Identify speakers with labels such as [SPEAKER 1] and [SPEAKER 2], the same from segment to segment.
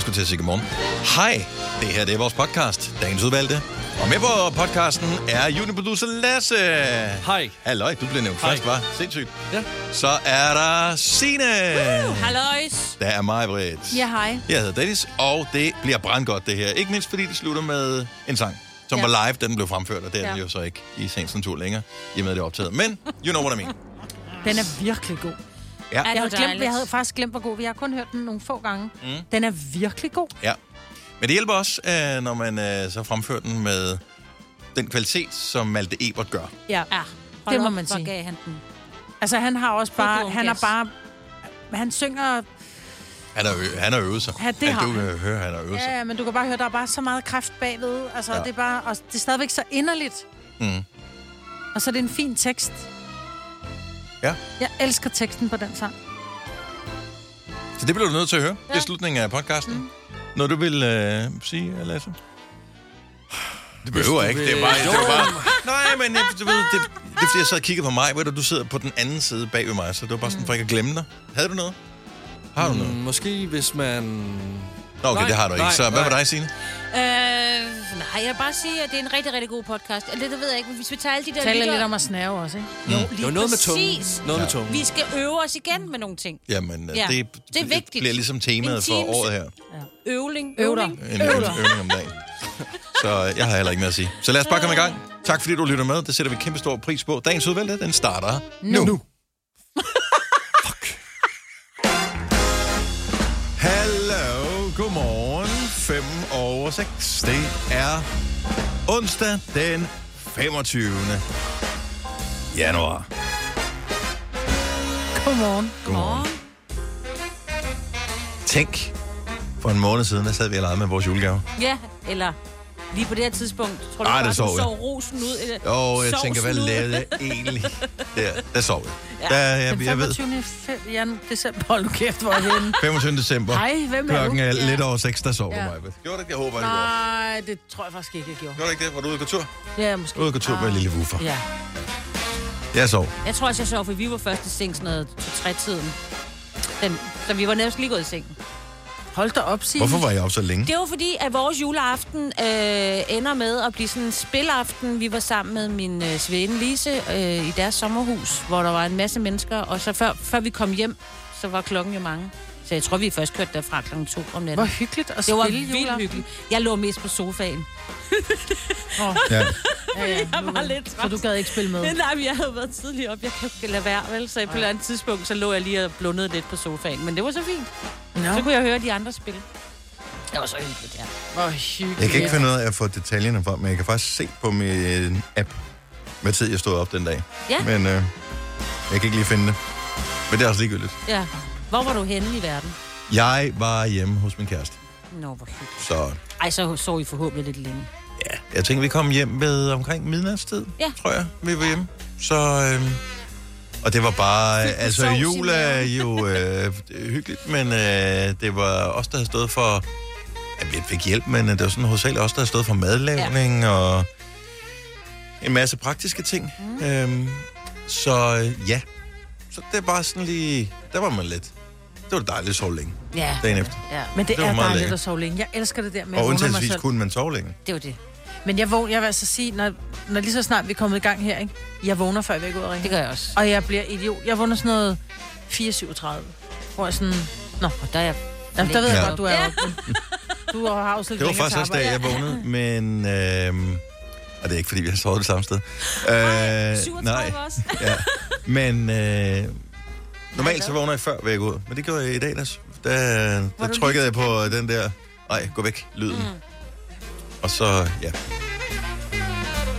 [SPEAKER 1] skulle til at sige godmorgen. Hej, det her det er vores podcast, dagens udvalgte. Og med på podcasten er juniorproducer Lasse.
[SPEAKER 2] Hej.
[SPEAKER 1] Halløj, du blev nævnt
[SPEAKER 2] Hej.
[SPEAKER 1] først, var Sindssygt.
[SPEAKER 2] Ja.
[SPEAKER 1] Så er der Signe.
[SPEAKER 3] Halløjs.
[SPEAKER 1] Der er mig, Britt.
[SPEAKER 3] Ja, hej.
[SPEAKER 1] Jeg hedder Dennis, og det bliver brandgodt, det her. Ikke mindst, fordi det slutter med en sang, som
[SPEAKER 3] Ja.
[SPEAKER 1] ja. var live, da den blev fremført, og det er den
[SPEAKER 3] Ja.
[SPEAKER 1] jo så ikke i sagens natur længere, i og med, at det er optaget. Men, you know what I mean.
[SPEAKER 4] Den er virkelig god. Jeg
[SPEAKER 1] Ja.
[SPEAKER 3] hvor
[SPEAKER 4] havde, glemt,
[SPEAKER 3] dejligt.
[SPEAKER 4] jeg havde faktisk glemt, hvor god vi har kun hørt den nogle få gange. Mm. Den er virkelig god.
[SPEAKER 1] Ja. Men det hjælper også, øh, når man øh, så fremfører den med den kvalitet, som Malte Ebert gør.
[SPEAKER 4] Ja.
[SPEAKER 3] Ja,
[SPEAKER 4] Det må man sige.
[SPEAKER 3] gav han den.
[SPEAKER 4] Altså, han har også
[SPEAKER 3] Fuck,
[SPEAKER 4] bare...
[SPEAKER 3] hvor
[SPEAKER 4] Han er
[SPEAKER 3] gas.
[SPEAKER 4] bare... Han synger...
[SPEAKER 1] Han har, ø- han har øvet sig.
[SPEAKER 4] Ja, det
[SPEAKER 1] han,
[SPEAKER 4] har
[SPEAKER 1] du
[SPEAKER 4] han.
[SPEAKER 1] kan høre, han har øvet sig.
[SPEAKER 4] Ja, ja, men du kan bare høre, der er bare så meget kraft bagved. Altså,
[SPEAKER 1] Ja.
[SPEAKER 4] ja. det er bare... Og det er stadigvæk så inderligt.
[SPEAKER 1] Mm.
[SPEAKER 4] Og så er det en fin tekst.
[SPEAKER 1] Ja.
[SPEAKER 4] Jeg elsker teksten på den sang.
[SPEAKER 1] Så det bliver du nødt til at høre. Ja. Det er slutningen af podcasten. Mm. Når du vil øh, sige, Lasse. Det behøver jeg ikke. Det er bare... Det er bare nej, men jeg, du ved, det, det er fordi, jeg sad og kiggede på mig, ved du, du sidder på den anden side bag ved mig, så det var bare sådan, for ikke at glemme dig. Havde du noget? Har du noget?
[SPEAKER 2] Mm, Måske hvis man...
[SPEAKER 1] Nå, okay,
[SPEAKER 2] Nej,
[SPEAKER 1] det har du ikke.
[SPEAKER 2] nej,
[SPEAKER 1] Så hvad
[SPEAKER 2] nej.
[SPEAKER 1] var dig, Signe?
[SPEAKER 3] Øh, nej, jeg vil bare sige, at det er en rigtig, rigtig god podcast. Eller det ved jeg ikke, hvis vi tager alle de der
[SPEAKER 4] Taler lidt om at snæve også, ikke?
[SPEAKER 1] Mm.
[SPEAKER 3] Jo, lige
[SPEAKER 2] Det var noget med tungen.
[SPEAKER 3] præcis.
[SPEAKER 2] Noget med
[SPEAKER 1] Ja.
[SPEAKER 2] tungen.
[SPEAKER 3] Vi skal øve os igen med nogle ting.
[SPEAKER 1] Jamen, ja.
[SPEAKER 3] Ja,
[SPEAKER 1] det,
[SPEAKER 3] det er vigtigt.
[SPEAKER 1] bliver ligesom temaet
[SPEAKER 3] En
[SPEAKER 1] for
[SPEAKER 3] times-
[SPEAKER 1] året her.
[SPEAKER 3] Øvling.
[SPEAKER 4] Øv dig.
[SPEAKER 3] øvling.
[SPEAKER 1] en øvelse- øvning om dagen. Så øh, jeg har heller ikke mere at sige. Så lad os bare komme i gang. Tak fordi du lytter med. Det sætter vi kæmpe stor pris på. Dagens udvalgte, den starter nu. nu. Fuck. Hallo, godmorgen. 5 over 6. Det er onsdag den 25. januar.
[SPEAKER 4] Godmorgen.
[SPEAKER 1] Godmorgen. Tænk, for en måned siden, der sad vi og legede med vores julegave.
[SPEAKER 3] Ja, eller lige på det her tidspunkt. Tror du,
[SPEAKER 1] Ej,
[SPEAKER 3] bare,
[SPEAKER 1] Ah, det
[SPEAKER 3] du
[SPEAKER 1] sov jeg.
[SPEAKER 3] sov rosen ud? Eller
[SPEAKER 1] Jo, jeg
[SPEAKER 3] sovsen
[SPEAKER 1] tænker, hvad
[SPEAKER 3] ud?
[SPEAKER 1] lavede jeg egentlig? Der, der sov jeg. Ja, der, jeg,
[SPEAKER 4] Den
[SPEAKER 1] jeg ved,
[SPEAKER 4] 25. fe- Jan, december. Hold nu kæft, hvor er jeg henne.
[SPEAKER 1] 25. december,
[SPEAKER 4] Hej, hvem er du?
[SPEAKER 1] klokken er lidt over 6, der sov ja. mig. Gjorde det ikke? Jeg håber, det gjorde.
[SPEAKER 4] Nej, det tror jeg faktisk ikke, jeg gjorde.
[SPEAKER 1] Gjorde det ikke det? Var du ude på tur?
[SPEAKER 4] Ja, måske.
[SPEAKER 1] Ude på tur med en lille woofer.
[SPEAKER 4] Ja.
[SPEAKER 1] Jeg sov.
[SPEAKER 3] Jeg tror også, jeg sov, for vi var først i seng sådan noget til tiden. Den, så vi var nærmest lige gået i seng.
[SPEAKER 4] Hold da op, Signe.
[SPEAKER 1] Hvorfor var jeg oppe så længe?
[SPEAKER 3] Det var fordi, at vores juleaften øh, ender med at blive sådan en spilaften. Vi var sammen med min øh, svæne Lise øh, i deres sommerhus, hvor der var en masse mennesker. Og så før, før vi kom hjem, så var klokken jo mange. Så jeg tror, vi først kørte derfra klokken to om natten.
[SPEAKER 4] Hvor hyggeligt at
[SPEAKER 3] det var
[SPEAKER 4] spille
[SPEAKER 3] vildt hyggeligt. Jeg lå mest på sofaen.
[SPEAKER 1] Ja.
[SPEAKER 4] Ja, ja.
[SPEAKER 3] Jeg var lidt
[SPEAKER 4] Så du gad ikke spille med?
[SPEAKER 3] Men nej, men jeg havde været tidligere op. Jeg kan jo ikke lade være, vel? Så på et eller andet tidspunkt, så lå jeg lige og blundede lidt på sofaen. Men det var så fint.
[SPEAKER 4] Nå,
[SPEAKER 3] Så kunne jeg høre de andre spille. Det var så hyggeligt, ja.
[SPEAKER 4] hvor hyggeligt.
[SPEAKER 1] Jeg kan ikke finde ud af at få detaljerne frem, men jeg kan faktisk se på min øh, app, hvad tid jeg stod op den dag.
[SPEAKER 3] Ja.
[SPEAKER 1] Men øh, jeg kan ikke lige finde det. Men det er også ligegyldigt.
[SPEAKER 3] ja. Hvor var du henne i verden?
[SPEAKER 1] Jeg var hjemme hos min kæreste,
[SPEAKER 3] Nå, hvor hyggeligt.
[SPEAKER 1] så
[SPEAKER 3] Ej, så sov I forhåbentlig lidt længe.
[SPEAKER 1] Ja, jeg tænker, vi kom hjem ved omkring midnatstid,
[SPEAKER 3] Ja.
[SPEAKER 1] tror jeg, vi var hjemme. Så, øhm, og det var bare,
[SPEAKER 3] Fyldt med
[SPEAKER 1] altså
[SPEAKER 3] sovs i
[SPEAKER 1] jul er jo øh, hyggeligt, men øh, det var os, der havde stået for, ja, vi fik hjælp, men øh, det var sådan hovedsageligt os, der havde stået for madlavning ja. og en masse praktiske ting. Mm. Øhm, så øh, ja, så det er bare sådan lige, der var man lidt, det var dejligt at sove længe
[SPEAKER 3] Ja,
[SPEAKER 1] dagen efter.
[SPEAKER 3] ja.
[SPEAKER 4] Men det,
[SPEAKER 1] Det
[SPEAKER 4] det
[SPEAKER 1] var
[SPEAKER 4] er
[SPEAKER 1] meget
[SPEAKER 4] dejligt
[SPEAKER 1] lækkert.
[SPEAKER 4] at sove længe. Jeg elsker det der med at
[SPEAKER 1] Og
[SPEAKER 4] vågne mig
[SPEAKER 1] undtagelsvis
[SPEAKER 4] selv.
[SPEAKER 1] kunne man sove længe.
[SPEAKER 3] det var det.
[SPEAKER 4] Men jeg vågner, jeg vil altså sige, når, når lige så snart vi er kommet i gang her, ikke? jeg vågner, før vi er gået og
[SPEAKER 3] Det
[SPEAKER 4] ringe.
[SPEAKER 3] gør jeg også.
[SPEAKER 4] Og jeg bliver idiot. Jeg vågner sådan noget 4.37, hvor jeg sådan... Nå,
[SPEAKER 3] Og der er jeg...
[SPEAKER 4] jamen, der ved jeg
[SPEAKER 1] Ja.
[SPEAKER 4] godt, du er oppe. Du har også lidt
[SPEAKER 1] Det var
[SPEAKER 4] længere
[SPEAKER 1] faktisk
[SPEAKER 4] til
[SPEAKER 1] også, da
[SPEAKER 4] arbejde.
[SPEAKER 1] jeg vågnede, men... Øh, og det er ikke, fordi vi har sovet det samme sted. Øh,
[SPEAKER 3] 37 også.
[SPEAKER 1] ja. Men øh, normalt så vågner jeg før væk ud, men det gjorde jeg i dag, der, der,
[SPEAKER 3] Var
[SPEAKER 1] der
[SPEAKER 3] du
[SPEAKER 1] trykkede jeg på den der, nej, gå væk, lyden. Mm. Og så, ja.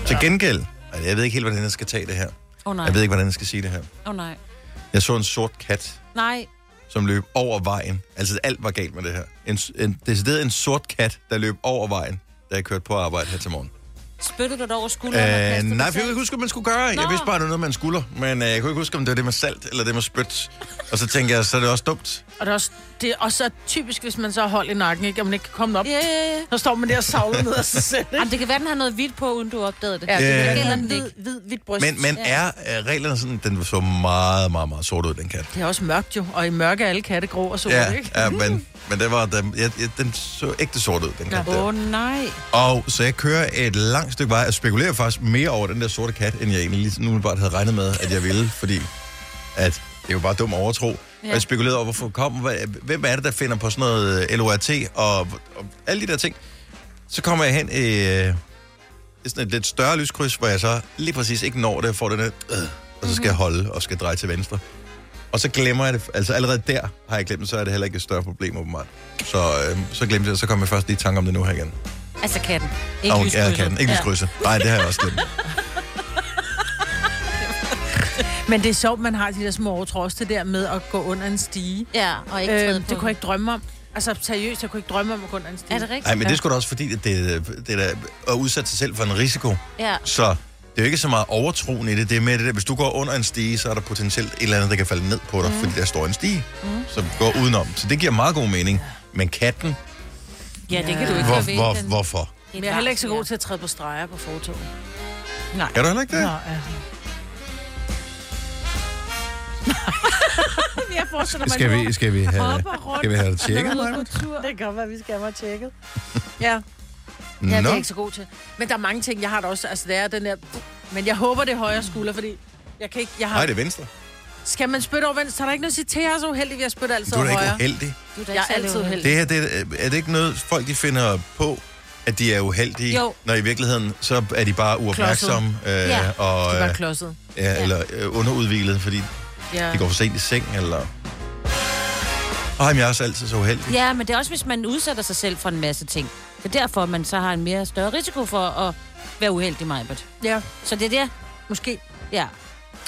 [SPEAKER 1] Til gengæld, altså, jeg ved ikke helt, hvordan jeg skal tage det her.
[SPEAKER 3] Åh oh, nej,
[SPEAKER 1] Jeg ved ikke, hvordan jeg skal sige det her.
[SPEAKER 3] åh oh, nej.
[SPEAKER 1] Jeg så en sort kat,
[SPEAKER 3] Nej,
[SPEAKER 1] som løb over vejen. Altså, alt var galt med det her. En, en, decideret en sort kat, der løb over vejen, da jeg kørte på arbejde her til morgen.
[SPEAKER 3] Spyttede du dig over skulderen? og
[SPEAKER 1] Øh,
[SPEAKER 3] kastede
[SPEAKER 1] nej,
[SPEAKER 3] dig
[SPEAKER 1] for jeg kunne ikke huske, hvad man skulle gøre. Nå.
[SPEAKER 3] Nå.
[SPEAKER 1] Jeg vidste bare, det var noget, man skulle. Men øh, jeg kunne ikke huske, om det var det med salt eller det med spyt. Og så tænkte jeg, så er det også dumt.
[SPEAKER 4] Og det er, også, det er også så typisk, hvis man så har hold i nakken, ikke? Og man ikke kan komme op.
[SPEAKER 3] Ja, ja, ja.
[SPEAKER 4] Så står man der og savler ned af sig selv, ikke?
[SPEAKER 3] Jamen, det kan være, den har noget hvidt på, uden du opdagede det.
[SPEAKER 4] Ja,
[SPEAKER 1] Øh,
[SPEAKER 4] det
[SPEAKER 3] gælder
[SPEAKER 4] er
[SPEAKER 3] den
[SPEAKER 4] en hvid,
[SPEAKER 3] ikke.
[SPEAKER 4] hvid, hvid bryst.
[SPEAKER 1] Men, men er øh, reglerne sådan, den så meget, meget, meget sort ud, den kat.
[SPEAKER 4] Det er også mørkt jo, og i mørke er alle katte grå og sorte,
[SPEAKER 1] Ja,
[SPEAKER 4] ikke?
[SPEAKER 1] ja men, men det var, den, ja, ja, den så ægte sort ud, den kat
[SPEAKER 3] Åh,
[SPEAKER 1] der.
[SPEAKER 3] oh, nej.
[SPEAKER 1] Og så jeg kører et langt stykke vej og spekulerer faktisk mere over den der sorte kat, end jeg egentlig lige nu bare havde regnet med, at jeg ville, fordi at det er jo bare dum overtro. Ja. Og jeg spekulerede over, hvorfor kom, hvad- hvem er det, der finder på sådan noget øh, LORT og, og alle de der ting. Så kommer jeg hen i øh, i sådan et lidt større lyskryds, hvor jeg så lige præcis ikke når det, og får den der, øh, og så skal jeg holde og skal dreje til venstre. Og så glemmer jeg det. Altså allerede der har jeg glemt, det, så er det heller ikke et større problem åbenbart. Så, øh, så glemte jeg det, så kom jeg først lige i tanke om det nu her igen.
[SPEAKER 3] Altså katten. Ikke
[SPEAKER 1] Ikke oh,
[SPEAKER 3] lyskrydset.
[SPEAKER 1] lyskrydset. Ja, kan. Ikke lyskrydset. Ja. Nej, det har jeg også glemt.
[SPEAKER 4] Men det er sjovt, man har de der små overtro også det der med at gå under en stige.
[SPEAKER 3] Ja, og ikke
[SPEAKER 4] Øh,
[SPEAKER 3] øh,
[SPEAKER 4] det kunne jeg ikke drømme om. Altså seriøst, jeg kunne ikke drømme om at gå under en stige.
[SPEAKER 3] Er det rigtigt?
[SPEAKER 1] Nej, men det er sgu da også fordi, at det, det er da at udsætte sig selv for en risiko.
[SPEAKER 3] Ja.
[SPEAKER 1] Så det er jo ikke så meget overtroen i det. Det er mere det der, hvis du går under en stige, så er der potentielt et eller andet, der kan falde ned på dig, mm. fordi der står en stige, mm. som går udenom. Så det giver meget god mening. Men katten,
[SPEAKER 3] Ja, det kan du ikke
[SPEAKER 1] hvor,
[SPEAKER 3] gøre ved.
[SPEAKER 1] hvor,
[SPEAKER 3] Den-
[SPEAKER 1] hvorfor?
[SPEAKER 4] Men jeg er heller ikke så god til at træde på streger på fortoget.
[SPEAKER 3] Nej.
[SPEAKER 1] Kan du heller ikke det?
[SPEAKER 4] Nå, ja. jeg forestiller mig,
[SPEAKER 1] Skal
[SPEAKER 4] at
[SPEAKER 1] vi, skal vi have,
[SPEAKER 4] hopper rundt.
[SPEAKER 1] skal vi have det tjekket?
[SPEAKER 4] Maja?
[SPEAKER 1] Maja?
[SPEAKER 4] Det kan godt være, vi skal have mig tjekket. Ja, ja det er
[SPEAKER 1] Nå,
[SPEAKER 4] jeg ikke så god til. Men der er mange ting, jeg har da også. Altså, det er den der... Men jeg håber, det er højre skulder, fordi jeg kan ikke... Jeg har...
[SPEAKER 1] nej, det er venstre.
[SPEAKER 4] Skal man spytte over venstre? Så er der ikke noget at sige til, jeg er så uheldig, at jeg spytter altid
[SPEAKER 1] Du er da
[SPEAKER 4] over
[SPEAKER 1] ikke
[SPEAKER 4] højre.
[SPEAKER 1] uheldig.
[SPEAKER 3] Du er da
[SPEAKER 4] Jeg
[SPEAKER 3] ikke
[SPEAKER 4] er altid
[SPEAKER 3] særlig
[SPEAKER 4] uheldig.
[SPEAKER 1] Det her, det er, er det ikke noget, folk de finder på, at de er uheldige,
[SPEAKER 3] Jo.
[SPEAKER 1] når i virkeligheden, så er de bare uopmærksomme, øh,
[SPEAKER 3] Ja,
[SPEAKER 1] og,
[SPEAKER 4] Det var
[SPEAKER 1] øh,
[SPEAKER 4] klodset.
[SPEAKER 1] ja, eller øh, underudvilet, fordi
[SPEAKER 4] Ja.
[SPEAKER 1] de går for sent i seng, eller... Og jamen, jeg er også altid så uheldig.
[SPEAKER 3] Ja, men det er også, hvis man udsætter sig selv for en masse ting. Det er derfor, man så har en mere større risiko for at være uheldig, Majbert.
[SPEAKER 4] ja,
[SPEAKER 3] Så det er der,
[SPEAKER 4] måske.
[SPEAKER 3] ja,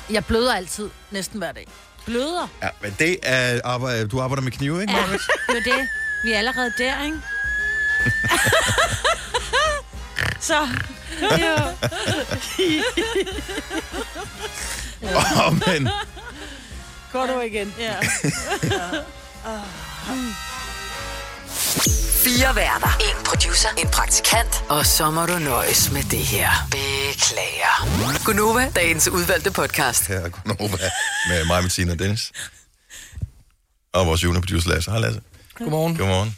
[SPEAKER 4] Jeg bløder altid, næsten hver dag.
[SPEAKER 3] bløder.
[SPEAKER 1] Ja, men det er... Arbejde, du arbejder med knive, ikke?
[SPEAKER 3] Ja,
[SPEAKER 1] Maja?
[SPEAKER 3] det er jo det. Vi er allerede der, ikke? så, jo.
[SPEAKER 1] Åh, oh, men...
[SPEAKER 4] Går du igen? Ja.
[SPEAKER 5] Fire værter. En producer. En praktikant. Og så må du nøjes med det her. Beklager. Gunova, dagens udvalgte podcast.
[SPEAKER 1] Her er Gunova med mig, Bettina og Dennis. Og vores juniorproducer Lasse. Hej, Lasse.
[SPEAKER 2] Godmorgen.
[SPEAKER 1] Godmorgen.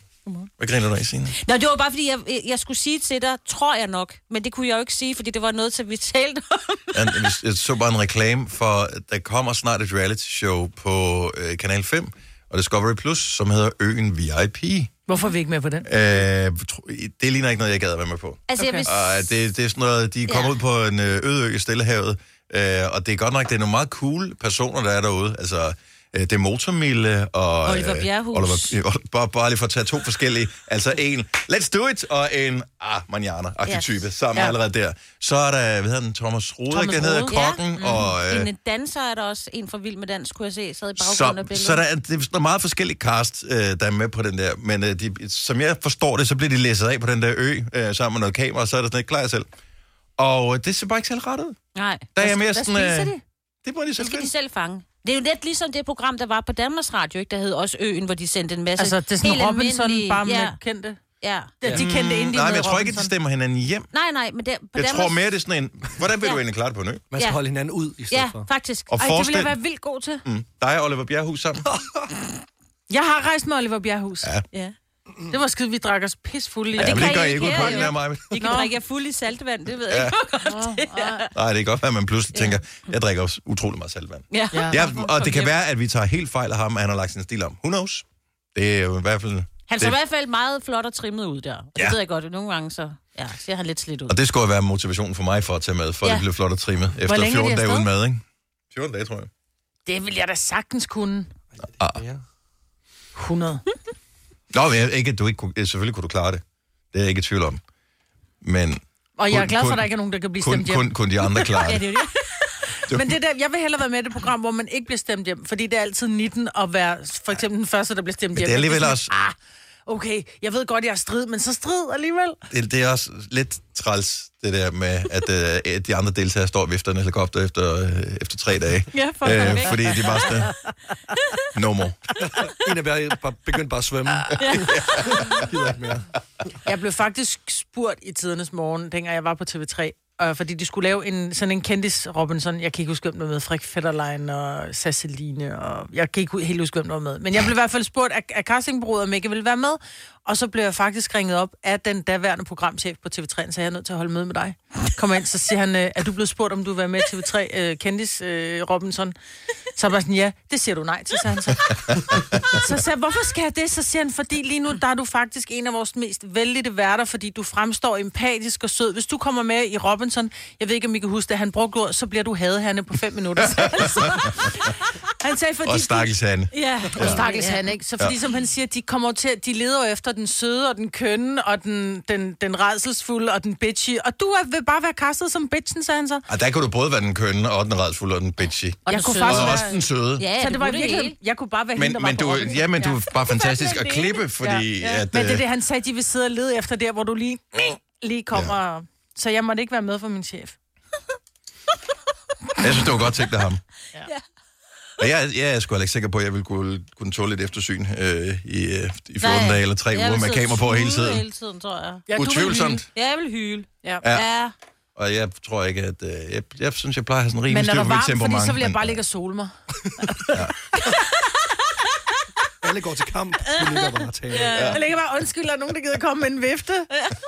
[SPEAKER 1] Hvad griner du af, Signe?
[SPEAKER 3] Nå, det var bare, fordi jeg, jeg skulle sige til dig, tror jeg nok. Men det kunne jeg jo ikke sige, fordi det var noget, som vi talte om.
[SPEAKER 1] Jeg, jeg så bare en reklame for, der kommer snart et reality-show på øh, Kanal 5 og Discovery Plus, som hedder Øen VIP.
[SPEAKER 4] Hvorfor er vi ikke med på den?
[SPEAKER 1] Øh, tro- det ligner ikke noget, jeg gad at være med på.
[SPEAKER 3] Altså, okay. jeg vil...
[SPEAKER 1] Og øh, det, det er sådan noget, de kommer ja.
[SPEAKER 3] Ja.
[SPEAKER 1] ud på en øh, øde ø i Stillehavet, øh, og det er godt nok, det er nogle meget cool personer, der er derude. Altså, øh, det er Motormille og... øh,
[SPEAKER 3] Oliver Bjerrehus.
[SPEAKER 1] Oliver, øh, bare, bare lige for at tage to forskellige. altså en, let's do it, og en, ah, manjana-agtig
[SPEAKER 3] Yes.
[SPEAKER 1] yes. type, sammen ja.
[SPEAKER 4] Ja.
[SPEAKER 1] allerede der. Så er der, hvad hedder den, Thomas Rode,
[SPEAKER 4] Thomas
[SPEAKER 1] ikke? Den hedder
[SPEAKER 4] Rode.
[SPEAKER 1] Kokken, ja. mm. og... Øh,
[SPEAKER 3] En danser er der også en fra Vild med Dans, kunne jeg se, sad i baggrunden
[SPEAKER 1] så,
[SPEAKER 3] af billedet.
[SPEAKER 1] så der er, det er sådan meget forskellige cast, øh, der er med på den der. Men øh, de, som jeg forstår det, så bliver de læsset af på den der ø øh, sammen med noget kamera, og så er det sådan lidt klar jer selv. Og øh, det ser bare ikke særlig ret ud.
[SPEAKER 3] Nej.
[SPEAKER 1] Der er jeg mere
[SPEAKER 3] hvad
[SPEAKER 1] sådan... øh,
[SPEAKER 3] spiser de?
[SPEAKER 1] det må de
[SPEAKER 3] Det
[SPEAKER 1] selv
[SPEAKER 3] skal de
[SPEAKER 1] finde.
[SPEAKER 3] selv fange. Det er jo lidt ligesom det program, der var på Danmarks Radio, ikke? der hed også Øen, hvor de sendte en masse
[SPEAKER 4] Altså, det er sådan
[SPEAKER 3] helt
[SPEAKER 4] Robinson,
[SPEAKER 3] almindelige-
[SPEAKER 4] bare med
[SPEAKER 3] ja,
[SPEAKER 4] kendte.
[SPEAKER 3] ja.
[SPEAKER 4] De, de
[SPEAKER 2] Mm.
[SPEAKER 4] kendte inden de
[SPEAKER 1] Mm. Nej, men
[SPEAKER 4] hed
[SPEAKER 1] jeg tror ikke, at de
[SPEAKER 4] Robinson.
[SPEAKER 1] stemmer hinanden hjem.
[SPEAKER 3] Nej, nej, men det, på
[SPEAKER 1] Jeg
[SPEAKER 3] Danmarks...
[SPEAKER 1] tror mere, det er sådan en... Hvordan vil du
[SPEAKER 3] Ja.
[SPEAKER 1] egentlig klare det på en ø?
[SPEAKER 2] Man skal
[SPEAKER 3] Ja.
[SPEAKER 2] holde hinanden ud i stedet
[SPEAKER 3] Ja,
[SPEAKER 2] for.
[SPEAKER 3] faktisk. Ej,
[SPEAKER 1] Og
[SPEAKER 4] det ville jeg
[SPEAKER 1] forestil
[SPEAKER 4] være vildt god til.
[SPEAKER 1] dig og Oliver Bjerrehus sammen.
[SPEAKER 4] Jeg har rejst med Oliver Bjerghus. Ja.
[SPEAKER 3] ja.
[SPEAKER 4] Det var skidt, vi drak os pisfulde lige.
[SPEAKER 1] Ja, men
[SPEAKER 3] kan
[SPEAKER 1] det gør
[SPEAKER 3] I
[SPEAKER 1] jeg
[SPEAKER 3] ikke
[SPEAKER 1] ikke ud på
[SPEAKER 3] her,
[SPEAKER 1] den
[SPEAKER 3] jo.
[SPEAKER 1] her, Maja.
[SPEAKER 3] I kan
[SPEAKER 4] Nå.
[SPEAKER 3] drikke jer fuld i saltvand, det ved jeg ikke.
[SPEAKER 1] Nej, det kan godt være, at man pludselig tænker, jeg drikker også utrolig meget saltvand.
[SPEAKER 3] Ja.
[SPEAKER 4] Ja.
[SPEAKER 1] Ja, og det kan være, at vi tager helt fejl af ham, at han har lagt sin stil om. Who knows? Det er jo i hvert fald...
[SPEAKER 3] Han så
[SPEAKER 1] det-
[SPEAKER 3] i hvert fald meget flot og trimmet ud der. Det
[SPEAKER 1] Ja.
[SPEAKER 3] ved jeg godt. Nogle gange så ja, ser han lidt slidt ud.
[SPEAKER 1] Og det skulle jo være motivationen for mig for at tage med, for ja.
[SPEAKER 3] Ja.
[SPEAKER 1] det blev flot og trimmet
[SPEAKER 4] længe
[SPEAKER 1] efter
[SPEAKER 4] er de
[SPEAKER 1] 14 dage
[SPEAKER 4] afsted?
[SPEAKER 1] uden mad, ikke? 14 dage, tror jeg.
[SPEAKER 4] Det ville jeg da sagtens kunne.
[SPEAKER 2] Ja.
[SPEAKER 4] 100.
[SPEAKER 1] Ah. Nå, men jeg, ikke, at du ikke kunne, eh, selvfølgelig kunne du klare det. Det er jeg ikke i tvivl om. Men
[SPEAKER 4] Og jeg er
[SPEAKER 1] Kun-
[SPEAKER 4] glad for,
[SPEAKER 1] kun-
[SPEAKER 4] at der ikke er nogen, der kan blive
[SPEAKER 1] kun,
[SPEAKER 4] stemt hjem.
[SPEAKER 1] kun, kun de andre klare det.
[SPEAKER 3] det er jo det.
[SPEAKER 4] Men det der, jeg vil hellere være med i det program, hvor man ikke bliver stemt hjem, fordi det er altid 19 at være for eksempel den første, der bliver stemt
[SPEAKER 1] Men
[SPEAKER 4] hjem.
[SPEAKER 1] det er alligevel
[SPEAKER 4] sådan,
[SPEAKER 1] også-
[SPEAKER 4] Ah, okay, jeg ved godt, jeg er strid, men så strid alligevel.
[SPEAKER 1] Det, det er også lidt træls, det der med, at øh, at de andre deltagere står og vifter en helikopter efter, øh, efter tre dage.
[SPEAKER 3] Ja, for at komme væk.
[SPEAKER 1] Øh, Fordi de bare sådan, no more.
[SPEAKER 2] En af jer bare begyndte bare at svømme.
[SPEAKER 4] Ja.
[SPEAKER 2] Jeg gider ikke mere.
[SPEAKER 4] Jeg blev faktisk spurgt i tidernes morgen, dengang jeg var på TV3, øh, fordi de skulle lave en, sådan en kendis Robinson. Jeg kan ikke huske, hvem der var med. Frik Fetterlein og Sasseline. Og jeg kan ikke hu- helt huske, hvem der var med. Men jeg blev i hvert fald spurgt af, af castingbureauet, om jeg ikke ville være med. Og så blev jeg faktisk ringet op af den daværende programchef på TV3, så jeg er nødt til at holde møde med dig. Kom ind, så siger han, øh, er du blevet spurgt, om du vil være med i TV3 øh, kendis øh, Robinson? Så var jeg sådan, ja, det siger du nej til, sagde han så. Så sagde jeg, hvorfor skal jeg det? Så siger han, fordi lige nu, der er du faktisk en af vores mest vældige værter, fordi du fremstår empatisk og sød. Hvis du kommer med i Robinson, jeg ved ikke, om I kan huske det, han brugte ord, så bliver du hadehande på fem minutter. sagde han så. han sagde, fordi...
[SPEAKER 1] Og
[SPEAKER 4] du-
[SPEAKER 1] stakkels han.
[SPEAKER 4] Ja, og stakkels
[SPEAKER 3] Ja.
[SPEAKER 4] han, ikke? Så fordi, som han siger, de kommer jo til, at- de leder jo efter den søde og den kønne og den, den, den redselsfulde og den bitchy. Og du er, vil bare være kastet som bitchen, sagde han så.
[SPEAKER 1] Og der kunne du både være den kønne, og den redsfulde, og den bitchy.
[SPEAKER 3] Og
[SPEAKER 4] Jeg
[SPEAKER 3] den
[SPEAKER 4] kunne
[SPEAKER 3] søde.
[SPEAKER 4] faktisk
[SPEAKER 1] Og
[SPEAKER 4] være-
[SPEAKER 1] også den søde.
[SPEAKER 3] Ja,
[SPEAKER 4] så det, var i
[SPEAKER 3] kunne
[SPEAKER 4] virkeligheden,
[SPEAKER 3] hele.
[SPEAKER 4] jeg kunne bare være
[SPEAKER 1] Men,
[SPEAKER 4] hende, der var
[SPEAKER 1] men,
[SPEAKER 4] på
[SPEAKER 1] du,
[SPEAKER 4] Robinson.
[SPEAKER 1] ja, men du er bare fantastisk
[SPEAKER 3] den
[SPEAKER 1] at
[SPEAKER 3] ene.
[SPEAKER 1] klippe, fordi...
[SPEAKER 4] Ja.
[SPEAKER 1] At,
[SPEAKER 4] Men det er
[SPEAKER 1] øh,
[SPEAKER 4] det, han sagde, de vil sidde og lede efter der, hvor du lige, lige kommer. Ja. Så jeg måtte ikke være med for min chef.
[SPEAKER 1] Jeg synes, det var godt tænkt af ham. Og jeg, jeg er sgu heller ikke sikker på, at jeg ville kunne, kunne tåle et eftersyn øh, i, øh, i 14
[SPEAKER 3] Nej.
[SPEAKER 1] dage eller 3
[SPEAKER 3] Jeg
[SPEAKER 1] uger
[SPEAKER 3] vil
[SPEAKER 1] med
[SPEAKER 3] sidde
[SPEAKER 1] kamera på
[SPEAKER 3] og
[SPEAKER 1] hele
[SPEAKER 3] snude
[SPEAKER 1] tiden.
[SPEAKER 3] hele tiden, tror jeg.
[SPEAKER 4] Ja, du vil
[SPEAKER 1] Utvivlsomt.
[SPEAKER 4] hyle.
[SPEAKER 3] Ja, jeg vil hyle.
[SPEAKER 4] Ja.
[SPEAKER 1] Ja.
[SPEAKER 3] Ja.
[SPEAKER 1] Og jeg tror ikke, at... Øh, jeg, jeg synes, jeg plejer at have sådan
[SPEAKER 4] Men
[SPEAKER 1] rimelig
[SPEAKER 4] når
[SPEAKER 1] styr
[SPEAKER 4] der
[SPEAKER 1] på
[SPEAKER 4] var
[SPEAKER 1] mit
[SPEAKER 4] varmt,
[SPEAKER 1] temperament.
[SPEAKER 4] fordi så ville jeg bare
[SPEAKER 1] men-
[SPEAKER 4] ligge og sole mig.
[SPEAKER 2] Alle går til kamp. Vi ligger bare og taler.
[SPEAKER 4] Ja. Jeg ligger bare, undskyld, er der nogen, der gider komme med en vifte?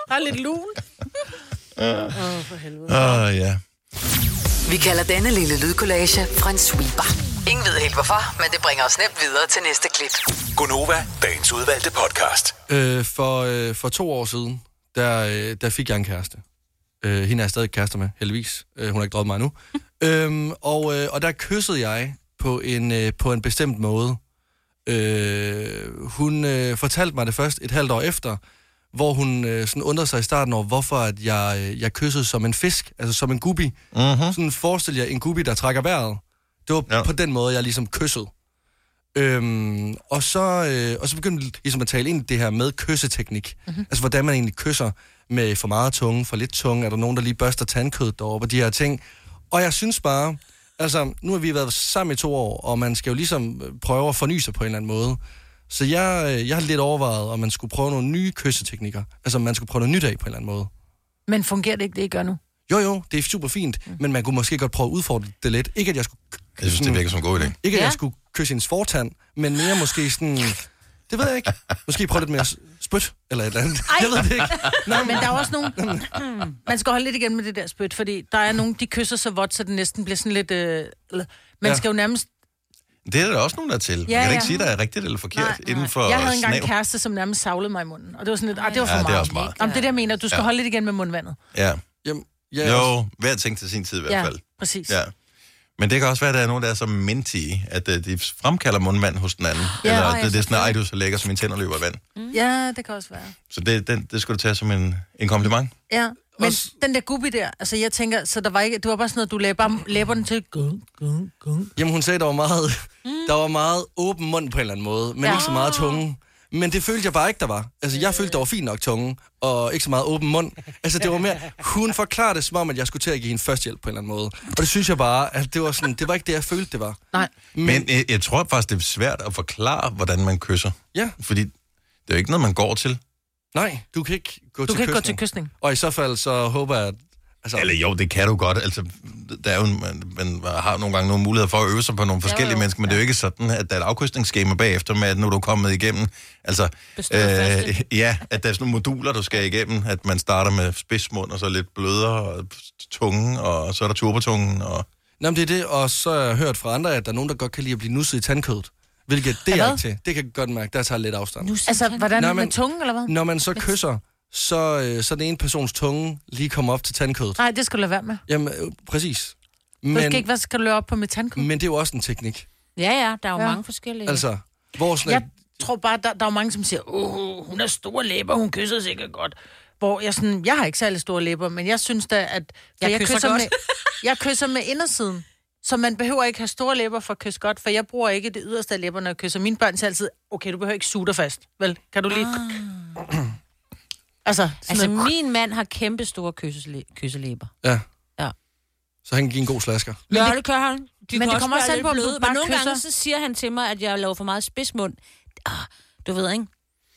[SPEAKER 4] Der er lidt lun.
[SPEAKER 1] Åh, ja.
[SPEAKER 5] Vi kalder denne lille lydkollage Frans sweeper. Ingen ved helt hvorfor, men det bringer os nemt videre til næste klip.
[SPEAKER 6] Gunova, dagens udvalgte podcast.
[SPEAKER 2] Øh, for, øh, for to år siden, der, øh, der fik jeg en kæreste. Øh, hende er jeg stadig kærester med, heldigvis. Øh, hun har ikke droppet mig endnu. øhm, og, øh, og der kyssede jeg på en, øh, på en bestemt måde. Øh, hun øh, fortalte mig det først et halvt år efter, hvor hun øh, sådan undrede sig i starten over, hvorfor at jeg, øh, jeg kyssede som en fisk, altså som en gubi. Uh-huh. Sådan forestil jer en gubi, der trækker vejret. Det var
[SPEAKER 1] Ja.
[SPEAKER 2] ja. på den måde, jeg ligesom kyssede. Øhm, og, så, øh, og så begyndte vi ligesom at tale ind i det her med kysseteknik. Mm-hmm. Altså, hvordan man egentlig kysser med for meget tunge, for lidt tunge. Er der nogen, der lige børster tandkødet deroppe og de her ting? Og jeg synes bare, altså, nu har vi været sammen i to år, og man skal jo ligesom øh, prøve at forny sig på en eller anden måde. Så jeg, øh, jeg har lidt overvejet, om man skulle prøve nogle nye kysseteknikker. Altså, om man skulle prøve noget nyt af på en eller anden måde.
[SPEAKER 4] Men fungerer det ikke, det I gør nu?
[SPEAKER 2] Jo, jo, det er super fint, mm. men man kunne måske godt prøve at udfordre det lidt. Ikke, at jeg skulle
[SPEAKER 1] Jeg synes, det virker som en god idé.
[SPEAKER 2] ikke, at
[SPEAKER 3] Ja.
[SPEAKER 2] jeg skulle kysse hendes fortand, men mere måske sådan... Det ved jeg ikke. Måske prøve lidt mere s- spyt, eller et eller andet. Ej. Jeg ved det ikke. Nej,
[SPEAKER 4] Men der er også nogle... Man skal holde lidt igen med det der spyt, fordi der er nogle, de kysser så vådt, så det næsten bliver sådan lidt... Øh, man
[SPEAKER 2] Ja.
[SPEAKER 4] skal jo nærmest...
[SPEAKER 1] Det er der også nogen, der er til. Ja,
[SPEAKER 4] Ja,
[SPEAKER 1] jeg kan
[SPEAKER 4] ja.
[SPEAKER 1] ikke sige, der er rigtigt eller forkert nej, nej. inden for
[SPEAKER 4] jeg havde engang
[SPEAKER 1] snæv.
[SPEAKER 4] en kæreste, som nærmest savlede mig i munden. Og det var sådan lidt... Ah, det var for
[SPEAKER 1] Ja, det er
[SPEAKER 4] meget.
[SPEAKER 1] også meget.
[SPEAKER 4] Jamen, det er det, jeg mener. Du skal ja. holde lidt igen med mundvandet.
[SPEAKER 1] Ja.
[SPEAKER 2] Jamen, ja,
[SPEAKER 1] Jo, hver ting til sin tid i hvert fald.
[SPEAKER 4] præcis.
[SPEAKER 1] Ja. Men det kan også være, at der er nogen, der er så minty, at øh, de fremkalder mundvand hos den anden. Ja,
[SPEAKER 4] Ja,
[SPEAKER 1] eller
[SPEAKER 4] og
[SPEAKER 1] det,
[SPEAKER 4] jeg
[SPEAKER 1] det er sådan, ej, du er så lækker, som min tænder løber i vand.
[SPEAKER 4] Ja, det kan også være.
[SPEAKER 1] Så det, det, det skulle du tage som en, en kompliment.
[SPEAKER 4] Ja, men
[SPEAKER 2] Også-
[SPEAKER 4] den der gubbi der, altså jeg tænker, så der var ikke, det var bare sådan noget, du lagde bare læberne til. Gung, gung, gung.
[SPEAKER 2] Jamen, hun sagde, der var meget,
[SPEAKER 4] Mm.
[SPEAKER 2] der var meget åben mund på en eller anden måde, men ja. ikke så meget tunge. Men det følte jeg bare ikke, der var. Altså, jeg følte, der var fint nok tunge, og ikke så meget åben mund. Altså, det var mere... Hun forklarede det som om, at jeg skulle til at give hende førstehjælp på en eller anden måde. Og det synes jeg bare, at det var sådan... Det var ikke det, jeg følte, det var.
[SPEAKER 4] Nej.
[SPEAKER 2] Mm.
[SPEAKER 1] Men, Men jeg, jeg tror faktisk, det er svært at forklare, hvordan man kysser.
[SPEAKER 2] Ja,
[SPEAKER 1] Fordi det er jo ikke noget, man går til.
[SPEAKER 2] nej, du kan ikke gå
[SPEAKER 4] Du
[SPEAKER 2] til
[SPEAKER 4] kan ikke gå
[SPEAKER 2] kysning.
[SPEAKER 4] til kysning.
[SPEAKER 2] Og i så fald, så håber jeg, at... Altså,
[SPEAKER 1] Eller jo, det kan du godt. Altså, der er jo, en- man, man har nogle gange nogle muligheder for at øve sig på nogle forskellige jo,
[SPEAKER 3] jo.
[SPEAKER 1] mennesker, men ja. det er jo ikke sådan, at der er et afkrydsningsskema bagefter med, at nu er du kommet igennem. Altså,
[SPEAKER 3] Består første.
[SPEAKER 1] ja, at der er sådan nogle moduler, du skal igennem, at man starter med spidsmund, og så lidt blødere, og tunge, og så er der turbotungen, og...
[SPEAKER 2] Nå, men det er det, og så har jeg hørt fra andre, at der er nogen, der godt kan lide at blive nusset i tandkødet. Hvilket det er jeg
[SPEAKER 4] Hvad?
[SPEAKER 2] ikke til. Det kan jeg godt mærke, der tager jeg lidt afstand.
[SPEAKER 3] Nu siger
[SPEAKER 4] Altså,
[SPEAKER 3] han-
[SPEAKER 4] hvordan
[SPEAKER 2] Nå,
[SPEAKER 4] Nå, men... med
[SPEAKER 2] men-
[SPEAKER 4] tungen, eller hvad?
[SPEAKER 2] Når man så kysser, så, øh, så er den ene persons tunge lige kommer op til tandkødet.
[SPEAKER 4] Nej, det skal du lade være med.
[SPEAKER 2] Jamen, øh, præcis.
[SPEAKER 4] Du
[SPEAKER 2] Men,
[SPEAKER 4] skal ikke, hvad skal du løbe op på mit tandkød?
[SPEAKER 2] men det er jo også en teknik.
[SPEAKER 3] Ja, ja, der er jo
[SPEAKER 4] Ja.
[SPEAKER 3] mange forskellige.
[SPEAKER 2] Altså, hvor sådan,
[SPEAKER 4] Jeg
[SPEAKER 2] at-
[SPEAKER 4] tror bare, der, der er jo mange, som siger, åh, hun har store læber, hun kysser sikkert godt. Hvor jeg sådan, jeg har ikke særlig store læber, men jeg synes da, at... for
[SPEAKER 3] Jeg kysser
[SPEAKER 4] kysser
[SPEAKER 3] godt.
[SPEAKER 4] Med, jeg kysser med indersiden. Så man behøver ikke have store læber for at kysse godt, for jeg bruger ikke det yderste af læberne at kysse. Og mine børn siger altid, okay, du behøver ikke suge dig fast. Vel, kan du lige... Ah. Altså,
[SPEAKER 3] Altså, min mand har kæmpe store kyssele- kysselæber.
[SPEAKER 2] Ja.
[SPEAKER 3] Ja.
[SPEAKER 2] Så han kan give en god slasker.
[SPEAKER 3] Ja, det gør han. De
[SPEAKER 4] men
[SPEAKER 3] kan
[SPEAKER 4] det
[SPEAKER 3] også
[SPEAKER 4] kommer
[SPEAKER 3] være
[SPEAKER 4] også an
[SPEAKER 3] lidt
[SPEAKER 4] på, om du
[SPEAKER 3] bløde,
[SPEAKER 4] bare
[SPEAKER 3] Men nogle gange,
[SPEAKER 4] kysser.
[SPEAKER 3] så siger han til mig, at jeg laver for meget spidsmund. Ah, du ved, ikke?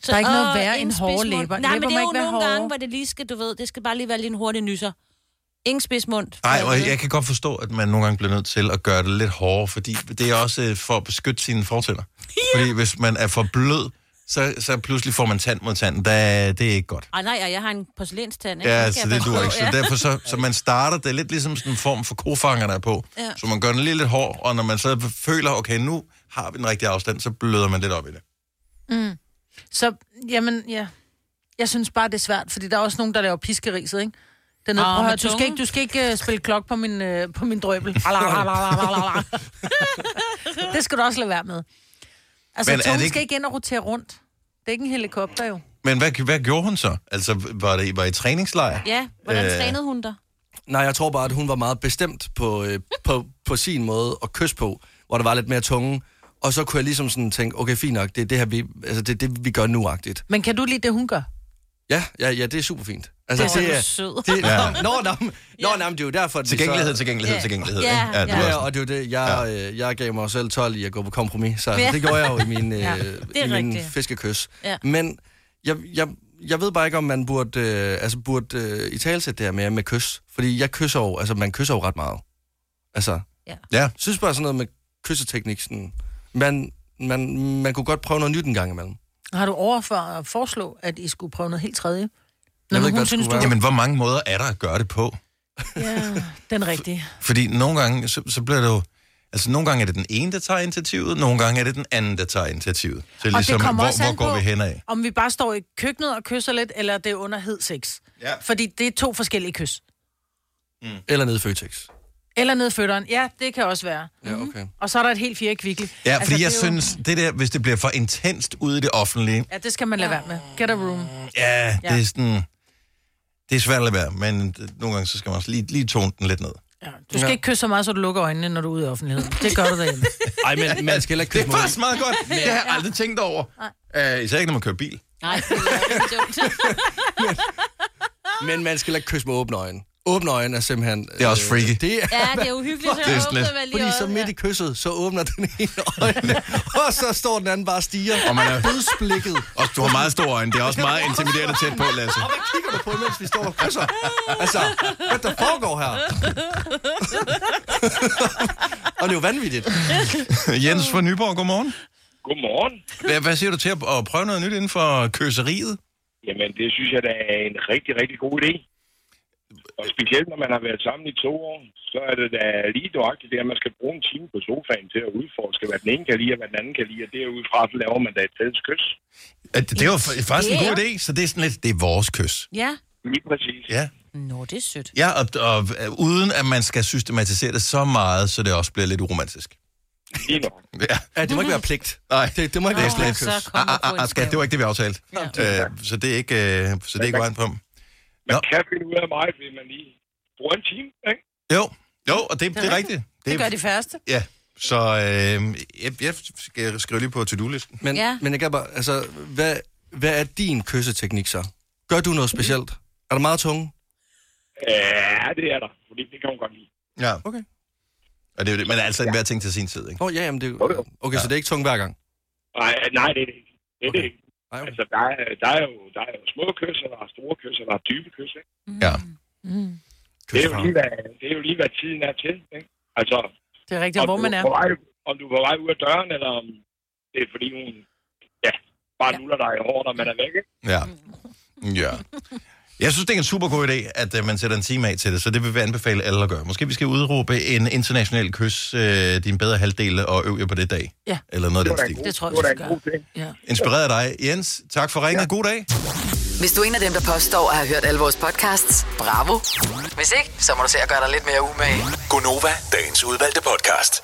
[SPEAKER 3] Så,
[SPEAKER 4] Der er ikke noget
[SPEAKER 3] åh,
[SPEAKER 4] værre
[SPEAKER 3] ingen
[SPEAKER 4] end hårde
[SPEAKER 3] spidsmund.
[SPEAKER 4] læber.
[SPEAKER 3] Nej,
[SPEAKER 4] Læber
[SPEAKER 3] men det
[SPEAKER 4] må
[SPEAKER 3] er jo
[SPEAKER 4] ikke være
[SPEAKER 3] nogle
[SPEAKER 4] hårde.
[SPEAKER 3] gange, hvor det lige skal, du ved, det skal bare lige være lige en hurtig nysser. Ingen spidsmund.
[SPEAKER 1] Nej, og jeg kan godt forstå, at man nogle gange bliver nødt til at gøre det lidt hårdere, fordi det er også øh, for at beskytte sine fortænder. Fordi hvis man er for blød, så, så pludselig får man tand mod tand. Da, det er ikke godt.
[SPEAKER 3] Ej, nej, og jeg har en porcelænstand, ikke?
[SPEAKER 1] Ja,
[SPEAKER 3] Den skal
[SPEAKER 1] så
[SPEAKER 3] jeg
[SPEAKER 1] det
[SPEAKER 3] passe
[SPEAKER 1] duer
[SPEAKER 3] på,
[SPEAKER 1] ikke. Så
[SPEAKER 3] ja.
[SPEAKER 1] derfor så, så man starter, det er lidt ligesom sådan en form for kofanger, der er på.
[SPEAKER 3] Ja.
[SPEAKER 1] Så man gør den lige lidt hård, og når man så føler, okay, nu har vi den rigtige afstand, så bløder man lidt op i det.
[SPEAKER 4] Mm. Så, jamen, ja. Jeg synes bare, det er svært, fordi der er også nogen, der laver piskeriset, ikke? Det er noget, prøv
[SPEAKER 3] Åh,
[SPEAKER 4] at
[SPEAKER 3] Ah, med
[SPEAKER 4] høre, du skal
[SPEAKER 3] tungen.
[SPEAKER 4] ikke, du skal ikke uh, spille klok på min, uh, på min drøbel. Alalalalala. det skal du også lade være med. Altså,
[SPEAKER 1] Men
[SPEAKER 4] tungen
[SPEAKER 1] er det
[SPEAKER 4] ikke...
[SPEAKER 1] ikke-
[SPEAKER 4] skal ikke ind og rotere rundt. Det er ikke en helikopter, jo.
[SPEAKER 1] Men hvad, hvad gjorde hun så? Altså, var det var I træningslejr?
[SPEAKER 3] Ja, hvordan
[SPEAKER 1] Øh.
[SPEAKER 3] trænede hun dig?
[SPEAKER 2] Nej, jeg tror bare, at hun var meget bestemt på, øh, på, på sin måde at kysse på, hvor der var lidt mere tunge. Og så kunne jeg ligesom sådan tænke, okay, fint nok, det er det her, vi, altså, det, er det, vi gør nu-agtigt.
[SPEAKER 4] Men kan du lide det, hun gør?
[SPEAKER 2] Ja, ja, ja, det er super fint. Altså,
[SPEAKER 3] Åh, du er sød.
[SPEAKER 2] Det,
[SPEAKER 1] Ja.
[SPEAKER 2] ja. Nå, nå, nå, nå, nå, men det er jo derfor, at vi så-
[SPEAKER 1] Tilgængelighed, tilgængelighed, tilgængelighed.
[SPEAKER 3] Ja,
[SPEAKER 1] ikke? det
[SPEAKER 3] ja.
[SPEAKER 1] var
[SPEAKER 2] Ja,
[SPEAKER 1] sådan.
[SPEAKER 2] og det er jo det. Jeg, øh, jeg gav mig selv 12 i at gå på kompromis, så altså,
[SPEAKER 3] Ja.
[SPEAKER 2] det gjorde jeg jo i min, øh,
[SPEAKER 3] Ja,
[SPEAKER 2] ja,
[SPEAKER 3] det er
[SPEAKER 2] i min
[SPEAKER 3] rigtigt.
[SPEAKER 2] fiskekys.
[SPEAKER 3] Ja.
[SPEAKER 2] Men jeg, jeg, jeg ved bare ikke, om man burde, øh, altså, burde øh, i talsæt det her med, med kys. Fordi jeg kysser jo, altså man kysser jo ret meget. Altså,
[SPEAKER 1] ja.
[SPEAKER 2] synes bare sådan noget med kysseteknik, sådan, man, man, man kunne godt prøve noget nyt en gang imellem.
[SPEAKER 4] Har du overfor at foreslå, at I skulle prøve noget helt tredje? Nå,
[SPEAKER 2] ved
[SPEAKER 4] men
[SPEAKER 2] ikke, hvad
[SPEAKER 4] hun
[SPEAKER 2] det
[SPEAKER 4] synes, du...
[SPEAKER 2] skulle
[SPEAKER 1] Jamen, hvor mange måder er der at gøre det på?
[SPEAKER 4] Ja, den rigtige.
[SPEAKER 1] Fordi nogle gange, så, så bliver det jo... Altså, nogle gange er det den ene, der tager initiativet, nogle gange er det den anden, der tager initiativet. Så
[SPEAKER 4] Og
[SPEAKER 1] ligesom,
[SPEAKER 4] det kommer
[SPEAKER 1] hvor,
[SPEAKER 4] også
[SPEAKER 1] hvor
[SPEAKER 4] an
[SPEAKER 1] går
[SPEAKER 4] på,
[SPEAKER 1] vi hen af?
[SPEAKER 4] om vi bare står i køkkenet og kysser lidt, eller det er under hed sex.
[SPEAKER 1] Ja.
[SPEAKER 4] Fordi det er to forskellige kys.
[SPEAKER 1] Mm.
[SPEAKER 2] Eller nede i Føtex.
[SPEAKER 4] Eller ned i fødderen. Ja, det kan også være.
[SPEAKER 2] Ja, okay.
[SPEAKER 4] Og så er der et helt fjerde kvikle.
[SPEAKER 1] Ja, fordi
[SPEAKER 4] Altså, det
[SPEAKER 1] jeg
[SPEAKER 4] er jo-
[SPEAKER 1] synes, det der, hvis det bliver for intenst ude i det offentlige,
[SPEAKER 4] Ja, det skal man lade være med. Get a room.
[SPEAKER 1] ja, ja. det
[SPEAKER 4] Ja.
[SPEAKER 1] er sådan... Det er svært at lade være, men øh, nogle gange så skal man også lige, lige tone den lidt ned.
[SPEAKER 4] Ja. Du skal
[SPEAKER 2] Ja.
[SPEAKER 4] ikke kysse så meget, så du lukker øjnene, når du er ude i offentligheden. Det gør du derhjemme.
[SPEAKER 2] Ej, men man skal heller ikke kysse
[SPEAKER 1] Det er
[SPEAKER 2] mod-
[SPEAKER 1] faktisk meget godt. Det har jeg aldrig tænkt over. Uh, især ikke, når man kører bil.
[SPEAKER 3] Nej, det er dumt.
[SPEAKER 2] Men man skal heller ikke kysse med åbne øjne. Åbne øjne er simpelthen... øh,
[SPEAKER 1] Det er også freaky.
[SPEAKER 2] Det er,
[SPEAKER 3] Ja, det er uhyggeligt, så
[SPEAKER 1] Det er
[SPEAKER 3] jeg
[SPEAKER 1] sådan
[SPEAKER 3] åbner
[SPEAKER 1] lidt-
[SPEAKER 3] vel lige
[SPEAKER 2] Fordi så
[SPEAKER 3] øjet.
[SPEAKER 2] midt i kysset, så åbner den ene øjne, og så står den anden bare og stiger.
[SPEAKER 1] Og man er-
[SPEAKER 2] dødsblikket.
[SPEAKER 1] Og du har meget store øjne. Det er også meget intimiderende tæt på, Lasse.
[SPEAKER 2] Og hvad kigger du på, mens vi står og kysser? Altså, hvad der foregår her? og det er jo vanvittigt.
[SPEAKER 1] Jens fra Nyborg, godmorgen.
[SPEAKER 7] Godmorgen.
[SPEAKER 1] Hvad, hvad siger du til at, at prøve noget nyt inden for køseriet?
[SPEAKER 7] Jamen, det synes jeg da er en rigtig, rigtig god idé. Og specielt, når man har været sammen i to år, så er det da lige nøjagtigt det, at man skal bruge en time på sofaen til at udforske, hvad den ene kan lide, og hvad den anden kan lide, og derudfra så laver man da et fælles kys.
[SPEAKER 1] At det, det var f- faktisk en
[SPEAKER 3] Ja.
[SPEAKER 1] god idé, så det er sådan lidt, det er vores kys.
[SPEAKER 3] Ja.
[SPEAKER 7] Lige præcis.
[SPEAKER 1] Ja,
[SPEAKER 3] Nå, det er sødt.
[SPEAKER 1] ja og, og, øh, uden at man skal systematisere det så meget, så det også bliver lidt uromantisk.
[SPEAKER 7] Lige nok.
[SPEAKER 1] Ja.
[SPEAKER 2] Ja, det må ikke være pligt.
[SPEAKER 1] Nej,
[SPEAKER 2] Det, det må ikke
[SPEAKER 1] det
[SPEAKER 2] være
[SPEAKER 1] er slet
[SPEAKER 3] Åh,
[SPEAKER 1] ikke
[SPEAKER 3] så
[SPEAKER 1] kys.
[SPEAKER 3] kommer
[SPEAKER 1] Ah, ah, ah,
[SPEAKER 3] kunsten.
[SPEAKER 1] skat, det var ikke det, vi aftalte. Øh, så det er ikke, øh, så det er ikke vejen frem.
[SPEAKER 7] Man
[SPEAKER 1] Nå.
[SPEAKER 7] kan finde ud af mig, hvis man lige bruger en time, ikke?
[SPEAKER 1] Jo, jo og det, det er rigtigt.
[SPEAKER 4] Det gør de færreste.
[SPEAKER 1] Ja, så øh, jeg, jeg skal skrive lige på to-do-listen.
[SPEAKER 2] Men,
[SPEAKER 3] Ja.
[SPEAKER 2] ja. men jeg kan bare, altså, hvad, hvad er din kysseteknik så? Gør du noget specielt? Er du meget tunge?
[SPEAKER 7] Ja, det er der, fordi det kan hun godt lide.
[SPEAKER 1] Ja.
[SPEAKER 2] Okay.
[SPEAKER 1] Og det er jo det. Men altså, hver ting til sin tid, ikke?
[SPEAKER 2] Nå, ja, jamen det er
[SPEAKER 7] Jo, jo.
[SPEAKER 2] jo... Okay, så det er ikke tunge hver gang?
[SPEAKER 7] Nej, nej det er det ikke. Det er det
[SPEAKER 2] Okay.
[SPEAKER 7] ikke.
[SPEAKER 2] Nej, okay.
[SPEAKER 7] Altså, der er, der, er jo, der er jo små kys, og der er store kys, og der er dybe kys, ikke? Det
[SPEAKER 1] Ja.
[SPEAKER 7] er, jo
[SPEAKER 2] Kyssefar.
[SPEAKER 7] lige, hvad, det er jo lige, hvad tiden er til. Ikke? Altså,
[SPEAKER 4] Det er rigtigt, og hvor
[SPEAKER 7] du
[SPEAKER 4] man er.
[SPEAKER 7] På vej, om du er på vej ud af døren, eller om det er fordi, hun ja, bare nuller dig i hårdt, når man er væk. Ikke?
[SPEAKER 1] Ja. Ja. Jeg synes, det er en super god idé, at øh, man sætter en time af til det, så det vil vi anbefale alle at gøre. Måske vi skal udråbe en international kys, øh, din bedre halvdel, og øv jer på det dag.
[SPEAKER 4] Ja.
[SPEAKER 1] Eller noget af
[SPEAKER 7] Det var da
[SPEAKER 1] den
[SPEAKER 7] en
[SPEAKER 1] stil.
[SPEAKER 7] god-
[SPEAKER 4] Det tror jeg,
[SPEAKER 7] var da
[SPEAKER 4] vi
[SPEAKER 7] en
[SPEAKER 4] skal
[SPEAKER 7] god ting.
[SPEAKER 1] Inspireret af dig. Jens, tak for ringet. Ja. God dag.
[SPEAKER 5] Hvis du er en af dem, der påstår at have hørt alle vores podcasts, bravo. Hvis ikke, så må du se at gøre dig lidt mere umage.
[SPEAKER 6] Gonova, dagens udvalgte podcast.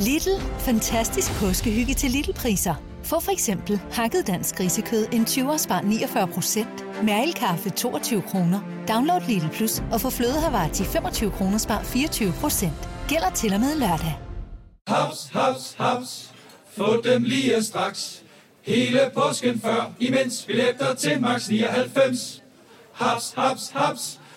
[SPEAKER 8] Little fantastisk påskehygge til Little priser. Få for eksempel hakket dansk grisekød en 20 spar 49 procent, mælkekaffe 22 kroner Download Lidl Plus og få flødehavar til 25 kroner spar 24 procent. Gælder til og med lørdag.
[SPEAKER 9] Haps, haps, haps. Få dem lige straks. Hele påsken før, imens billetter til max 99. Haps, haps, haps.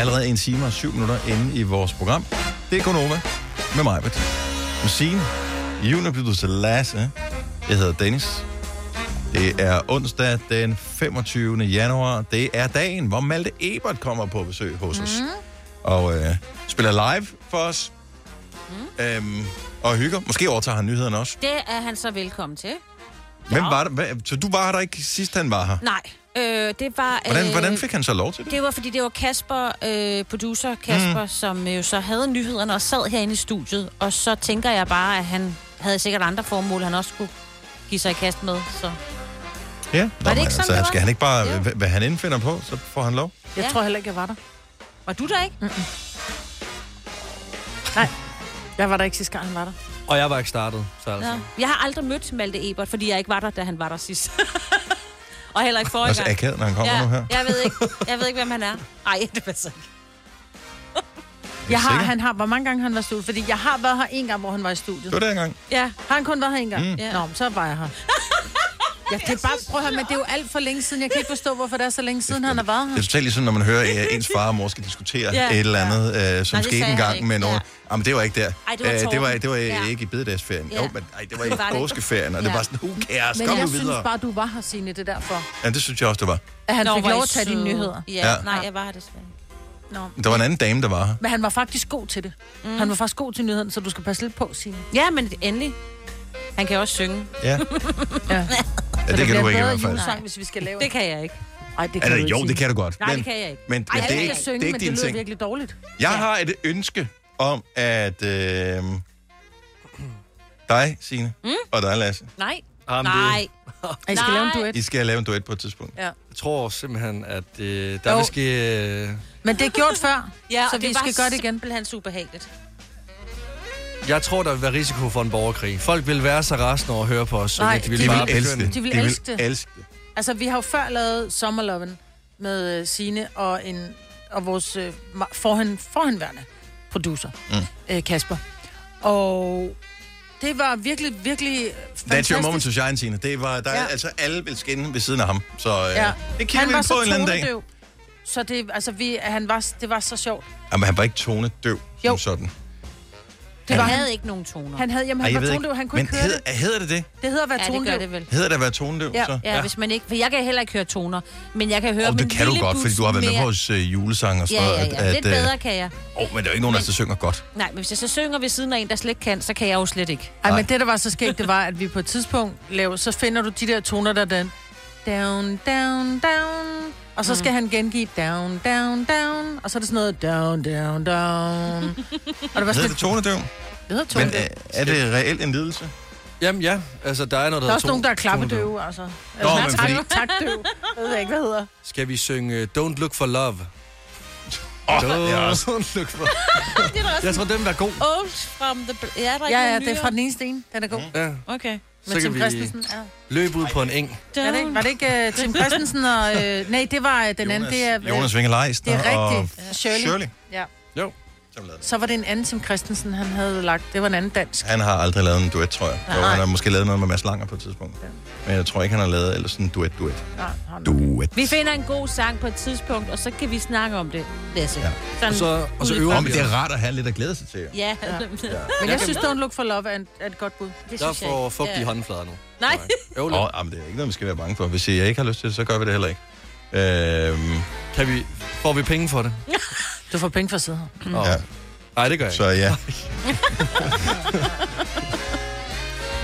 [SPEAKER 1] allerede en time og syv minutter inde i vores program. Det er Gunova med mig, med Musine. Juni bliver du til Lasse. Jeg hedder Dennis. Det er onsdag den 25. januar. Det er dagen, hvor Malte Ebert kommer på besøg hos os. Mm. Og øh, spiller live for os. Mm. Øhm, og hygger. Måske overtager han nyhederne også.
[SPEAKER 3] Det er han så velkommen til.
[SPEAKER 1] Hvem var der? Hvad- Så du var der ikke sidst, han var her?
[SPEAKER 3] Nej, øh, det var...
[SPEAKER 1] Hvordan,
[SPEAKER 3] øh,
[SPEAKER 1] hvordan fik han så lov til det?
[SPEAKER 3] Det var, fordi det var Kasper, øh, producer Kasper,
[SPEAKER 1] Mm.
[SPEAKER 3] mm. som øh, jo så havde nyhederne og sad herinde i studiet. Og så tænker jeg bare, at han havde sikkert andre formål, han også skulle give sig i kast med. Så.
[SPEAKER 1] Ja. Nå,
[SPEAKER 3] ikke sådan,
[SPEAKER 1] men altså,
[SPEAKER 3] det
[SPEAKER 1] han
[SPEAKER 3] var?
[SPEAKER 1] skal han ikke bare,
[SPEAKER 3] Ja.
[SPEAKER 1] hvad, hvad han indfinder på, så får han lov.
[SPEAKER 4] Jeg
[SPEAKER 3] Ja.
[SPEAKER 4] tror heller ikke, jeg var der.
[SPEAKER 3] Var du der ikke?
[SPEAKER 4] Mm-mm. Nej, jeg var der ikke sidste gang, han var der.
[SPEAKER 2] Og jeg var ikke startet, så altså.
[SPEAKER 3] Ja. Jeg har aldrig mødt Malte Ebert, fordi jeg ikke var der, da han var der sidst. og heller ikke forrige
[SPEAKER 1] Altså,
[SPEAKER 3] gang.
[SPEAKER 1] akavet, når han kommer
[SPEAKER 3] ja,
[SPEAKER 1] nu her.
[SPEAKER 3] Jeg ved, ikke, jeg ved ikke, hvem han er. Nej, det passer ikke.
[SPEAKER 4] Jeg har,
[SPEAKER 1] sikker?
[SPEAKER 4] han har, hvor mange gange har han været i studiet? Fordi jeg har været her en gang, hvor han var i studiet.
[SPEAKER 1] Det var det engang.
[SPEAKER 3] Ja.
[SPEAKER 4] Har han kun været her en gang?
[SPEAKER 1] Mm.
[SPEAKER 4] Mm. Ja. Nå, men så var jeg her. Ja, det er bare, prøv at høre, men det er jo alt for længe siden. Jeg kan ikke forstå, hvorfor det er så længe siden, han har været
[SPEAKER 1] Det er
[SPEAKER 4] her.
[SPEAKER 1] totalt ligesom, når man hører, at ens far og mor skal diskutere
[SPEAKER 4] Ja.
[SPEAKER 1] ja. et eller andet, ja. øh, som
[SPEAKER 3] Nej, det
[SPEAKER 1] Nej, skete
[SPEAKER 3] sagde
[SPEAKER 1] en
[SPEAKER 3] han
[SPEAKER 1] gang
[SPEAKER 3] ikke.
[SPEAKER 1] med nogen.
[SPEAKER 3] Ja.
[SPEAKER 1] Jamen, det var ikke der.
[SPEAKER 3] Ej, det var
[SPEAKER 1] Øh, det var,
[SPEAKER 3] Torben.
[SPEAKER 1] det var
[SPEAKER 3] Ja.
[SPEAKER 1] ikke i bededagsferien.
[SPEAKER 3] Ja.
[SPEAKER 1] Jo, men ej, det var i
[SPEAKER 3] Det var det.
[SPEAKER 1] påskeferien, og det
[SPEAKER 3] Ja.
[SPEAKER 1] var sådan, who cares,
[SPEAKER 4] Men
[SPEAKER 1] kom nu
[SPEAKER 4] jeg synes
[SPEAKER 1] videre.
[SPEAKER 4] bare, du var her, Signe, det er derfor.
[SPEAKER 1] Ja, det synes jeg også, det var.
[SPEAKER 4] At han Nå, fik
[SPEAKER 3] hvor
[SPEAKER 4] lov
[SPEAKER 3] I
[SPEAKER 4] at tage dine
[SPEAKER 3] søde.
[SPEAKER 4] nyheder.
[SPEAKER 3] Ja,
[SPEAKER 1] Ja.
[SPEAKER 3] ja. nej, jeg var her desværre.
[SPEAKER 4] Nå.
[SPEAKER 1] Der var en anden dame, der var her.
[SPEAKER 4] Men han var faktisk god til det. Mm. Han var faktisk god til nyheden, så du skal passe lidt på, Signe.
[SPEAKER 3] Ja, men endelig. Han kan også synge.
[SPEAKER 1] Ja.
[SPEAKER 4] Ja.
[SPEAKER 1] ja det kan du ikke i hvert fald.
[SPEAKER 4] julesang, hvis vi skal lave.
[SPEAKER 3] Det kan jeg ikke.
[SPEAKER 4] Ej, det kan
[SPEAKER 1] Altså,
[SPEAKER 4] du ikke,
[SPEAKER 1] jo, det
[SPEAKER 4] Signe.
[SPEAKER 1] kan du godt.
[SPEAKER 3] Nej,
[SPEAKER 1] men,
[SPEAKER 3] det kan jeg ikke.
[SPEAKER 1] Men,
[SPEAKER 3] Ej,
[SPEAKER 4] jeg
[SPEAKER 1] men det, er
[SPEAKER 4] kan
[SPEAKER 1] ikke,
[SPEAKER 4] ikke synge,
[SPEAKER 1] det er ikke
[SPEAKER 4] men det
[SPEAKER 1] din
[SPEAKER 4] lyder
[SPEAKER 1] ting.
[SPEAKER 4] virkelig dårligt.
[SPEAKER 1] Jeg har et ønske om, at øh, dig, Signe, mm? og dig, Lasse,
[SPEAKER 3] Nej.
[SPEAKER 2] Jamen, det-
[SPEAKER 3] Nej.
[SPEAKER 4] Ej, I skal lave en
[SPEAKER 3] Nej.
[SPEAKER 4] duet.
[SPEAKER 1] I skal lave en duet på et tidspunkt.
[SPEAKER 2] Jeg tror simpelthen, at øh, der
[SPEAKER 4] Jo.
[SPEAKER 2] jo. vil ske... Øh,
[SPEAKER 4] Men det er gjort før,
[SPEAKER 3] Ja,
[SPEAKER 4] så vi skal gøre det igen.
[SPEAKER 3] simpelthen super ubehageligt.
[SPEAKER 2] jeg tror, der vil være risiko for en borgerkrig. Folk vil være så rasende over at høre på os.
[SPEAKER 4] Nej,
[SPEAKER 2] ikke?
[SPEAKER 4] de
[SPEAKER 1] De
[SPEAKER 4] vil
[SPEAKER 2] bare
[SPEAKER 1] vil elske
[SPEAKER 2] begynde.
[SPEAKER 1] det.
[SPEAKER 4] De vil elske det.
[SPEAKER 1] elske det.
[SPEAKER 4] Altså, vi har jo før lavet Sommerloven med øh, Sine og, en, og vores øh, ma- forhen, forhenværende producer, mm. øh, Kasper. Og det var virkelig, virkelig øh,
[SPEAKER 1] That's your moment
[SPEAKER 4] fantastisk.
[SPEAKER 1] to shine, Signe. Det var, der, ja.
[SPEAKER 4] Ja.
[SPEAKER 1] altså, alle vil skinne ved siden af ham. Så øh, ja.
[SPEAKER 4] Ja.
[SPEAKER 1] det kigger vi
[SPEAKER 4] var
[SPEAKER 1] på en eller anden dag.
[SPEAKER 4] tonedøv, Så det, altså, vi, han var, det var så sjovt.
[SPEAKER 1] Jamen, han var ikke tonedøv som
[SPEAKER 4] Jo.
[SPEAKER 1] sådan.
[SPEAKER 4] Det
[SPEAKER 3] Han
[SPEAKER 4] var,
[SPEAKER 3] havde ikke nogen toner.
[SPEAKER 4] han havde, jamen, han
[SPEAKER 1] Ej, jeg
[SPEAKER 4] var
[SPEAKER 1] ved
[SPEAKER 4] tonedøv,
[SPEAKER 1] ikke.
[SPEAKER 4] han kunne
[SPEAKER 1] Men
[SPEAKER 4] ikke høre
[SPEAKER 1] hedder,
[SPEAKER 4] det.
[SPEAKER 1] hedder det det?
[SPEAKER 4] Det hedder at være
[SPEAKER 3] ja, det gør
[SPEAKER 4] tonedøv.
[SPEAKER 3] det vel.
[SPEAKER 1] Hedder det at være tonedøv,
[SPEAKER 4] Ja.
[SPEAKER 1] så?
[SPEAKER 3] Ja, ja, hvis man ikke... For jeg kan heller ikke høre toner, men jeg kan høre...
[SPEAKER 1] Og
[SPEAKER 3] min
[SPEAKER 1] det kan du
[SPEAKER 3] lille
[SPEAKER 1] godt, fordi
[SPEAKER 3] bus
[SPEAKER 1] du har været med
[SPEAKER 3] mere.
[SPEAKER 1] på hos øh, julesang og
[SPEAKER 3] Ja,
[SPEAKER 1] sådan
[SPEAKER 3] ja, ja. Lidt
[SPEAKER 1] øh,
[SPEAKER 3] bedre kan jeg.
[SPEAKER 1] Åh, men der er jo ikke nogen, der så synger godt.
[SPEAKER 3] Nej, men hvis jeg så synger ved siden af en, der slet ikke kan, så kan jeg jo slet ikke.
[SPEAKER 4] Ej, men det, der var så skægt, det var, at vi på et tidspunkt laver, så finder du de der toner, der er den down, down, down, og så skal
[SPEAKER 1] Mm.
[SPEAKER 4] han gengive down, down, down, og så er det sådan noget down, down, down. og det var sådan
[SPEAKER 1] Hedder det
[SPEAKER 4] lidt,
[SPEAKER 1] tonedøv?
[SPEAKER 4] det hedder
[SPEAKER 1] Men
[SPEAKER 4] toner.
[SPEAKER 1] øh, er det reelt en lidelse?
[SPEAKER 2] Jamen ja, altså der er noget,
[SPEAKER 4] Der er
[SPEAKER 2] hedder
[SPEAKER 4] også
[SPEAKER 2] to-
[SPEAKER 4] nogen, der er
[SPEAKER 2] tonedøv.
[SPEAKER 4] klappedøve, altså. Eller
[SPEAKER 1] Nå,
[SPEAKER 4] sådan
[SPEAKER 1] men
[SPEAKER 4] tak,
[SPEAKER 1] fordi-
[SPEAKER 4] takdøve. Jeg ved ikke, hvad det hedder.
[SPEAKER 2] Skal vi synge øh, Don't Look for Love?
[SPEAKER 1] Åh,
[SPEAKER 2] Don't,
[SPEAKER 1] det er også...
[SPEAKER 2] look for... jeg tror, den er god.
[SPEAKER 3] Old from the... bl- Ja, der er ikke
[SPEAKER 4] Ja, ja,
[SPEAKER 3] nogen
[SPEAKER 4] det er
[SPEAKER 3] nyere.
[SPEAKER 4] fra den ene sten. Den er god.
[SPEAKER 2] Ja,
[SPEAKER 1] Mm.
[SPEAKER 3] Okay.
[SPEAKER 4] Med
[SPEAKER 2] så
[SPEAKER 4] Tim
[SPEAKER 2] kan vi
[SPEAKER 4] Christensen. Ja.
[SPEAKER 2] løbe ud på en eng.
[SPEAKER 4] Var det ikke, var det ikke uh, Tim Christensen og... Uh, nej, det var uh, den anden. Det er,
[SPEAKER 1] Jonas Vinge Leisner
[SPEAKER 4] det er
[SPEAKER 1] og
[SPEAKER 4] rigtigt. Shirley.
[SPEAKER 1] Shirley.
[SPEAKER 4] Ja.
[SPEAKER 2] Jo.
[SPEAKER 1] som lavede den.
[SPEAKER 4] Så var det en anden Tim Christensen, han havde lagt. Det var en anden dansk.
[SPEAKER 1] Han har aldrig lavet en duet, tror jeg. Jo, han har måske lavet noget med Mads Langer på et tidspunkt. Men jeg tror ikke, han har lavet eller sådan en duet-duet.
[SPEAKER 4] Nej, han-
[SPEAKER 1] Duet.
[SPEAKER 3] Vi finder en god sang på et tidspunkt, og så kan vi snakke om det, Lasse. Ja. Sådan,
[SPEAKER 2] Og så, og så
[SPEAKER 3] Ud-
[SPEAKER 2] øver
[SPEAKER 1] Om
[SPEAKER 2] vi
[SPEAKER 1] det
[SPEAKER 2] os.
[SPEAKER 1] er rart at have lidt at glæde sig til.
[SPEAKER 3] ja, ja. det
[SPEAKER 4] Men jeg synes, Don't Look for Love er, en, er et godt bud.
[SPEAKER 3] synes
[SPEAKER 2] Der
[SPEAKER 3] jeg
[SPEAKER 2] får
[SPEAKER 3] ikke.
[SPEAKER 2] fugtige
[SPEAKER 3] Ja.
[SPEAKER 2] håndflader nu.
[SPEAKER 3] Nej.
[SPEAKER 2] Jo,
[SPEAKER 1] Åh, jamen, det er ikke noget, vi skal være bange for. Hvis jeg ikke har lyst til det, så gør vi det heller ikke. Øhm,
[SPEAKER 2] Kan vi, får vi penge for det?
[SPEAKER 4] Du får penge for at sidde her.
[SPEAKER 3] Mm.
[SPEAKER 2] Nå.
[SPEAKER 1] Ja.
[SPEAKER 2] Nej, det gør jeg
[SPEAKER 1] så
[SPEAKER 2] ikke.
[SPEAKER 1] ja.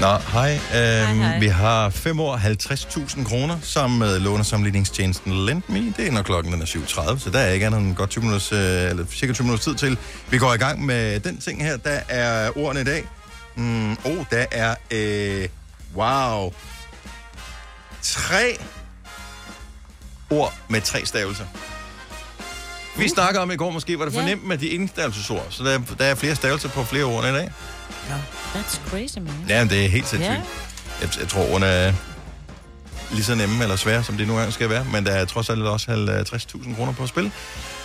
[SPEAKER 1] Nå, hej. Øhm, hej, hej. Vi har 5 år 50.000 kroner sammen med lånesamligningstjenesten LendMe. Det er når klokken den er 7.30, så der er ikke andet end godt 20 minutters, øh, eller cirka 20 minutters tid til. Vi går i gang med den ting her. Der er ordene i dag. Mm, oh, der er... Øh, wow. Tre ord med tre stavelser. Vi snakker om i går, måske var det for
[SPEAKER 3] Ja.
[SPEAKER 1] nemt med de indstavelsesord, så der, der er flere stavelser på flere ord i dag.
[SPEAKER 3] That's crazy, man.
[SPEAKER 1] Ja, men det er helt sindssygt.
[SPEAKER 3] Ja.
[SPEAKER 1] Yeah. Jeg, jeg tror, ordene er lige så nemme eller svære, som det nogle gange skal være, men der er trods alt også 50.000 kroner på spil.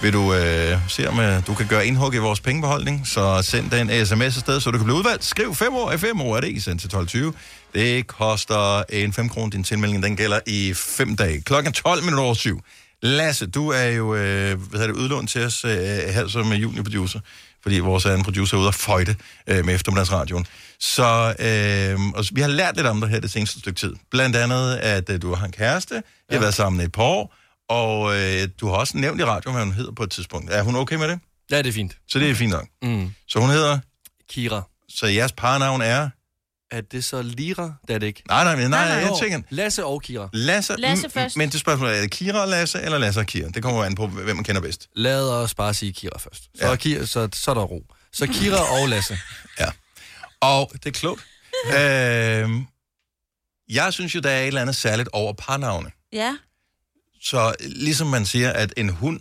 [SPEAKER 1] Vil du øh, se, om øh, du kan gøre indhug i vores pengebeholdning, så send den sms afsted, så du kan blive udvalgt. Skriv 5 år, F5 år er det, send til 12.20. Det koster en 5 kroner. Din tilmelding, den gælder i 5 dage. Klokken er 12 minutter over 7. Lasse, du er jo øh, hvad hedder det, udlånt til os øh, her som juniorproducer, fordi vores anden producer er ude at føjte øh, med eftermiddagsradioen. Så øh, og s- vi har lært lidt om dig her det seneste stykke tid. Blandt andet, at øh, du har en kæreste, I har været sammen i et par år, og øh, du har også nævnt i radioen, hvad hun hedder på et tidspunkt. Er hun okay med det?
[SPEAKER 2] Ja, det er fint.
[SPEAKER 1] Så det er fint nok.
[SPEAKER 2] Mm.
[SPEAKER 1] Så hun hedder?
[SPEAKER 2] Kira.
[SPEAKER 1] Så jeres parnavn er?
[SPEAKER 2] Er det så Lira? Det er det ikke.
[SPEAKER 1] Nej, nej, nej, nej,
[SPEAKER 2] nej.
[SPEAKER 1] jeg tænker...
[SPEAKER 2] Lasse og Kira.
[SPEAKER 1] Lasse,
[SPEAKER 3] Lasse
[SPEAKER 1] m-
[SPEAKER 3] først.
[SPEAKER 1] Men det spørgsmål er, er det Kira og Lasse, eller Lasse og Kira? Det kommer jo an på, hvem man kender bedst.
[SPEAKER 2] Lad os bare sige Kira først. Så, ja. Kira, så, så er der ro. Så Kira og Lasse.
[SPEAKER 1] Ja. Og det er klogt. øhm, jeg synes jo, der er et eller andet særligt over parnavne.
[SPEAKER 3] Ja.
[SPEAKER 1] Så ligesom man siger, at en hund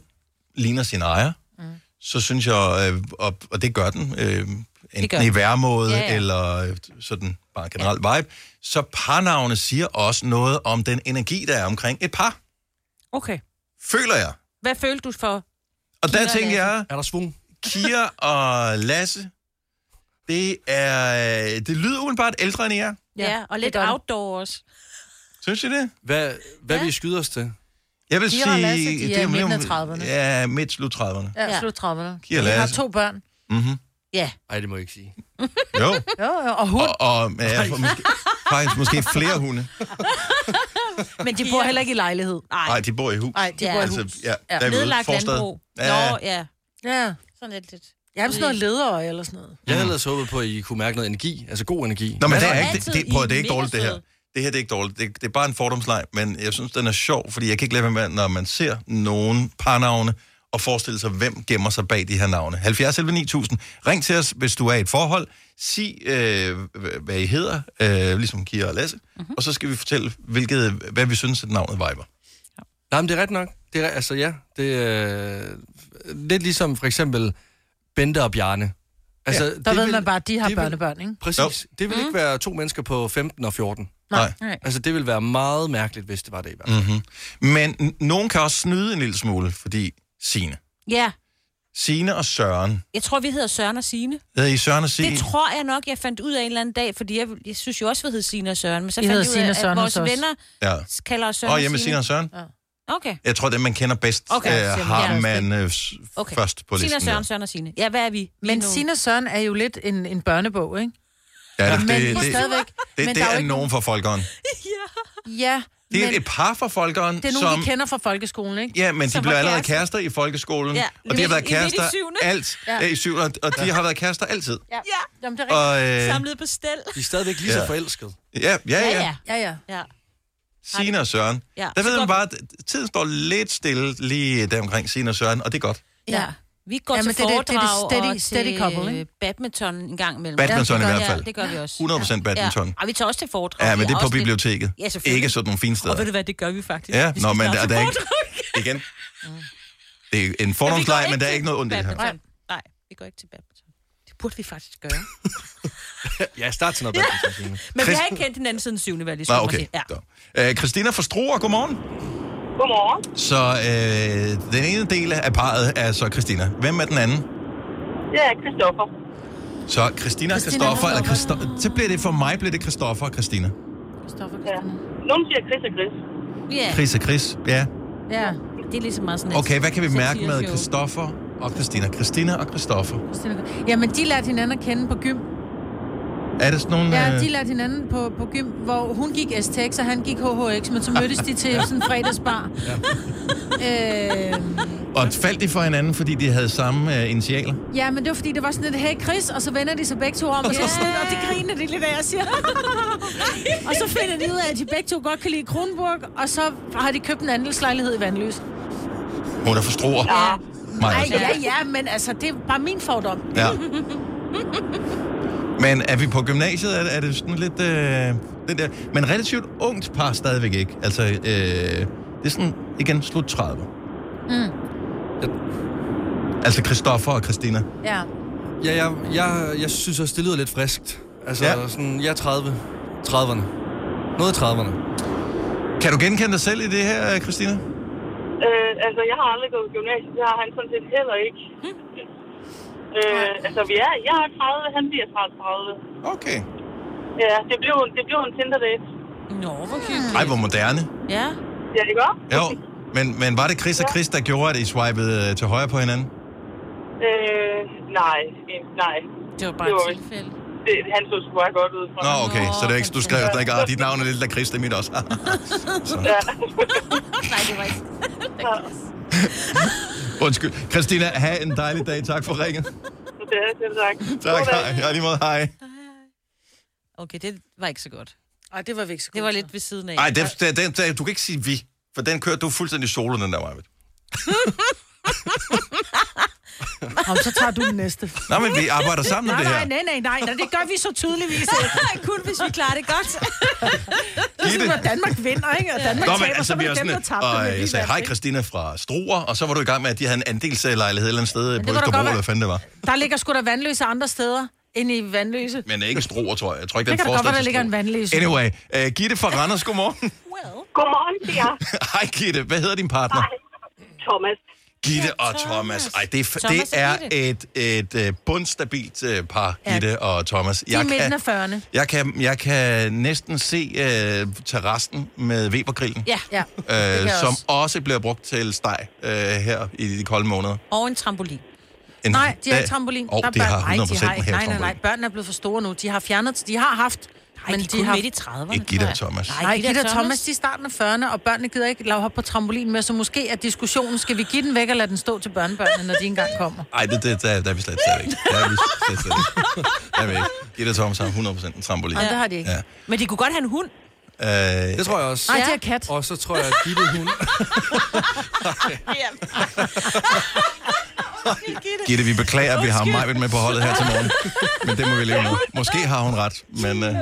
[SPEAKER 1] ligner sin ejer, mm. så synes jeg, øh, og, og det gør den, øh, enten
[SPEAKER 2] gør
[SPEAKER 1] gør i
[SPEAKER 2] den.
[SPEAKER 1] væremåde
[SPEAKER 2] Ja,
[SPEAKER 1] ja,
[SPEAKER 2] ja.
[SPEAKER 1] ja. eller øh, sådan bare generelt vibe, så parnavne siger også noget om den energi, der er omkring et par,
[SPEAKER 3] Okay.
[SPEAKER 1] føler jeg.
[SPEAKER 3] Hvad følte du for?
[SPEAKER 1] Og
[SPEAKER 3] Kira
[SPEAKER 1] der
[SPEAKER 3] og
[SPEAKER 1] tænker
[SPEAKER 3] Lasse.
[SPEAKER 1] jeg...
[SPEAKER 2] Er der svung?
[SPEAKER 1] Kira og Lasse, det er... Det lyder udenbart ældre end jer.
[SPEAKER 3] Ja, ja og lidt outdoor også.
[SPEAKER 1] Synes I det?
[SPEAKER 2] Hvad, hvad ja. vi skyder os til?
[SPEAKER 1] Jeg vil
[SPEAKER 4] Kira
[SPEAKER 1] sige...
[SPEAKER 4] og Lasse, de er
[SPEAKER 1] jo-
[SPEAKER 4] midten af 30'erne.
[SPEAKER 1] Ja, midt slut 30'erne.
[SPEAKER 4] Ja, ja. slut 30'erne.
[SPEAKER 1] Kira
[SPEAKER 4] Vi har
[SPEAKER 1] Lasse.
[SPEAKER 4] to børn.
[SPEAKER 1] Mm-hmm.
[SPEAKER 4] Ja.
[SPEAKER 2] Nej, det må jeg ikke sige.
[SPEAKER 1] Jo.
[SPEAKER 4] Jo, jo, og hund.
[SPEAKER 1] Og, og ja, for måske, faktisk måske flere hunde.
[SPEAKER 4] Men de bor heller ikke i lejlighed.
[SPEAKER 1] Nej, de bor i hus. Altså,
[SPEAKER 4] Nej, de bor i hus.
[SPEAKER 1] Ja,
[SPEAKER 4] Ja.
[SPEAKER 1] ja. Der er vi ude.
[SPEAKER 4] Nedlagt
[SPEAKER 1] Forstad.
[SPEAKER 4] landbrug.
[SPEAKER 1] Ja.
[SPEAKER 3] Nå, ja.
[SPEAKER 4] Ja.
[SPEAKER 3] Sådan lidt. lidt.
[SPEAKER 4] Jamen sådan noget lederøje eller sådan noget.
[SPEAKER 2] Jeg havde ellers håbet på, at I kunne mærke noget energi. Altså god energi.
[SPEAKER 1] Nå, men det er ikke, det, det, prøv, at- det er ikke dårligt, det her. Det her det er ikke dårligt. Det, det er bare en fordomsleg, men jeg synes, den er sjov, fordi jeg kan ikke lade være med, når man ser nogen parnavne, og forestille sig, hvem gemmer sig bag de her navne. 70 11 9000. Ring til os, hvis du er i et forhold. Sig, øh, h- hvad I hedder, øh, ligesom Kira og Lasse.
[SPEAKER 4] Mhm.
[SPEAKER 1] Mm-hmm. Og så skal vi fortælle, hvilket, hvad vi synes, at navnet viber.
[SPEAKER 2] Nej, men det er ret nok. Det er, altså ja, det er øh, lidt ligesom for eksempel Bente og Bjarne. Altså, ja,
[SPEAKER 4] Der ved man bare, at de har børnebørn, ikke?
[SPEAKER 2] Præcis. Det vil ikke være to mennesker på 15 og 14.
[SPEAKER 1] Nej.
[SPEAKER 4] Nej.
[SPEAKER 2] Altså, det vil være meget mærkeligt, hvis det var det i hvert fald.
[SPEAKER 1] Mm-hmm. Men n- nogen kan også snyde en lille smule, fordi Sine.
[SPEAKER 3] Ja,
[SPEAKER 1] Sine og Søren.
[SPEAKER 3] jeg tror, vi hedder Søren og Signe.
[SPEAKER 1] Hedder I Søren og Sine?
[SPEAKER 3] Det tror jeg nok, jeg fandt ud af en eller anden dag, fordi jeg, jeg synes jo også, vi hed Signe og Søren, men så
[SPEAKER 4] I
[SPEAKER 3] fandt
[SPEAKER 4] hedder
[SPEAKER 3] jeg ud
[SPEAKER 4] Signe
[SPEAKER 3] af,
[SPEAKER 4] og Søren
[SPEAKER 3] at vores
[SPEAKER 4] hos os.
[SPEAKER 3] venner
[SPEAKER 1] Ja.
[SPEAKER 3] kalder os Søren
[SPEAKER 1] Åh, hjemme Signe og Søren?
[SPEAKER 3] Ja. Okay.
[SPEAKER 1] Jeg tror, det man kender bedst,
[SPEAKER 3] Okay,
[SPEAKER 1] okay,
[SPEAKER 3] siger
[SPEAKER 1] øh,
[SPEAKER 3] man.
[SPEAKER 1] har
[SPEAKER 3] Ja,
[SPEAKER 1] man øh, s-
[SPEAKER 3] okay.
[SPEAKER 1] først på
[SPEAKER 3] Signe og
[SPEAKER 1] listen.
[SPEAKER 3] Søren,
[SPEAKER 1] der.
[SPEAKER 3] Søren og Signe. Ja, hvad er vi? vi er
[SPEAKER 4] Men
[SPEAKER 3] nogen.
[SPEAKER 4] Sine Søren er jo lidt en, en børnebog, ikke?
[SPEAKER 1] Ja, det,
[SPEAKER 4] Men
[SPEAKER 1] det, det,
[SPEAKER 4] stadigvæk.
[SPEAKER 1] det,
[SPEAKER 4] Men
[SPEAKER 1] det
[SPEAKER 4] der er jo
[SPEAKER 1] er
[SPEAKER 4] ikke
[SPEAKER 1] nogen fra folkeren.
[SPEAKER 4] Ja,
[SPEAKER 1] Det er
[SPEAKER 4] men
[SPEAKER 1] et par fra folkeren,
[SPEAKER 4] det er nogen,
[SPEAKER 1] som...
[SPEAKER 4] vi kender fra folkeskolen, ikke?
[SPEAKER 1] Ja, men de blev allerede kærester i folkeskolen,
[SPEAKER 4] Ja,
[SPEAKER 1] og de har
[SPEAKER 4] midt-
[SPEAKER 1] været
[SPEAKER 4] i- midt i
[SPEAKER 1] kærester
[SPEAKER 4] syvende.
[SPEAKER 1] alt
[SPEAKER 4] Ja.
[SPEAKER 1] ja. i syvende, og- og de har været kærester altid.
[SPEAKER 4] Ja, Jamen, det er
[SPEAKER 1] Og,
[SPEAKER 4] rigtigt.
[SPEAKER 1] øh,
[SPEAKER 3] Samlet på stel.
[SPEAKER 2] De er stadigvæk lige så
[SPEAKER 1] Ja.
[SPEAKER 2] forelskede.
[SPEAKER 1] Ja, ja, ja. ja.
[SPEAKER 4] Ja, ja.
[SPEAKER 3] ja.
[SPEAKER 1] Signe og Søren.
[SPEAKER 3] Ja.
[SPEAKER 1] Ja. Der ved man bare, at tiden står lidt stille lige øh, der omkring Signe og Søren, og det er godt.
[SPEAKER 3] ja. Vi går
[SPEAKER 4] Ja,
[SPEAKER 3] til
[SPEAKER 4] men det er det-
[SPEAKER 3] foredrag
[SPEAKER 4] det er det steady-
[SPEAKER 3] og
[SPEAKER 4] steady
[SPEAKER 3] til øh,
[SPEAKER 4] couple, ikke?
[SPEAKER 3] badminton en gang imellem.
[SPEAKER 1] Badminton
[SPEAKER 3] ja, det
[SPEAKER 1] i
[SPEAKER 3] gør-
[SPEAKER 1] hvert fald.
[SPEAKER 3] Ja, det gør vi også.
[SPEAKER 1] 100% badminton.
[SPEAKER 3] Ja. Og vi tager også til foredrag.
[SPEAKER 1] Ja, men det er på
[SPEAKER 3] også lidt-
[SPEAKER 1] biblioteket.
[SPEAKER 3] Ja, selvfølgelig.
[SPEAKER 1] Ikke sådan nogle fine steder.
[SPEAKER 3] Og ved du hvad, det gør vi faktisk.
[SPEAKER 1] Ja,
[SPEAKER 3] vi skal
[SPEAKER 1] nå, men
[SPEAKER 3] snart
[SPEAKER 1] der,
[SPEAKER 3] til
[SPEAKER 1] der er
[SPEAKER 3] foredrag.
[SPEAKER 1] ikke... Igen.
[SPEAKER 3] Mm.
[SPEAKER 1] Det er en fordomsleg, men der er ikke noget ondt i det her.
[SPEAKER 3] Badminton. Nej, vi går ikke til badminton. Det burde vi faktisk gøre.
[SPEAKER 2] Ja, start til noget badminton, Signe.
[SPEAKER 3] Men vi har
[SPEAKER 1] Christ-
[SPEAKER 3] ikke kendt hinanden siden 7. valg.
[SPEAKER 1] Nå, okay. Ja. Øh, Christina fra Struer, godmorgen.
[SPEAKER 10] Godmorgen.
[SPEAKER 1] Så øh, den ene del af parret er så Christina. Hvem er den anden?
[SPEAKER 10] Det er Christoffer.
[SPEAKER 1] Så Christina og Christoffer, eller Christo- så bliver det for mig, bliver det Christoffer og Christina.
[SPEAKER 10] Ja. Nogen siger Chris og Chris.
[SPEAKER 3] Ja.
[SPEAKER 1] Chris og Chris, ja.
[SPEAKER 4] Ja.
[SPEAKER 3] Det er ligesom meget sådan et
[SPEAKER 1] Okay, hvad kan vi mærke med
[SPEAKER 4] satireshow.
[SPEAKER 1] Christoffer og Christina? Christina og Christoffer.
[SPEAKER 4] Jamen, de lærte hinanden at kende på gym.
[SPEAKER 1] Er der sådan nogle...
[SPEAKER 4] Ja,
[SPEAKER 1] øh,
[SPEAKER 4] de lærte hinanden på, på gym, hvor hun gik STX, og han gik HHX, men så mødtes de til sådan en fredagsbar. Ja. Øh,
[SPEAKER 1] Og faldt de for hinanden, fordi de havde samme øh, initialer?
[SPEAKER 4] ja, men det var fordi, det var sådan lidt, hey Chris, og så vender de sig begge to om, og, så
[SPEAKER 1] Ja.
[SPEAKER 4] sådan, og det griner de lidt af, jeg siger. og så finder de ud af, at de begge to godt kan lide Kronburg, og så har de købt en andelslejlighed i Vandløs.
[SPEAKER 1] Hun er for struer. Maja.
[SPEAKER 4] Ej, ja, ja, men altså, det er bare min fordom.
[SPEAKER 1] Ja. Men er vi på gymnasiet? Er, det- er det sådan lidt... Øh, den der, men relativt ungt par stadigvæk ikke. Altså, øh, det er sådan, igen, slut 30.
[SPEAKER 4] Mm.
[SPEAKER 1] Altså Christoffer og Christina.
[SPEAKER 4] Ja.
[SPEAKER 1] Mm.
[SPEAKER 2] Ja, jeg, jeg, jeg synes også, det lyder lidt friskt. Altså, ja. sådan, jeg er 30. 30'erne. Noget af 30'erne.
[SPEAKER 1] Kan du genkende dig selv i det her, Christina?
[SPEAKER 10] Øh, altså, jeg har aldrig gået i gymnasiet. Det har han sådan set heller ikke. øh, altså, vi er, jeg er 30, han bliver snart 30.
[SPEAKER 1] Okay.
[SPEAKER 10] Ja, det blev, en- det blev en Tinder-date.
[SPEAKER 3] Nå, hvor hyggeligt.
[SPEAKER 1] Ej, hvor moderne.
[SPEAKER 3] Ja.
[SPEAKER 10] Ja, det gør.
[SPEAKER 1] Jo, men, men var det Chris og
[SPEAKER 10] Ja.
[SPEAKER 1] Chris, der gjorde, at I swipede øh, til højre på hinanden?
[SPEAKER 10] Øh, nej, eh, nej.
[SPEAKER 3] Det var
[SPEAKER 10] bare et tilfælde. Det, han så sgu bare godt ud fra.
[SPEAKER 1] Nå, okay, så det er ikke, du skrev sådan ikke, "Ah, dit navn er lidt af Chris, det er mit også.
[SPEAKER 10] Ja.
[SPEAKER 3] Nej, det var ikke.
[SPEAKER 1] Undskyld. Christina, have en dejlig dag. Tak for ringet.
[SPEAKER 10] Det er det, tak.
[SPEAKER 1] Tak, hej. Ja, lige måde, hej.
[SPEAKER 3] Okay, det var ikke så godt.
[SPEAKER 4] Ej, det var vi ikke så godt.
[SPEAKER 3] Det var lidt ved siden af.
[SPEAKER 1] Nej, den, den, den, den, du kan ikke sige vi, for den kører du fuldstændig solo, den der vej.
[SPEAKER 4] Om, så tager du den næste.
[SPEAKER 1] Nå, men vi arbejder sammen om
[SPEAKER 4] nej,
[SPEAKER 1] det her.
[SPEAKER 4] Nej, nej, nej, nej, nej, det gør vi så tydeligvis ikke.
[SPEAKER 3] Kun hvis vi klarer det godt.
[SPEAKER 4] det er sådan, når Danmark vinder, ikke? Og Danmark Nå, taber, så var
[SPEAKER 1] altså, vi
[SPEAKER 4] det
[SPEAKER 1] er
[SPEAKER 4] dem, der
[SPEAKER 1] sådan,
[SPEAKER 4] tabte. men
[SPEAKER 1] og
[SPEAKER 4] vi
[SPEAKER 1] jeg sagde,
[SPEAKER 4] vandt,
[SPEAKER 1] hej
[SPEAKER 4] ikke?
[SPEAKER 1] Christina fra Struer, og så var du i gang med, at de havde en andelslejlighed et eller andet sted på
[SPEAKER 4] kunne da godt
[SPEAKER 1] Østerbro, eller
[SPEAKER 4] være.
[SPEAKER 1] hvad fanden det var.
[SPEAKER 4] Der ligger sgu da vandløse andre steder end i vandløse.
[SPEAKER 1] Men ikke Struer, tror jeg. Jeg tror ikke,
[SPEAKER 4] Det
[SPEAKER 1] den
[SPEAKER 4] kan da godt være,
[SPEAKER 1] forestiller
[SPEAKER 4] der
[SPEAKER 1] sig
[SPEAKER 4] ligger en vandløs.
[SPEAKER 1] Struer. Anyway, uh, Gitte fra Randers, godmorgen.
[SPEAKER 10] Godmorgen til jer.
[SPEAKER 1] Hej Gitte, hvad hedder din partner?
[SPEAKER 10] Thomas.
[SPEAKER 1] Gitte og Thomas. Ej, det, er f- det
[SPEAKER 10] Thomas og
[SPEAKER 1] er et,
[SPEAKER 10] Gitte.
[SPEAKER 1] et øh, bundstabilt øh, par,
[SPEAKER 4] Ja.
[SPEAKER 1] Gitte og Thomas.
[SPEAKER 4] De er i midten af 40'erne.
[SPEAKER 1] Jeg kan, jeg kan næsten se øh, terrassen med Webergrillen,
[SPEAKER 3] Ja.
[SPEAKER 4] ja.
[SPEAKER 1] øh, som også. bliver brugt til steg øh, her i de kolde måneder.
[SPEAKER 3] Og en trampolin.
[SPEAKER 1] En-
[SPEAKER 4] nej, de har
[SPEAKER 1] Hvad?
[SPEAKER 4] ikke trampolin.
[SPEAKER 1] Åh,
[SPEAKER 4] Der er
[SPEAKER 1] de har
[SPEAKER 4] børn- nej,
[SPEAKER 1] 100%
[SPEAKER 4] ikke.
[SPEAKER 1] her
[SPEAKER 4] Nej, nej, nej,
[SPEAKER 1] trampolin.
[SPEAKER 4] børnene er blevet for store nu. De har fjernet, de har haft... Nej, men
[SPEAKER 3] de er
[SPEAKER 4] de
[SPEAKER 3] kun
[SPEAKER 4] har...
[SPEAKER 3] midt i 30'erne,
[SPEAKER 1] Ikke Gitte og Thomas.
[SPEAKER 4] Nej, Nej Gitte og Thomas, de er i starten af 40'erne, og børnene gider ikke lave hop på trampolin med, så måske er diskussionen, skal vi give den væk og lade den stå til børnebørnene, når de engang kommer?
[SPEAKER 1] Ej, det, det, der, der er vi slet slet ikke. Der er vi slet, slet ikke. Der er vi ikke. Gitte og Thomas har 100% en trampolin.
[SPEAKER 3] Ja, det har de ikke.
[SPEAKER 1] Ja.
[SPEAKER 3] Men de kunne godt have en hund.
[SPEAKER 1] Øh,
[SPEAKER 2] Det tror jeg også.
[SPEAKER 3] Nej, de
[SPEAKER 2] det
[SPEAKER 3] har kat.
[SPEAKER 2] Og så tror jeg, at Gitte, hun...
[SPEAKER 1] Gitte, vi beklager, at vi har Majbet med på holdet her til morgen. Men det må vi leve med. Måske har hun ret, men... Øh,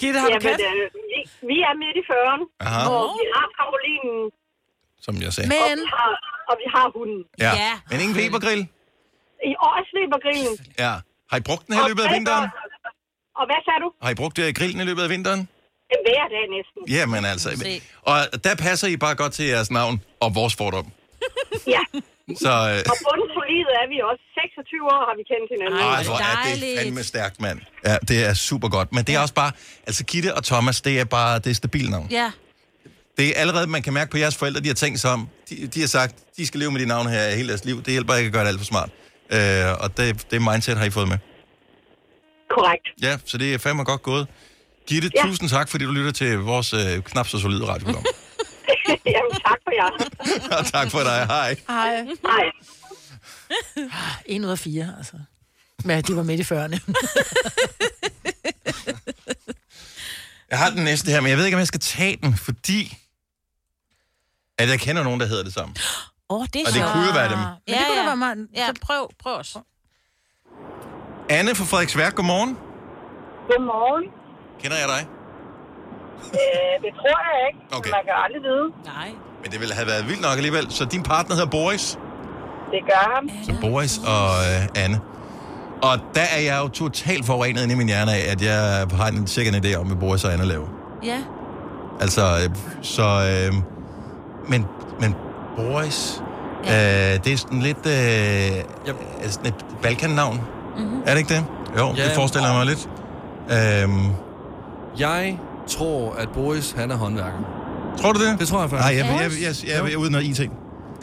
[SPEAKER 4] Gitte, har du
[SPEAKER 10] Jamen,
[SPEAKER 4] kat?
[SPEAKER 10] øh, vi, vi er midt i 40'erne,
[SPEAKER 1] Aha.
[SPEAKER 10] og vi har trampolinen,
[SPEAKER 1] som jeg sagde.
[SPEAKER 10] og, vi har, og vi har hunden.
[SPEAKER 1] Ja. ja. Men ingen Webergrill?
[SPEAKER 10] I år sveber grillen.
[SPEAKER 1] Ja. Har I brugt den her i løbet af vinteren?
[SPEAKER 10] Og hvad sagde du?
[SPEAKER 1] Har I brugt øh, grillen i løbet af vinteren?
[SPEAKER 10] Hver dag næsten.
[SPEAKER 1] Jamen altså. Og der passer I bare godt til jeres navn og vores fordom.
[SPEAKER 10] Ja.
[SPEAKER 1] Så øh,
[SPEAKER 10] Og bundsolid er vi også. 26 år har vi kendt hinanden.
[SPEAKER 1] Ej, hvor er det fandme stærkt, mand. ja, det er super godt. Men det er også bare, altså Gitte og Thomas, det er bare, det er stabilt navn.
[SPEAKER 3] Ja.
[SPEAKER 1] Det er allerede, man kan mærke på jeres forældre, de har tænkt sig om. De, de har sagt, de skal leve med de navne her hele deres liv. Det hjælper ikke at gøre det alt for smart. Øh, og det, det mindset har I fået med.
[SPEAKER 10] Korrekt.
[SPEAKER 1] Ja, så det er fandme godt gået. Gitte, ja.
[SPEAKER 10] Ja.
[SPEAKER 1] tusind tak, fordi du lytter til vores øh, knap så solide radioprogram.
[SPEAKER 10] Jamen, tak for jer.
[SPEAKER 1] og tak for dig. Hej.
[SPEAKER 4] Hej. Ah,
[SPEAKER 10] Hej.
[SPEAKER 4] En ud af fire, altså. Men de var midt i 40'erne.
[SPEAKER 1] Jeg har den næste her, men jeg ved ikke, om jeg skal tage den, fordi at jeg kender nogen, der hedder det samme.
[SPEAKER 3] Åh, oh, det er
[SPEAKER 1] Og det
[SPEAKER 3] sjovt.
[SPEAKER 1] kunne jo være dem.
[SPEAKER 3] Men
[SPEAKER 4] det kunne da være
[SPEAKER 3] meget... Ja. Så prøv, prøv os.
[SPEAKER 1] Anne fra Frederiksværk, godmorgen.
[SPEAKER 10] Godmorgen.
[SPEAKER 1] Kender jeg dig?
[SPEAKER 10] Øh, det tror jeg ikke. men
[SPEAKER 1] Okay.
[SPEAKER 10] Man kan aldrig vide.
[SPEAKER 3] Nej.
[SPEAKER 1] Men det ville have været vildt nok alligevel. Så din partner hedder Boris.
[SPEAKER 10] Det gør ham.
[SPEAKER 1] Så Boris og øh, Anne. Og der er jeg jo totalt forurenet inde i min hjerne af, at jeg har en cirka en idé om, hvad Boris og Anne laver.
[SPEAKER 3] Ja.
[SPEAKER 1] Altså, øh, så... Øh, men, men Boris... Ja. Øh, det er sådan lidt... Øh, yep. sådan et Balkan-navn.
[SPEAKER 3] Mhm.
[SPEAKER 1] Mm-hmm. Er det ikke det? Jo, ja,
[SPEAKER 2] Ja,
[SPEAKER 1] det forestiller jeg mig lidt. Øhm,
[SPEAKER 2] Jeg tror, at Boris, han er håndværker.
[SPEAKER 1] Tror du det?
[SPEAKER 2] Det tror jeg
[SPEAKER 1] nej, jeg,
[SPEAKER 2] faktisk.
[SPEAKER 1] jeg, jeg, jeg, jeg, jeg, jeg er ude i noget IT.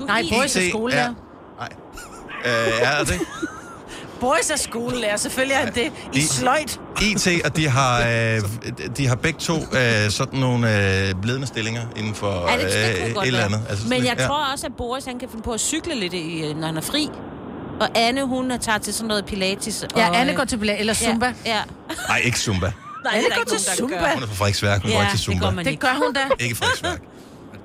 [SPEAKER 4] Nej, Boris er
[SPEAKER 1] IT,
[SPEAKER 4] skolelærer.
[SPEAKER 1] ja. Nej. Øh, er det?
[SPEAKER 4] Boris er skolelærer, selvfølgelig er han det. I
[SPEAKER 1] I-
[SPEAKER 4] sløjt.
[SPEAKER 1] IT, og de har, øh, de har begge to øh, sådan nogle øh, ledende stillinger inden for
[SPEAKER 3] Ja,
[SPEAKER 1] øh,
[SPEAKER 3] det, det kunne
[SPEAKER 1] et
[SPEAKER 3] godt
[SPEAKER 1] eller
[SPEAKER 3] være.
[SPEAKER 1] andet. Altså,
[SPEAKER 3] Men
[SPEAKER 1] sådan
[SPEAKER 3] jeg
[SPEAKER 1] lidt-
[SPEAKER 3] tror også, at Boris han kan finde på at cykle lidt, i, øh, når han er fri. Og Anne, hun tager til sådan noget pilates.
[SPEAKER 4] Ja,
[SPEAKER 3] og,
[SPEAKER 4] Anne
[SPEAKER 3] øh,
[SPEAKER 4] går til Pilates, eller Zumba.
[SPEAKER 3] Ja, ja.
[SPEAKER 1] Nej, ikke Zumba.
[SPEAKER 3] Nej,
[SPEAKER 4] Anne
[SPEAKER 3] det er
[SPEAKER 4] går
[SPEAKER 3] ikke
[SPEAKER 4] til
[SPEAKER 3] nogen, der
[SPEAKER 4] Zumba.
[SPEAKER 3] gør.
[SPEAKER 1] Hun er fra Frederiksværk, hun ja, går
[SPEAKER 3] Ja,
[SPEAKER 1] ikke
[SPEAKER 3] det
[SPEAKER 1] til Zumba.
[SPEAKER 3] gør man
[SPEAKER 4] Det gør hun da.
[SPEAKER 1] Ikke Frederiksværk.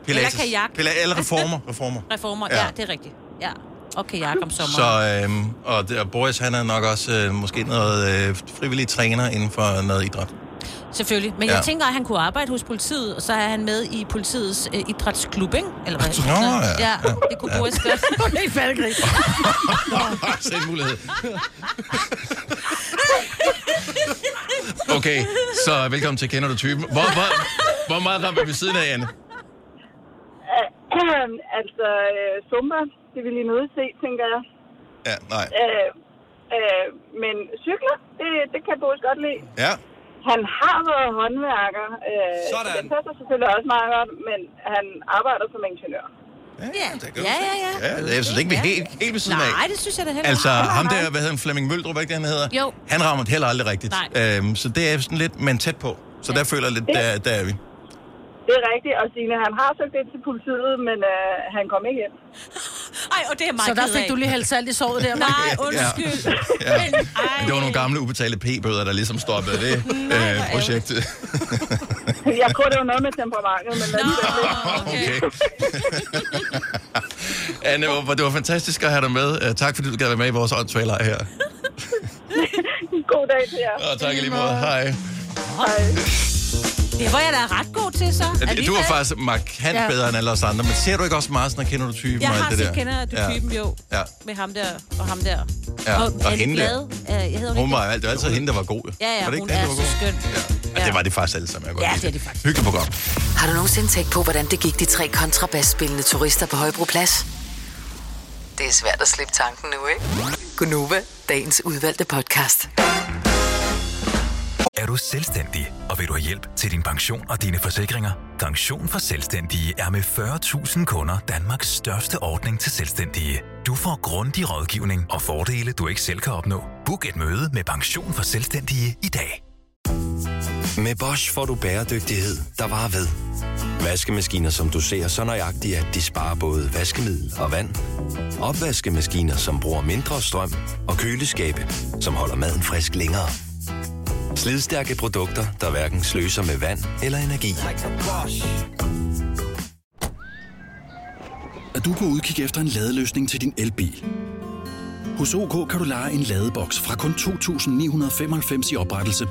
[SPEAKER 3] Eller kajak.
[SPEAKER 1] Pilates, eller reformer. reformer.
[SPEAKER 3] Reformer, ja. ja, det er rigtigt. Ja. Og kajak om
[SPEAKER 1] Så,
[SPEAKER 3] sommeren.
[SPEAKER 1] øhm, og, det, og Boris, han er nok også øh, måske noget øh, frivillig træner inden for noget idræt.
[SPEAKER 3] Selvfølgelig. Men ja.
[SPEAKER 1] Ja.
[SPEAKER 3] jeg tænker, at han kunne arbejde hos politiet, og så er han med i politiets øh, idrætsklub, ikke? Eller hvad?
[SPEAKER 1] Nå, ja.
[SPEAKER 3] ja. det kunne
[SPEAKER 1] Ja.
[SPEAKER 3] Boris gøre.
[SPEAKER 4] Hun er helt faldegrig.
[SPEAKER 1] Så en mulighed. Okay, så velkommen til Kender du typen. Hvor, hvor, hvor meget rammer vi siden af, Anne?
[SPEAKER 10] altså, øh, Zumba, det vil I nødt se, tænker jeg.
[SPEAKER 1] Ja, nej.
[SPEAKER 10] Øh, øh, men cykler, det, det kan Boris godt lide.
[SPEAKER 1] Ja.
[SPEAKER 10] Han har været håndværker. Øh, så
[SPEAKER 1] Sådan.
[SPEAKER 10] Det passer selvfølgelig også meget godt, men han arbejder som ingeniør.
[SPEAKER 1] Ja,
[SPEAKER 3] ja, ja, ja.
[SPEAKER 1] Ja, jeg synes ikke, vi er helt, helt ved siden af.
[SPEAKER 3] Nej, det synes jeg da heller
[SPEAKER 1] Altså,
[SPEAKER 3] ikke.
[SPEAKER 1] ham der, hvad hedder han, Flemming Møldrup, er ikke det, han hedder?
[SPEAKER 3] Jo.
[SPEAKER 1] Han rammer det heller aldrig rigtigt.
[SPEAKER 3] Nej.
[SPEAKER 1] Øhm, så det er sådan lidt, men tæt på. Så der føler jeg lidt, der, der er vi.
[SPEAKER 10] Det er rigtigt, og Signe, han har søgt ind til politiet, men øh, han kom ikke ind.
[SPEAKER 3] Ej, og det er meget
[SPEAKER 4] Så der
[SPEAKER 3] ked
[SPEAKER 4] fik
[SPEAKER 3] af.
[SPEAKER 4] du lige hældt salt i såret der.
[SPEAKER 3] Nej,
[SPEAKER 4] mand.
[SPEAKER 3] undskyld.
[SPEAKER 1] Ja. Men det var nogle gamle ubetalte p-bøder, der ligesom stoppede det øh, projekt.
[SPEAKER 10] Jeg tror, det var noget med temperamentet, men lad os se.
[SPEAKER 1] okay. Anne, det var, det var fantastisk at have dig med. Øh, Tak fordi du gad være med i vores åndssvagelej her.
[SPEAKER 10] god dag til jer.
[SPEAKER 1] Og tak i lige måde. Hej.
[SPEAKER 10] Hej.
[SPEAKER 3] Det var jeg da ret god til, så.
[SPEAKER 1] At- Du
[SPEAKER 3] alligevel.
[SPEAKER 1] er faktisk markant
[SPEAKER 3] Ja.
[SPEAKER 1] bedre end alle os andre, men ser du ikke også meget sådan, at kender du typen
[SPEAKER 3] Jeg
[SPEAKER 1] og
[SPEAKER 3] har
[SPEAKER 1] alt det
[SPEAKER 3] set
[SPEAKER 1] der?
[SPEAKER 3] kender du typen, jo.
[SPEAKER 1] Ja.
[SPEAKER 3] Med ham der, og ham der.
[SPEAKER 1] Ja, og
[SPEAKER 3] Anne
[SPEAKER 1] hende der.
[SPEAKER 3] Blade. Øh, Jeg hedder
[SPEAKER 1] Hun
[SPEAKER 3] hun ikke.
[SPEAKER 1] var, det var altid hende, der var god. jo.
[SPEAKER 3] Ja, ja,
[SPEAKER 1] var det
[SPEAKER 3] hun
[SPEAKER 1] ikke
[SPEAKER 3] er
[SPEAKER 1] der
[SPEAKER 3] så skøn.
[SPEAKER 1] Ja. Det var det faktisk alle sammen. Jeg
[SPEAKER 5] Ja,
[SPEAKER 1] godt
[SPEAKER 5] det er
[SPEAKER 1] lide
[SPEAKER 5] det faktisk.
[SPEAKER 1] Hyggeligt program.
[SPEAKER 5] Har du nogensinde tænkt på, hvordan det gik de tre kontrabasspillende turister på Højbroplads? Det er svært at slippe tanken nu, ikke? Gunova, dagens udvalgte podcast.
[SPEAKER 11] Er du selvstændig, og vil du have hjælp til din pension og dine forsikringer? Pension for Selvstændige er med 40.000 kunder Danmarks største ordning til selvstændige. Du får grundig rådgivning og fordele, du ikke selv kan opnå. Book et møde med Pension for Selvstændige i dag.
[SPEAKER 12] Med Bosch får du bæredygtighed, der varer ved. Vaskemaskiner, som du ser så nøjagtigt, at de sparer både vaskemiddel og vand. Opvaskemaskiner, som bruger mindre strøm. Og køleskabe, som holder maden frisk længere. Slidstærke produkter, der hverken sløser med vand eller energi.
[SPEAKER 13] at du kan udkigge efter en ladeløsning til din elbil. Hos OK kan du lege en ladeboks fra kun 2.995 i oprettelse,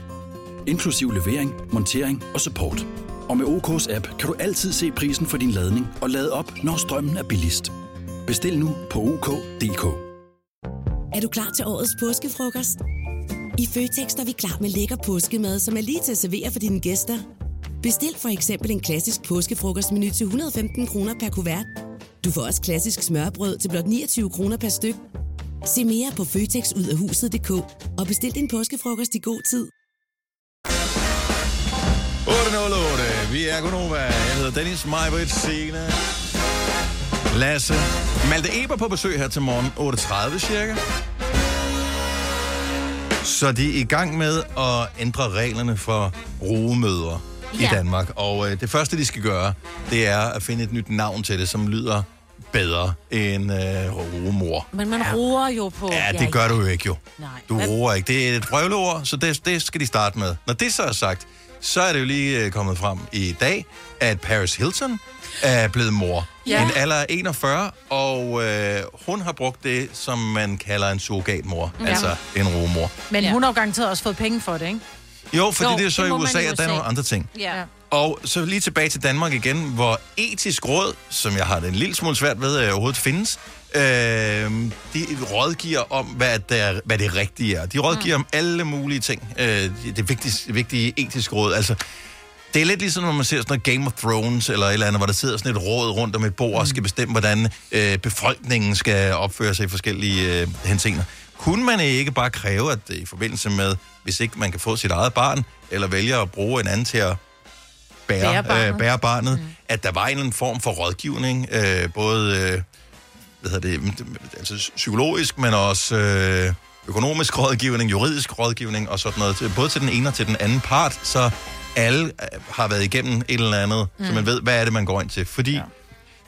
[SPEAKER 13] inklusiv levering, montering og support. Og med OK's app kan du altid se prisen for din ladning og lade op, når strømmen er billigst. Bestil nu på OK.dk.
[SPEAKER 14] Er du klar til årets påskefrokost? I Føtex er vi klar med lækker påskemad, som er lige til at servere for dine gæster. Bestil for eksempel en klassisk påskefrokostmenu til 115 kroner per kuvert. Du får også klassisk smørbrød til blot 29 kroner per styk. Se mere på føtexudafhuset.dk og bestil din påskefrokost i god tid.
[SPEAKER 1] 808, vi er Gunova. Jeg hedder Dennis Majbrit Sene. Lasse. Malte Eber på besøg her til morgen, 8.30 cirka. Så de er i gang med at ændre reglerne for rugemødre ja.
[SPEAKER 15] Ja.
[SPEAKER 1] i Danmark. Og øh, det første, de skal gøre, det er at finde et nyt navn til det, som lyder bedre end øh, rugemor.
[SPEAKER 3] Men man roer jo på...
[SPEAKER 1] Ja, det gør du jo ikke jo.
[SPEAKER 3] Nej.
[SPEAKER 1] Du roer ikke. Det er et røvleord, så det, det skal de starte med. Når det så er sagt, så er det jo lige øh, kommet frem i dag, at Paris Hilton er blevet mor.
[SPEAKER 15] Ja.
[SPEAKER 1] Ja. En alder af 41, og øh, hun har brugt det, som man kalder en surrogatmor.
[SPEAKER 4] Ja.
[SPEAKER 1] Ja. Altså en rumor.
[SPEAKER 4] Men hun har jo garanteret også fået penge for det, ikke?
[SPEAKER 1] Jo, fordi
[SPEAKER 4] Jo,
[SPEAKER 1] jo, det er så
[SPEAKER 4] det
[SPEAKER 1] i
[SPEAKER 4] må man
[SPEAKER 1] USA,
[SPEAKER 4] i
[SPEAKER 1] at der er
[SPEAKER 4] USA.
[SPEAKER 1] nogle andre ting.
[SPEAKER 4] Ja.
[SPEAKER 1] Og så lige tilbage til Danmark igen, hvor etisk råd, som jeg har det en lille smule svært ved at overhovedet findes, øh, de rådgiver om, hvad, der, hvad det rigtige er. De rådgiver mm. om alle mulige ting. Øh, det vigtige, vigtige etiske råd. Altså, det er lidt ligesom, når man ser sådan noget Game of Thrones eller et eller andet, hvor der sidder sådan et råd rundt om et bord og skal bestemme, hvordan øh, befolkningen skal opføre sig i forskellige øh, henseender. Kunne man ikke bare kræve, at øh, i forbindelse med, hvis ikke man kan få sit eget barn, eller vælger at bruge en anden til at
[SPEAKER 15] Bære
[SPEAKER 1] bære,
[SPEAKER 15] barnet.
[SPEAKER 1] øh, bære barnet, mm. at der var en eller anden form for rådgivning, øh, både øh, hvad hedder det, mm, det- altså psykologisk, men også øh, økonomisk rådgivning, juridisk rådgivning og sådan noget, til- både til den ene og til den anden part, så alle øh, har været igennem et eller andet, mm. så
[SPEAKER 15] Mm.
[SPEAKER 1] man ved, hvad er det, man går ind til. Fordi ja.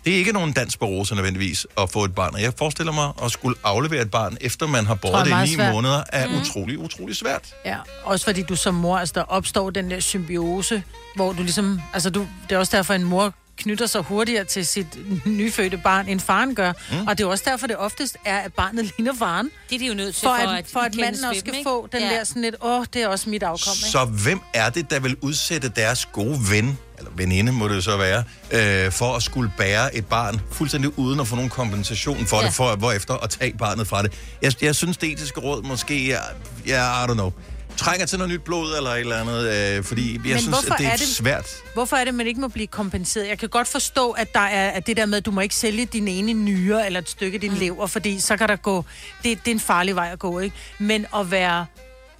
[SPEAKER 1] det er ikke nogen dans på roser nødvendigvis at få et barn, og jeg forestiller mig at skulle aflevere et barn, efter man har
[SPEAKER 4] Tror jeg
[SPEAKER 1] båret
[SPEAKER 4] er
[SPEAKER 1] det i
[SPEAKER 4] meget
[SPEAKER 1] ni
[SPEAKER 4] svært.
[SPEAKER 1] måneder, er mm.
[SPEAKER 4] Mm.
[SPEAKER 1] utrolig, utrolig svært.
[SPEAKER 4] Ja, også fordi du som mor, altså der opstår den der symbiose, hvor du ligesom, altså du, det er også derfor, en mor knytter sig hurtigere til sit nyfødte barn, end faren gør.
[SPEAKER 3] Mm.
[SPEAKER 4] Mm. Og det er også derfor, det oftest er, at barnet ligner faren.
[SPEAKER 3] Det er de jo nødt til,
[SPEAKER 4] for,
[SPEAKER 3] for
[SPEAKER 4] at,
[SPEAKER 3] at
[SPEAKER 4] for at
[SPEAKER 3] kendes
[SPEAKER 4] manden
[SPEAKER 3] ved
[SPEAKER 4] også
[SPEAKER 3] dem,
[SPEAKER 4] skal
[SPEAKER 3] ikke?
[SPEAKER 4] få den
[SPEAKER 3] Ja.
[SPEAKER 4] ja. der sådan lidt, åh, oh, det er også mit afkom, ikke?
[SPEAKER 1] Så hvem er det, der vil udsætte deres gode ven, eller veninde må det jo så være, øh, for at skulle bære et barn fuldstændig uden at få nogen kompensation for ja.
[SPEAKER 16] Ja.
[SPEAKER 1] det, for hvorefter at tage barnet fra det? Jeg, jeg synes, det etiske råd måske, jeg, jeg I don't know, trænger til noget nyt blod eller et eller andet, øh, fordi jeg Men synes,
[SPEAKER 4] hvorfor
[SPEAKER 1] at det er,
[SPEAKER 4] er
[SPEAKER 1] er
[SPEAKER 4] det-
[SPEAKER 1] det... svært.
[SPEAKER 4] Hvorfor er det, man ikke må blive kompenseret? Jeg kan godt forstå, at der er at det der med, at du må ikke sælge din ene nyre eller et stykke af din mm. lever, fordi så kan der gå... Det, det er en farlig vej at gå, ikke? Men at være...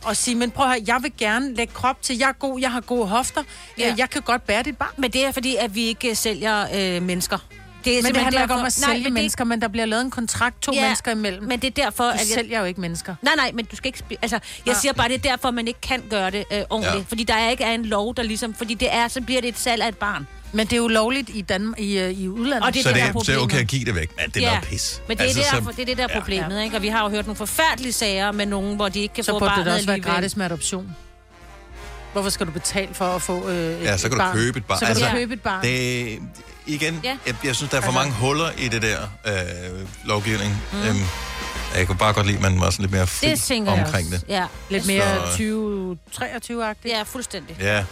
[SPEAKER 4] Og sige, men prøv at høre, jeg vil gerne lægge krop til, jeg er god, jeg har gode hofter,
[SPEAKER 3] Ja.
[SPEAKER 4] ja. jeg kan godt bære dit barn.
[SPEAKER 3] Men det er fordi, at vi ikke sælger øh, mennesker.
[SPEAKER 4] Det er men det
[SPEAKER 3] simpelthen
[SPEAKER 4] handler ikke om
[SPEAKER 3] derfor-
[SPEAKER 4] at
[SPEAKER 3] Nej,
[SPEAKER 4] sælge
[SPEAKER 3] men det-
[SPEAKER 4] mennesker, men der bliver lavet en kontrakt to
[SPEAKER 3] Ja,
[SPEAKER 4] ja, mennesker imellem.
[SPEAKER 3] men det er derfor,
[SPEAKER 4] du
[SPEAKER 3] at jeg-
[SPEAKER 4] sælger jo ikke mennesker.
[SPEAKER 3] Nej, nej, men du skal ikke... spi- Altså, jeg
[SPEAKER 4] Ah.
[SPEAKER 3] siger bare, det er derfor, man ikke kan gøre det øh, ordentligt.
[SPEAKER 4] Ja.
[SPEAKER 3] Fordi der er ikke er en lov, der ligesom... Fordi det er, så bliver det et salg af et barn.
[SPEAKER 4] Men det er jo lovligt i, Danmark, i, øh, i udlandet.
[SPEAKER 3] Og det er
[SPEAKER 1] så
[SPEAKER 3] det,
[SPEAKER 1] det,
[SPEAKER 3] der
[SPEAKER 1] er-
[SPEAKER 3] er
[SPEAKER 1] så er det okay
[SPEAKER 3] problemet.
[SPEAKER 1] at give det væk. Men det er noget pis.
[SPEAKER 3] Men det er,
[SPEAKER 1] Altså,
[SPEAKER 3] altså,
[SPEAKER 1] så-
[SPEAKER 3] derfor, det, er det der er problemet, ja. ikke? Og vi har jo hørt nogle forfærdelige sager med nogen, hvor de ikke kan
[SPEAKER 4] Så
[SPEAKER 3] få
[SPEAKER 4] burde
[SPEAKER 3] barnet
[SPEAKER 4] det da også være
[SPEAKER 3] alligevel.
[SPEAKER 4] gratis med adoption. Hvorfor skal du betale for at få øh, et
[SPEAKER 1] Ja, så kan
[SPEAKER 4] et
[SPEAKER 1] du
[SPEAKER 4] barn?
[SPEAKER 1] købe et barn. Altså,
[SPEAKER 4] Så kan du købe et barn.
[SPEAKER 1] Det, igen,
[SPEAKER 4] Ja.
[SPEAKER 1] ja. jeg, jeg synes, der er for altså.
[SPEAKER 4] Altså-
[SPEAKER 1] mange huller i det der øh, lovgivning.
[SPEAKER 4] Mm.
[SPEAKER 1] Mm. Øhm, jeg kunne bare godt lide, at man var sådan lidt mere fri
[SPEAKER 3] Det tænker jeg
[SPEAKER 1] omkring
[SPEAKER 3] også.
[SPEAKER 1] det.
[SPEAKER 3] Ja.
[SPEAKER 4] Lidt
[SPEAKER 1] Så-
[SPEAKER 4] mere 20-23-agtigt.
[SPEAKER 3] Ja, fuldstændig.
[SPEAKER 1] Ja.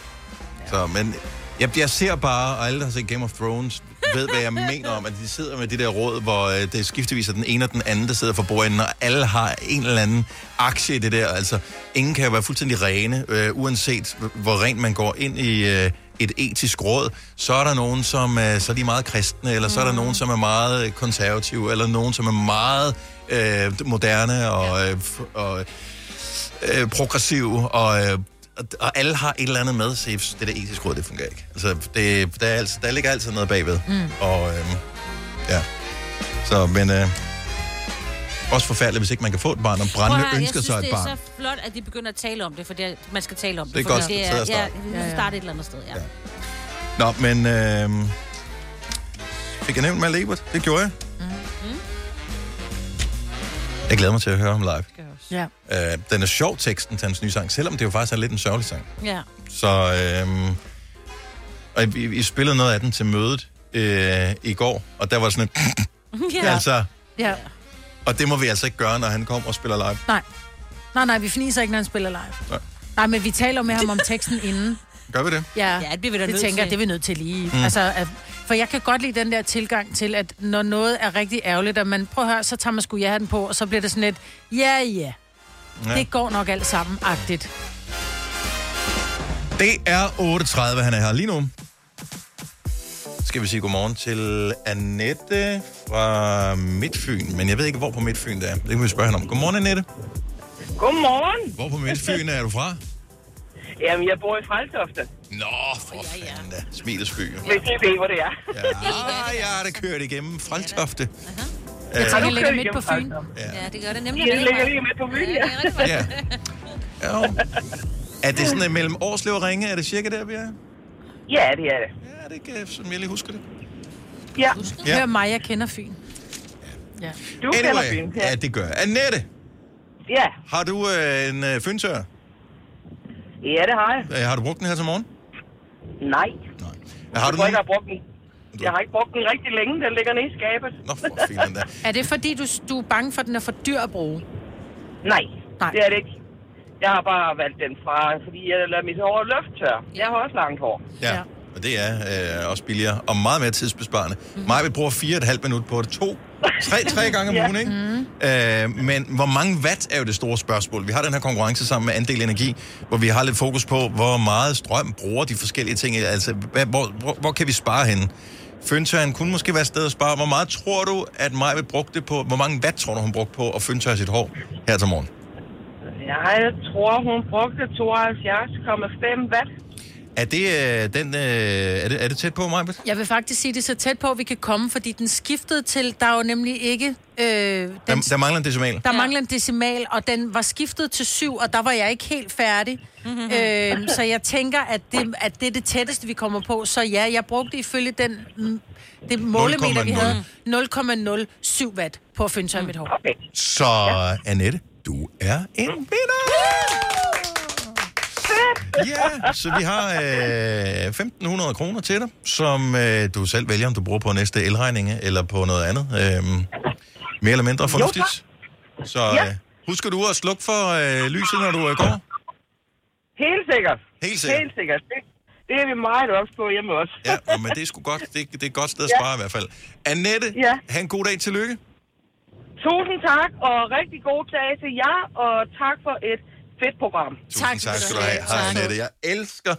[SPEAKER 1] Så, men jeg, jeg ser bare, og alle, der har set Game of Thrones, ved, hvad jeg mener om, at de sidder med det der råd, hvor øh, det er skiftevis er den ene og den anden, der sidder for bordenden, og alle har en eller anden aktie i det der. Altså, ingen kan jo være fuldstændig rene, øh, uanset h- hvor rent man går ind i øh, et etisk råd. Så er der nogen, som øh, så er de meget kristne, eller mm. så er der nogen, som er meget øh, konservative, eller nogen, som er meget øh, moderne og... Øh, f- og øh, progressiv, og, øh, og- og alle har et eller andet med, så jeg synes, det der etiske råd, det fungerer ikke. Altså, det, der, er altid, der ligger altid noget bagved.
[SPEAKER 4] Mm.
[SPEAKER 1] Og øh, ja, så, men øh, også forfærdeligt, hvis ikke man kan få et barn, og
[SPEAKER 3] Prøv
[SPEAKER 1] brændende
[SPEAKER 3] at høre,
[SPEAKER 1] ønsker
[SPEAKER 3] jeg
[SPEAKER 1] sig
[SPEAKER 3] synes,
[SPEAKER 1] et
[SPEAKER 3] det
[SPEAKER 1] barn.
[SPEAKER 3] er så flot, at de begynder at tale om det, for det er, man skal tale om det.
[SPEAKER 1] Det er
[SPEAKER 3] fordi
[SPEAKER 1] godt sted at
[SPEAKER 3] ja,
[SPEAKER 1] starte.
[SPEAKER 3] vi skal starte et eller andet sted, ja.
[SPEAKER 1] Nå, men øh, fik jeg nævnt Mal Ebert? Det gjorde jeg.
[SPEAKER 3] Mm.
[SPEAKER 1] Jeg glæder mig til at høre ham live.
[SPEAKER 4] Ja.
[SPEAKER 1] Øh, den er sjov, teksten til hans nye sang, selvom det jo faktisk er lidt en sørgelig sang.
[SPEAKER 3] ja.
[SPEAKER 1] Så øhm, og vi, vi spillede noget af den til mødet øh, i går, og der var sådan et,
[SPEAKER 4] ja.
[SPEAKER 1] altså,
[SPEAKER 4] ja.
[SPEAKER 1] og det må vi altså ikke gøre, når han kommer og spiller live.
[SPEAKER 4] Nej. Nej, nej, vi fniser ikke, når han spiller live.
[SPEAKER 1] Nej.
[SPEAKER 4] Nej, nej men vi taler med ham om teksten inden.
[SPEAKER 1] Gør vi det?
[SPEAKER 4] Ja,
[SPEAKER 3] ja det bliver vi da
[SPEAKER 4] det
[SPEAKER 3] nødt
[SPEAKER 4] tænker,
[SPEAKER 3] til.
[SPEAKER 4] det er vi nødt til lige.
[SPEAKER 1] Mm.
[SPEAKER 4] Mm. Altså, at, for jeg kan godt lide den der tilgang til, at når noget er rigtig ærgerligt, og man prøver at høre, så tager man sgu ja den på, og så bliver det sådan lidt, ja, ja,
[SPEAKER 1] Ja.
[SPEAKER 4] ja. det går nok alt sammen-agtigt.
[SPEAKER 1] Det er 8.30, han er her lige nu. Skal vi sige godmorgen til Annette fra Midtfyn, men jeg ved ikke, hvor på Midtfyn det er. Det kan vi spørge hende om. Godmorgen, Annette.
[SPEAKER 10] Godmorgen.
[SPEAKER 1] Hvor på Midtfyn er du fra?
[SPEAKER 10] Jamen, jeg bor i Freltofte.
[SPEAKER 1] Nå, for fanden da. Smilesby. jo.
[SPEAKER 10] Hvis I ved, hvor det er.
[SPEAKER 1] Ah, ja, det kørt igennem Freltofte.
[SPEAKER 10] Jeg
[SPEAKER 1] Øh,
[SPEAKER 10] tror, det ligger midt på Fyn.
[SPEAKER 3] Ja, det gør det nemlig.
[SPEAKER 10] Det ligger lige midt på Fyn, ja.
[SPEAKER 1] Ja. ja. Er det sådan øh, mellem Årslev og Ringe? Er det cirka der, vi er?
[SPEAKER 10] Ja, det er det.
[SPEAKER 1] Ja, det kan jeg, som jeg lige husker det.
[SPEAKER 10] Ja.
[SPEAKER 1] Ja.
[SPEAKER 4] Ja. Hør mig, jeg kender Fyn. Ja.
[SPEAKER 10] Du kender Fyn,
[SPEAKER 1] anyway, ja. det gør jeg. Annette,
[SPEAKER 10] Ja,
[SPEAKER 1] har du øh, en øh, fyntør?
[SPEAKER 10] ja det har jeg.
[SPEAKER 1] Øh, har du brugt den her til morgen?
[SPEAKER 10] Nej.
[SPEAKER 1] Har
[SPEAKER 10] Jeg
[SPEAKER 1] du
[SPEAKER 10] tror ikke,
[SPEAKER 1] den?
[SPEAKER 10] jeg har brugt den. Jeg har ikke brugt den rigtig længe. Den ligger nede i skabet.
[SPEAKER 1] Nå, for fanden da.
[SPEAKER 4] Er det fordi, du, du er bange for, at den er for dyr at bruge?
[SPEAKER 10] Nej, Nej, det er det ikke. Jeg har bare valgt den fra, fordi jeg lader mit hår lufttør. Jeg har også langt hår.
[SPEAKER 1] Ja. ja. Og det er øh, også billigere og meget mere tidsbesparende. Mm. Mig vil bruge fire og et halvt minut på det. To, tre, tre gange om
[SPEAKER 10] Ja.
[SPEAKER 1] ugen, ikke?
[SPEAKER 10] Mm.
[SPEAKER 1] Øh, men hvor mange watt er jo det store spørgsmål. Vi har den her konkurrence sammen med Andel Energi, hvor vi har lidt fokus på, hvor meget strøm bruger de forskellige ting. Altså, hvad, hvor, hvor, hvor kan vi spare henne? Føntøren kunne måske være et sted at spare. Hvor meget tror du, at Maja vil bruge det på? Hvor mange watt tror du, hun brugte på at føntørre sit hår her til morgen?
[SPEAKER 10] Ja, jeg tror, hun brugte 72,5 watt.
[SPEAKER 1] Er det, øh, den, øh, er det, er det tæt på mig?
[SPEAKER 4] Jeg vil faktisk sige, det er så tæt på, at vi kan komme, fordi den skiftede til, der er jo nemlig ikke... Øh, den,
[SPEAKER 1] Der, der mangler en decimal.
[SPEAKER 4] Der ja. mangler en decimal, og den var skiftet til syv, og der var jeg ikke helt færdig. Mm-hmm. Øh, så jeg tænker, at det, at det er det tætteste, vi kommer på. Så ja, jeg brugte ifølge den, mm, det målemeter, vi havde, 0,07 watt på at finde tør mit hår. Okay.
[SPEAKER 1] Så Annette, du er en vinder! Ja, så vi har øh, 1.500 kroner til dig, som øh, du selv vælger, om du bruger på næste elregning eller på noget andet. Øh, mere eller mindre fornuftigt. Så øh, husker du at slukke for øh, lyset, når du øh, går?
[SPEAKER 15] Helt sikkert.
[SPEAKER 1] Helt sikkert.
[SPEAKER 15] Helt sikkert. Det, det er vi meget ops på hjemme også.
[SPEAKER 1] Ja, nå, men det er sgu godt. Det, det er et godt sted at
[SPEAKER 15] Ja.
[SPEAKER 1] spare i hvert fald. Annette, ja. have en god dag. Tillykke.
[SPEAKER 15] Tusind tak, og rigtig god dag til jer, og tak for et fedt program.
[SPEAKER 1] Tusind tak, tak skal du have. Hej, Annette. Jeg elsker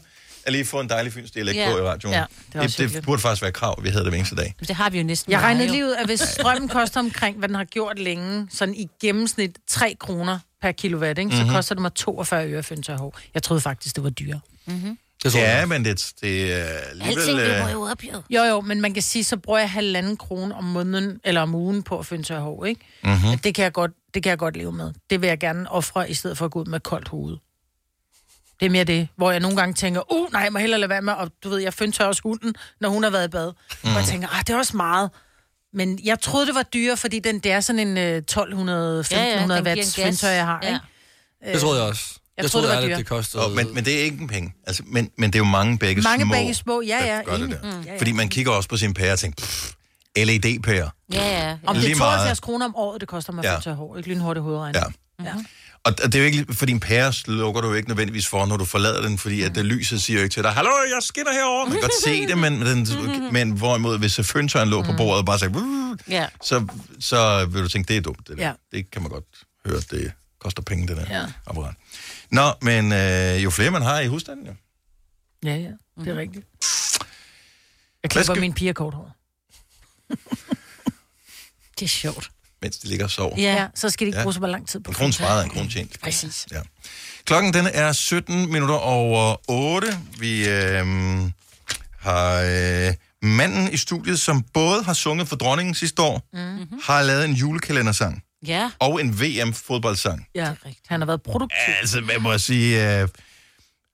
[SPEAKER 1] at lige få en dejlig fyns dialekt
[SPEAKER 15] Ja.
[SPEAKER 1] på i radioen.
[SPEAKER 4] Ja,
[SPEAKER 1] Ja,
[SPEAKER 4] det er
[SPEAKER 1] det,
[SPEAKER 4] også
[SPEAKER 1] det, det burde faktisk være et krav, at vi havde det hver eneste dag.
[SPEAKER 3] Det har vi jo næsten.
[SPEAKER 4] Jeg
[SPEAKER 3] meget,
[SPEAKER 4] regnede
[SPEAKER 3] jo.
[SPEAKER 4] lige ud, at hvis strømmen koster omkring, hvad den har gjort længe, sådan i gennemsnit 3 kroner per kilowatt, ikke? så
[SPEAKER 1] Mhm.
[SPEAKER 4] koster det mig 42 øre at finde tør hår. Jeg troede faktisk, det var dyrere. Mm-hmm.
[SPEAKER 1] Det ja, men det, det er alligevel... øh,
[SPEAKER 4] op, jo. Jo, jo, men man kan sige, så bruger jeg halvanden krone om måneden, eller om ugen på at finde tør hår, ikke?
[SPEAKER 1] Mhm.
[SPEAKER 4] Det kan, jeg godt, det kan jeg godt leve med. Det vil jeg gerne ofre, i stedet for at gå ud med koldt hoved. Det er mere det, hvor jeg nogle gange tænker, uh, nej, jeg må hellere lade være med, og du ved, jeg fyndtør også hunden, når hun har været i bad. Mm. Og
[SPEAKER 1] Mhm.
[SPEAKER 4] jeg tænker, ah, det er også meget. Men jeg troede, det var dyrere, fordi den, det er sådan en øh, 1200-1500
[SPEAKER 3] Ja, ja, den giver en
[SPEAKER 4] watts
[SPEAKER 3] gas.
[SPEAKER 4] fyndtør, jeg har,
[SPEAKER 3] Ja.
[SPEAKER 4] ikke?
[SPEAKER 2] Det troede jeg også.
[SPEAKER 4] Øh, Jeg
[SPEAKER 2] Jeg,
[SPEAKER 4] troede,
[SPEAKER 2] jeg troede,
[SPEAKER 4] det var
[SPEAKER 2] ærligt, det
[SPEAKER 4] dyrt.
[SPEAKER 2] kostede...
[SPEAKER 1] Åh, men, men det er ikke en penge. Altså, men, men det er jo mange begge
[SPEAKER 4] Mange
[SPEAKER 1] små.
[SPEAKER 4] begge små, ja, ja.
[SPEAKER 1] gør det
[SPEAKER 4] enig.
[SPEAKER 1] der.
[SPEAKER 4] Mm. Ja, ja.
[SPEAKER 1] Fordi man kigger også på sine pærer og tænker, pff, E LED-pærer.
[SPEAKER 4] Ja, ja. Om det
[SPEAKER 1] Lige
[SPEAKER 4] er
[SPEAKER 1] meget.
[SPEAKER 4] 72 kroner om året, det koster mig
[SPEAKER 1] Ja.
[SPEAKER 4] ja. at tørre hår. Ikke lynhurtigt hovedregning. Ja. ja.
[SPEAKER 1] Og og det er jo ikke, for din pære slukker du jo ikke nødvendigvis for, når du forlader den, fordi at det lyset siger jo ikke til dig, hallo, jeg skinner herover. Man kan godt se det, men, den, men hvorimod, hvis fyndtøjen lå på bordet og bare sagde, "Wuh",
[SPEAKER 4] Ja.
[SPEAKER 1] så, så vil du tænke, det er dumt. Det, der.
[SPEAKER 4] Ja.
[SPEAKER 1] det kan man godt høre, det koster penge, det der
[SPEAKER 4] Ja.
[SPEAKER 1] apparat. Nå, men øh, jo flere man har i husstanden, jo.
[SPEAKER 4] Ja, ja. Det er rigtigt. Jeg
[SPEAKER 1] Hvad
[SPEAKER 4] klipper
[SPEAKER 1] skal-
[SPEAKER 4] skal... min piger kort hår. det er sjovt.
[SPEAKER 1] mens de ligger og sover.
[SPEAKER 4] Ja. ja, så skal de ikke
[SPEAKER 1] Ja.
[SPEAKER 4] bruge så meget lang tid på
[SPEAKER 1] En krone
[SPEAKER 4] fritøj.
[SPEAKER 1] sparet er en krone tjent.
[SPEAKER 4] Præcis.
[SPEAKER 1] Ja. Klokken den er 17 minutter over 8. Vi øh, har øh, manden i studiet, som både har sunget for dronningen sidste år,
[SPEAKER 4] Mhm.
[SPEAKER 1] mm-hmm. har lavet en julekalendersang
[SPEAKER 4] Ja.
[SPEAKER 1] og en VM-fodboldsang.
[SPEAKER 4] Ja, han har været produktiv.
[SPEAKER 1] Altså, hvad må jeg sige? Øh,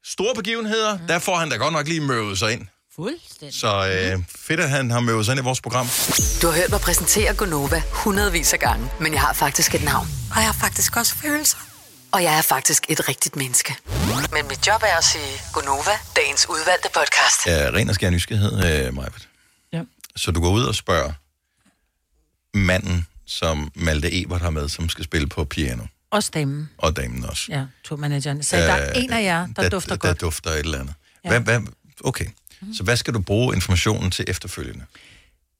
[SPEAKER 1] store begivenheder, mm. der får han da godt nok lige møvet sig ind.
[SPEAKER 3] Fuldstændig.
[SPEAKER 1] Så øh, fedt, at han har møvet sig ind i vores program.
[SPEAKER 5] Du har hørt mig præsentere Gonova hundredvis af gange, men jeg har faktisk et navn. Og jeg har faktisk også følelser. Og jeg er faktisk et rigtigt menneske. Men mit job er at sige Gonova, dagens udvalgte podcast.
[SPEAKER 1] Ja, ren og skær nysgerrighed, øh, Majbet.
[SPEAKER 4] Ja.
[SPEAKER 1] Så du går ud og spørger manden, som Malte Ebert har med, som skal spille på piano,
[SPEAKER 4] Og stemmen.
[SPEAKER 1] og damen også.
[SPEAKER 4] Ja, turmanageren. Så der er
[SPEAKER 1] Øh,
[SPEAKER 4] en af jer, der, dufter
[SPEAKER 1] der,
[SPEAKER 4] godt.
[SPEAKER 1] Der dufter et eller andet.
[SPEAKER 4] Ja. Mhm.
[SPEAKER 1] Hvad, hvad, okay, så hvad skal du bruge informationen til efterfølgende?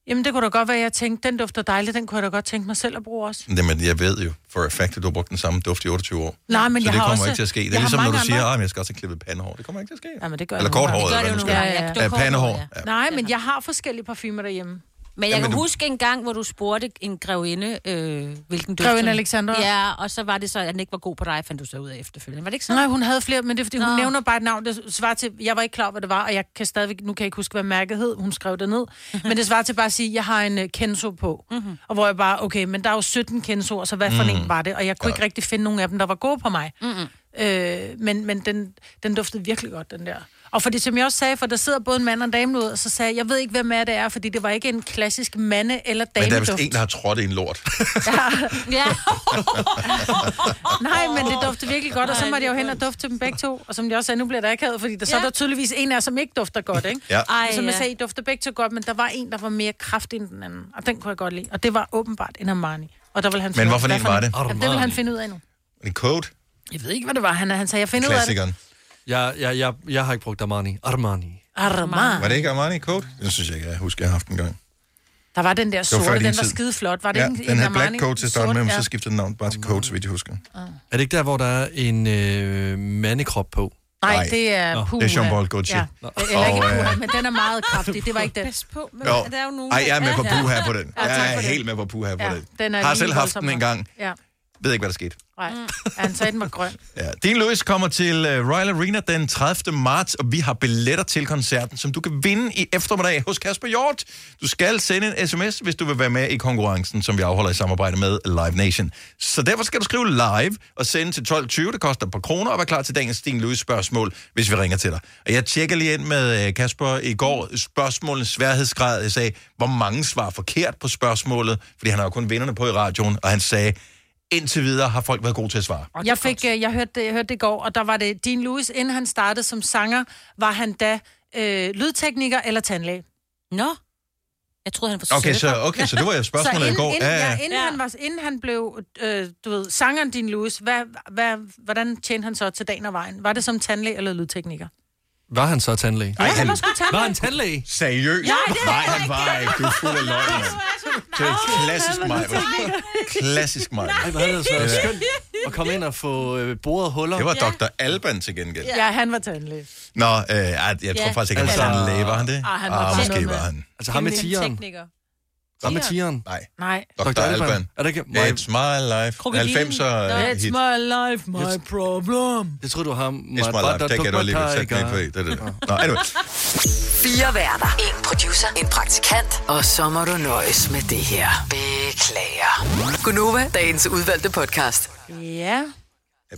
[SPEAKER 4] Jamen, det kunne da godt være, jeg tænkte, den dufter dejligt, den kunne jeg da godt tænke mig selv at bruge også.
[SPEAKER 1] Jamen, jeg ved jo for a fact, at du har brugt den samme duft i 28 år.
[SPEAKER 4] Nej, men
[SPEAKER 1] så
[SPEAKER 4] jeg
[SPEAKER 1] det
[SPEAKER 4] har
[SPEAKER 1] kommer
[SPEAKER 4] også-
[SPEAKER 1] ikke til at ske. Det
[SPEAKER 4] jeg
[SPEAKER 1] er
[SPEAKER 4] har
[SPEAKER 1] ligesom, når du
[SPEAKER 4] mange
[SPEAKER 1] siger,
[SPEAKER 4] andre-
[SPEAKER 1] at jeg skal også have klippet pandehår. Det kommer ikke til at ske.
[SPEAKER 4] Jamen, det gør
[SPEAKER 1] Eller
[SPEAKER 4] jeg nogle
[SPEAKER 1] kort hår,
[SPEAKER 4] gange.
[SPEAKER 1] eller hvad nu skal.
[SPEAKER 4] Ja, ja, ja.
[SPEAKER 1] Øh, Pandehår. Ja.
[SPEAKER 4] Nej, men jeg har forskellige parfumer derhjemme.
[SPEAKER 3] Men jeg
[SPEAKER 1] Jamen,
[SPEAKER 3] kan
[SPEAKER 1] du-
[SPEAKER 3] huske en gang, hvor du spurgte en grevinde, øh, hvilken duft...
[SPEAKER 4] Grevinde
[SPEAKER 3] hun-
[SPEAKER 4] Alexandra?
[SPEAKER 3] Ja, og så var det så, at den ikke var god på dig, fandt du så ud af efterfølgende. Var det ikke sådan?
[SPEAKER 4] Nej, hun havde flere, men det er fordi, hun Nå. nævner bare et navn, der svarer til, jeg var ikke klar, hvad det var, og jeg kan stadigvæk, nu kan jeg ikke huske, hvad mærket hed, hun skrev det ned,
[SPEAKER 3] Mhm.
[SPEAKER 4] men det svarer til bare at sige, jeg har en øh, Kenzo på, mm-hmm. og hvor jeg bare, okay, men der er jo 17 Kenzo'er, så hvad for mm.
[SPEAKER 3] Mhm.
[SPEAKER 4] en var det, og jeg kunne ja. ikke rigtig finde nogen af dem, der var gode på mig, mm-hmm. øh, men, men den, den duftede virkelig godt, den der. Og fordi, som jeg også sagde, for der sidder både en mand og en dame ud, og så sagde jeg, jeg ved ikke, hvem er det er, fordi det var ikke en klassisk mande- eller
[SPEAKER 1] Men der er
[SPEAKER 4] dameduft.
[SPEAKER 1] vist en, der har trådt i en lort.
[SPEAKER 4] Ja. Nej, men det dufter virkelig godt, og så måtte jeg jo hen og dufte til dem begge to. Og som de også sagde, nu bliver der akavet, fordi der, ja. så er der tydeligvis en af jer, som ikke dufter godt, ikke?
[SPEAKER 1] Ja.
[SPEAKER 4] Ej,
[SPEAKER 1] Ej,
[SPEAKER 4] som jeg
[SPEAKER 1] ja.
[SPEAKER 4] sagde, I dufter begge to godt, men der var en, der var mere kraftig end den anden. Og den kunne jeg godt lide. Og det var åbenbart en Armani. Og der vil han
[SPEAKER 1] Men
[SPEAKER 4] finde ud af,
[SPEAKER 1] hvorfor en
[SPEAKER 4] hvad for
[SPEAKER 1] var det?
[SPEAKER 4] Jamen, det vil han finde ud af nu.
[SPEAKER 1] En coat.
[SPEAKER 4] Jeg ved ikke, hvad det var, han, han sagde. Jeg finder ud af det.
[SPEAKER 1] Klassikeren.
[SPEAKER 2] Jeg, jeg, jeg, jeg har ikke brugt Armani. Armani.
[SPEAKER 4] Armani.
[SPEAKER 1] Var det ikke Armani Coat? Den synes jeg ikke, jeg husker, jeg har haft en gang.
[SPEAKER 4] Der var den der
[SPEAKER 1] Det var før
[SPEAKER 4] sorte,
[SPEAKER 1] din
[SPEAKER 4] den var
[SPEAKER 1] tid.
[SPEAKER 4] skide flot. Var det
[SPEAKER 1] ja,
[SPEAKER 4] ikke en-
[SPEAKER 1] den
[SPEAKER 4] en
[SPEAKER 1] her
[SPEAKER 4] Armani?
[SPEAKER 1] Black Coat til at
[SPEAKER 4] Sort,
[SPEAKER 1] starte med, men
[SPEAKER 4] ja.
[SPEAKER 1] så skiftede den navn bare til Coat, så vidt jeg husker.
[SPEAKER 2] Er det ikke der, hvor der er en øh, mandekrop på?
[SPEAKER 4] Nej, det er
[SPEAKER 2] Nå.
[SPEAKER 4] puha.
[SPEAKER 2] Det er Jean-Paul Gaultier.
[SPEAKER 4] Ja.
[SPEAKER 2] Nå.
[SPEAKER 4] Eller ikke
[SPEAKER 2] Og, øh,
[SPEAKER 4] puha, men den er meget kraftig. Det var ikke den. Pas
[SPEAKER 3] på, men
[SPEAKER 1] Jo. Ej, jeg er med på puha på den. Jeg er helt med på puha på
[SPEAKER 4] Ja,
[SPEAKER 1] den.
[SPEAKER 4] den er
[SPEAKER 1] Har
[SPEAKER 4] lige
[SPEAKER 1] selv haft
[SPEAKER 4] voldsom.
[SPEAKER 1] den en gang.
[SPEAKER 4] Ja.
[SPEAKER 1] Ved ikke, hvad der skete.
[SPEAKER 4] Nej. Mm. Han sagde, den var grøn.
[SPEAKER 1] Ja. Dean Lewis kommer til øh, Royal Arena den 30. marts, og vi har billetter til koncerten, som du kan vinde i eftermiddag hos Kasper Hjort. Du skal sende en sms, hvis du vil være med i konkurrencen, som vi afholder i samarbejde med Live Nation. Så derfor skal du skrive live og sende til 12.20. Det koster et par kroner, og vær klar til dagens Dean Lewis spørgsmål, hvis vi ringer til dig. Og jeg tjekker lige ind med øh, Kasper i går spørgsmålens sværhedsgrad. Jeg sagde, hvor mange svarer forkert på spørgsmålet, fordi han har jo kun vinderne på i radioen, og han sagde, indtil videre har folk været gode til at svare.
[SPEAKER 4] Jeg, fik, øh, jeg, hørte det, jeg hørte det i går, og der var det Dean Lewis, inden han startede som sanger, var han da øh, lydtekniker eller tandlæge.
[SPEAKER 3] Nå. Jeg troede, han
[SPEAKER 1] Okay, så- okay, så det var jo spørgsmålet
[SPEAKER 4] så
[SPEAKER 1] i
[SPEAKER 4] inden,
[SPEAKER 1] går.
[SPEAKER 4] Inden,
[SPEAKER 1] Ja, ja.
[SPEAKER 4] ja, inden, ja. Han var, inden han blev, øh, du ved, sangeren Dean Lewis, hvad, hvad, hvordan tjente han så til dagen og vejen? Var det som tandlæge eller lydtekniker?
[SPEAKER 2] Var han så tandlæge?
[SPEAKER 4] Ja, han var sgu tandlæge.
[SPEAKER 2] Var han tandlæge?
[SPEAKER 1] Seriøst?
[SPEAKER 4] Nej, det er
[SPEAKER 1] Nej, han var ikke. Du er fuld af løgn. mand. Det er klassisk
[SPEAKER 2] han var
[SPEAKER 1] mig. Klassisk mig.
[SPEAKER 2] Nej, hvor havde det været skønt at komme ind og få øh, boret huller.
[SPEAKER 1] Det var Dr. Alban til gengæld.
[SPEAKER 4] Ja, han var tandlæge.
[SPEAKER 1] Nå, øh, ej, jeg tror
[SPEAKER 4] Ja.
[SPEAKER 1] faktisk ikke, han var
[SPEAKER 2] Altså-
[SPEAKER 1] sådan læge, var han det?
[SPEAKER 4] Ah, han var
[SPEAKER 1] ah,
[SPEAKER 4] sådan
[SPEAKER 1] måske
[SPEAKER 4] noget
[SPEAKER 1] var
[SPEAKER 4] med-
[SPEAKER 1] han.
[SPEAKER 2] Altså ham med tieren. Ham med tieren.
[SPEAKER 1] Nej.
[SPEAKER 4] Nej.
[SPEAKER 1] Dr. Alban.
[SPEAKER 2] Er det ikke?
[SPEAKER 1] My... It's my life. 90'er hit.
[SPEAKER 4] my life, my problem.
[SPEAKER 2] Jeg tror du har ham.
[SPEAKER 1] It's my life. Det kan du alligevel sætte mig på i. Det er det. Nå, anyway.
[SPEAKER 5] Fire værter. En producer. En praktikant. Og så må du nøjes med det her. Beklager. Gunova, dagens udvalgte podcast.
[SPEAKER 4] Ja.
[SPEAKER 1] Er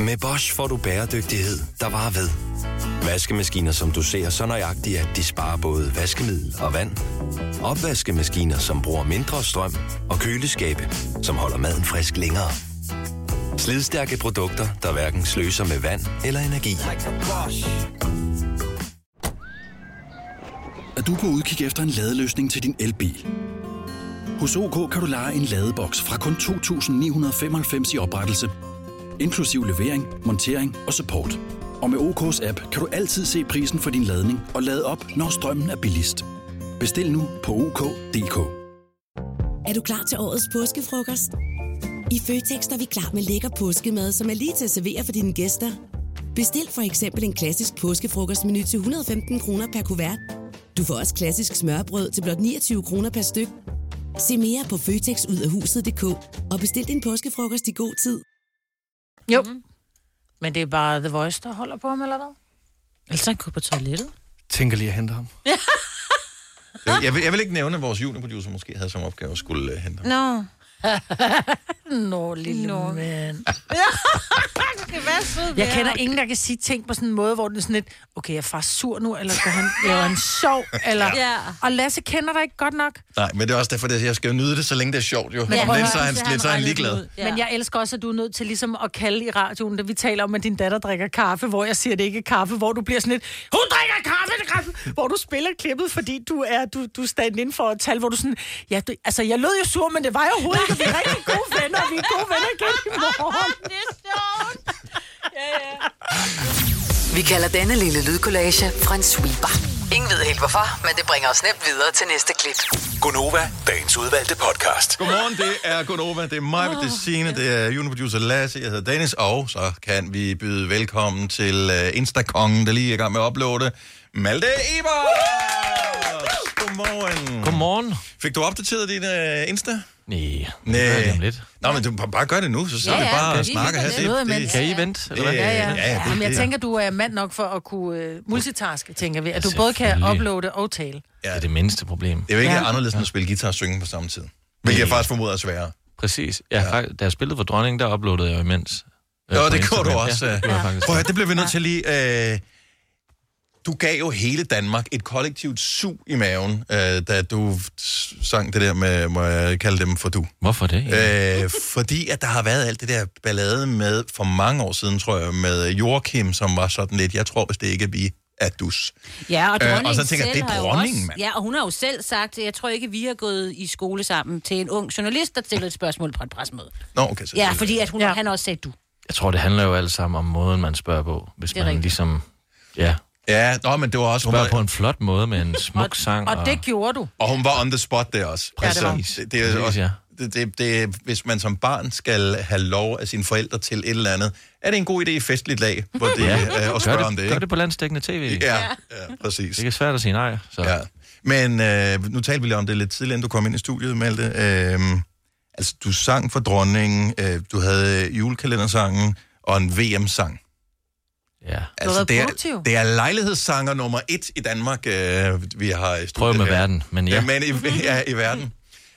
[SPEAKER 12] Med Bosch får du bæredygtighed, der varer ved. Vaskemaskiner, som du ser så nøjagtigt, at de sparer både vaskemiddel og vand. Opvaskemaskiner, som bruger mindre strøm. Og køleskabe, som holder maden frisk længere. Slidstærke produkter, der hverken sløser med vand eller energi.
[SPEAKER 13] Er du på udkig efter en ladeløsning til din elbil? Hos OK kan du lege en ladeboks fra kun 2.995 i oprettelse, inklusiv levering, montering og support. Og med OK's app kan du altid se prisen for din ladning og lade op, når strømmen er billigst. Bestil nu på OK.dk.
[SPEAKER 14] Er du klar til årets påskefrokost? I Føtex er vi klar med lækker påskemad, som er lige til at servere for dine gæster. Bestil for eksempel en klassisk påskefrokostmenu til 115 kroner per kuvert. Du får også klassisk smørbrød til blot 29 kroner per styk. Se mere på føtexudafhuset.dk og bestil din påskefrokost i god tid.
[SPEAKER 4] Jo. Mm. Men det er bare The Voice, der holder på ham, eller hvad?
[SPEAKER 3] Ellers han kunne på toilettet.
[SPEAKER 2] Tænker lige at hente ham.
[SPEAKER 1] Jeg- Jeg vil, jeg vil ikke nævne, at vores juniorproducer måske havde som opgave at skulle uh, hente ham.
[SPEAKER 3] Nå.
[SPEAKER 4] Nå, lille Nå. mand.
[SPEAKER 3] Det var sød,
[SPEAKER 4] Jeg kender ingen, der kan sige ting på sådan en måde, hvor det er sådan lidt, okay, er far sur nu, eller går han, laver han sjov, eller...
[SPEAKER 3] Ja.
[SPEAKER 4] Og Lasse kender dig ikke godt nok.
[SPEAKER 1] Nej, men det er også derfor, at jeg skal jo nyde det, så længe det er sjovt. Jo.
[SPEAKER 4] prøv
[SPEAKER 1] Ja,
[SPEAKER 4] at
[SPEAKER 1] lidt,
[SPEAKER 4] høre,
[SPEAKER 1] så er han,
[SPEAKER 4] så
[SPEAKER 1] lidt, så er han
[SPEAKER 4] regnet
[SPEAKER 1] ligeglad.
[SPEAKER 4] ud. Men jeg elsker også, at du er nødt til ligesom at kalde i radioen, da vi taler om, at din datter drikker kaffe, hvor jeg siger, at det ikke er kaffe, hvor du bliver sådan lidt, hun drikker kaffe, det er kaffe, hvor du spiller klippet, fordi du er, du, du er stand inden for et tal, hvor du sådan, ja, du, altså jeg lød jo sur, men det var jeg overhovedet ikke, og vi er rigtig gode venner, og vi er gode venner igen i morgen.
[SPEAKER 5] Vi kalder denne lille lydkollage en sweeper. Ingen ved helt hvorfor, men det bringer os nemt videre til næste klip.
[SPEAKER 6] Gunova, dagens udvalgte podcast.
[SPEAKER 1] Godmorgen, det er Gunova, det er mig, det er Signe, det er juniorproducer Lasse, jeg hedder Dennis, og så kan vi byde velkommen til uh, Instakongen, der lige er i gang med at uploade, Malte Eber! Godmorgen.
[SPEAKER 16] Godmorgen.
[SPEAKER 1] Fik du opdateret din uh, Insta?
[SPEAKER 16] Nej,
[SPEAKER 1] Nej.
[SPEAKER 16] om lidt.
[SPEAKER 1] Nå, men du bare gør det nu, så sidder
[SPEAKER 4] Ja,
[SPEAKER 1] vi
[SPEAKER 4] ja,
[SPEAKER 1] bare
[SPEAKER 4] vi
[SPEAKER 1] og snakker her.
[SPEAKER 4] hygger lidt. Noget imens.
[SPEAKER 1] det-
[SPEAKER 4] Kan I vente,
[SPEAKER 1] det- ja, ja, det-
[SPEAKER 4] Jamen, jeg
[SPEAKER 1] det-
[SPEAKER 4] tænker, du er mand nok for at kunne uh, multitaske, tænker vi, at du
[SPEAKER 1] Ja,
[SPEAKER 4] både kan
[SPEAKER 1] selvfølgelig.
[SPEAKER 4] uploade og tale.
[SPEAKER 1] Ja. Det
[SPEAKER 16] er det mindste problem.
[SPEAKER 1] Det er jo ikke
[SPEAKER 4] Ja.
[SPEAKER 1] ja. anderledes end at spille guitar og synge på samme tid. Hvilket jeg faktisk formoder er sværere.
[SPEAKER 16] Præcis. Jeg, ja. da jeg spillede for dronningen, der uploadede jeg jo imens. øh,
[SPEAKER 1] Nå,
[SPEAKER 16] på
[SPEAKER 1] det
[SPEAKER 16] Instagram.
[SPEAKER 1] gjorde du også.
[SPEAKER 16] Ja,
[SPEAKER 1] Ja.
[SPEAKER 16] det gjorde jeg faktisk.
[SPEAKER 1] Prøv at høre, det bliver vi nødt til lige... Øh, du gav jo hele Danmark et kollektivt sug i maven, øh, da du s- sang det der med, må jeg kalde dem for du.
[SPEAKER 16] Hvorfor det?
[SPEAKER 1] Øh, fordi at der har været alt det der ballade med, for mange år siden, tror jeg, med Joachim, som var sådan lidt, jeg tror, hvis det ikke er vi, er dus.
[SPEAKER 3] Ja, og dronningen
[SPEAKER 1] Øh, og så tænker jeg,
[SPEAKER 3] selv
[SPEAKER 1] det er
[SPEAKER 3] har jo
[SPEAKER 1] dronningen,
[SPEAKER 3] også,
[SPEAKER 1] mand.
[SPEAKER 3] Ja, og hun har jo selv sagt, jeg tror ikke, vi har gået i skole sammen til en ung journalist, der stillede et spørgsmål på et presmøde.
[SPEAKER 1] Nå, okay, så
[SPEAKER 3] Ja, fordi at hun, ja. han også sagde du.
[SPEAKER 16] Jeg tror, det handler jo alt sammen om måden, man spørger på. Hvis
[SPEAKER 3] Det er
[SPEAKER 16] man
[SPEAKER 3] rigtigt.
[SPEAKER 16] ligesom... Ja.
[SPEAKER 1] Ja, nå, men det var også...
[SPEAKER 16] Spørger på en flot måde med en smuk sang.
[SPEAKER 4] Og det gjorde du.
[SPEAKER 1] Og hun var on the spot der også.
[SPEAKER 16] Præcis.
[SPEAKER 1] Altså, det, det er
[SPEAKER 16] Præcis,
[SPEAKER 1] også,
[SPEAKER 16] ja.
[SPEAKER 1] det, det, det, hvis man som barn skal have lov af sine forældre til et eller andet, er det en god idé i festligt lag, hvor det, ja. øh, at spørge
[SPEAKER 16] gør
[SPEAKER 1] om det.
[SPEAKER 16] det,
[SPEAKER 1] Ikke?
[SPEAKER 16] gør det på landsdækkende tv.
[SPEAKER 1] Ja, ja, præcis.
[SPEAKER 16] Det er svært at sige nej. Så.
[SPEAKER 1] Ja. Men øh, nu talte vi lige om det lidt tidligere, inden du kom ind i studiet, Malte. Øh, altså, du sang for dronningen, øh, du havde julekalendersangen og en VM-sang.
[SPEAKER 16] Ja.
[SPEAKER 1] Altså, det er, det er lejlighedssanger nummer et i Danmark, øh, vi har i studiet
[SPEAKER 16] Prøv med
[SPEAKER 1] her.
[SPEAKER 16] verden, men ja.
[SPEAKER 1] men i, ja, i verden.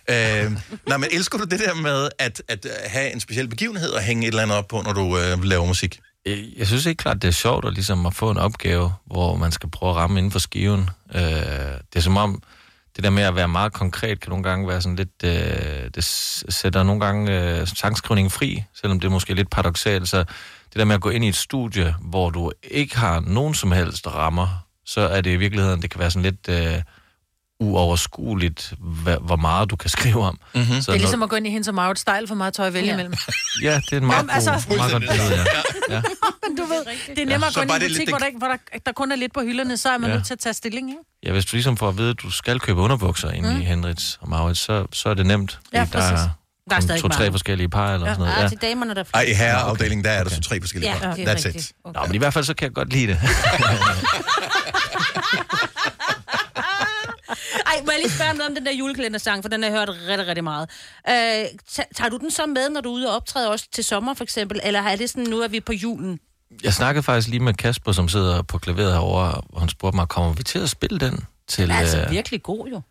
[SPEAKER 1] Øh, nej, men elsker du det der med at, at have en speciel begivenhed og hænge et eller andet op på, når du øh, laver musik?
[SPEAKER 16] Øh, Jeg synes ikke klart, det er sjovt at, ligesom at få en opgave, hvor man skal prøve at ramme inden for skiven. Øh, det er som om, det der med at være meget konkret, kan nogle gange være sådan lidt... Øh, det s- sætter nogle gange øh, sangskrivningen fri, selvom det er måske lidt paradoxalt. Så det der med at gå ind i et studie, hvor du ikke har nogen som helst rammer, så er det i virkeligheden, det kan være sådan lidt... Øh, uoverskueligt, hva, hvor meget du kan skrive om. Mm-hmm. Så
[SPEAKER 4] Det er ligesom at gå ind i hendes og Maud stejl for meget tøj at vælge ja. imellem.
[SPEAKER 16] Ja, det er en meget,
[SPEAKER 4] Jamen, altså-
[SPEAKER 16] god, meget godt billede, ja. ja.
[SPEAKER 4] Men du ved, det er nemmere at
[SPEAKER 16] Så
[SPEAKER 4] gå ind i
[SPEAKER 16] var
[SPEAKER 4] en
[SPEAKER 16] det lidt
[SPEAKER 4] butik,
[SPEAKER 16] det-
[SPEAKER 4] hvor, der, ikke- hvor der, der kun er lidt på hylderne, så er man
[SPEAKER 16] Ja.
[SPEAKER 4] nødt til at tage stilling, ikke?
[SPEAKER 16] Ja, hvis du ligesom får at vide, at du skal købe underbukser ind
[SPEAKER 4] Mm.
[SPEAKER 16] i Henrits og Maurits, så, så er det nemt.
[SPEAKER 3] Ja,
[SPEAKER 16] fordi der
[SPEAKER 3] præcis.
[SPEAKER 16] er,
[SPEAKER 3] Der er
[SPEAKER 16] kun
[SPEAKER 3] stadig
[SPEAKER 16] to-tre
[SPEAKER 3] mange.
[SPEAKER 16] forskellige par eller
[SPEAKER 3] Ja.
[SPEAKER 16] sådan noget.
[SPEAKER 3] Ah,
[SPEAKER 16] Ja.
[SPEAKER 3] til damerne, der er
[SPEAKER 1] Ej,
[SPEAKER 3] flere.
[SPEAKER 1] i herreafdelingen, der er der så tre forskellige
[SPEAKER 3] Ja,
[SPEAKER 1] par.
[SPEAKER 3] det er
[SPEAKER 1] That's
[SPEAKER 3] rigtigt.
[SPEAKER 1] it.
[SPEAKER 16] Nå, men i hvert fald så kan jeg godt lide det.
[SPEAKER 3] Ej, må jeg lige spørge om noget om den der julekalendersang, for den har jeg hørt rigtig, rigtig meget. Øh, ta- tager du den så med, når du er ude og optræde også til sommer, for eksempel? Eller er det sådan, nu er vi på julen?
[SPEAKER 16] Jeg snakkede faktisk lige med Kasper, som sidder på klaveret herovre, og han spurgte mig, kommer vi til at spille den? Til,
[SPEAKER 3] Den er altså
[SPEAKER 16] øh,
[SPEAKER 3] virkelig god, jo.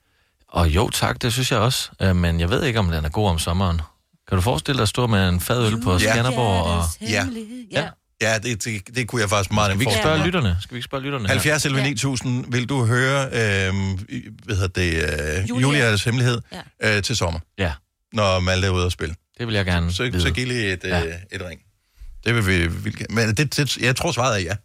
[SPEAKER 16] og jo tak, det synes jeg også, øh, men jeg ved ikke, om den er god om sommeren. Kan du forestille dig at stå med en fadøl på Skanderborg? Og...
[SPEAKER 1] Ja.
[SPEAKER 3] Ja,
[SPEAKER 1] ja det, det, det kunne jeg faktisk meget
[SPEAKER 16] Skal vi ikke
[SPEAKER 1] forestille
[SPEAKER 16] spørge
[SPEAKER 1] mig.
[SPEAKER 16] lytterne? Skal vi ikke spørge lytterne her?
[SPEAKER 1] 70 eller 9000, vil du høre øh, hvad hedder det, øh,
[SPEAKER 16] Julia.
[SPEAKER 1] Julias hemmelighed ja. øh, til sommer?
[SPEAKER 16] Ja.
[SPEAKER 1] Når Malte er ude at spille.
[SPEAKER 16] Det vil jeg gerne
[SPEAKER 1] Så, så
[SPEAKER 16] vide.
[SPEAKER 1] giv lige et, øh,
[SPEAKER 16] Ja.
[SPEAKER 1] et ring. Det vil vi vildt gerne. Men det, det, jeg tror svaret er ja.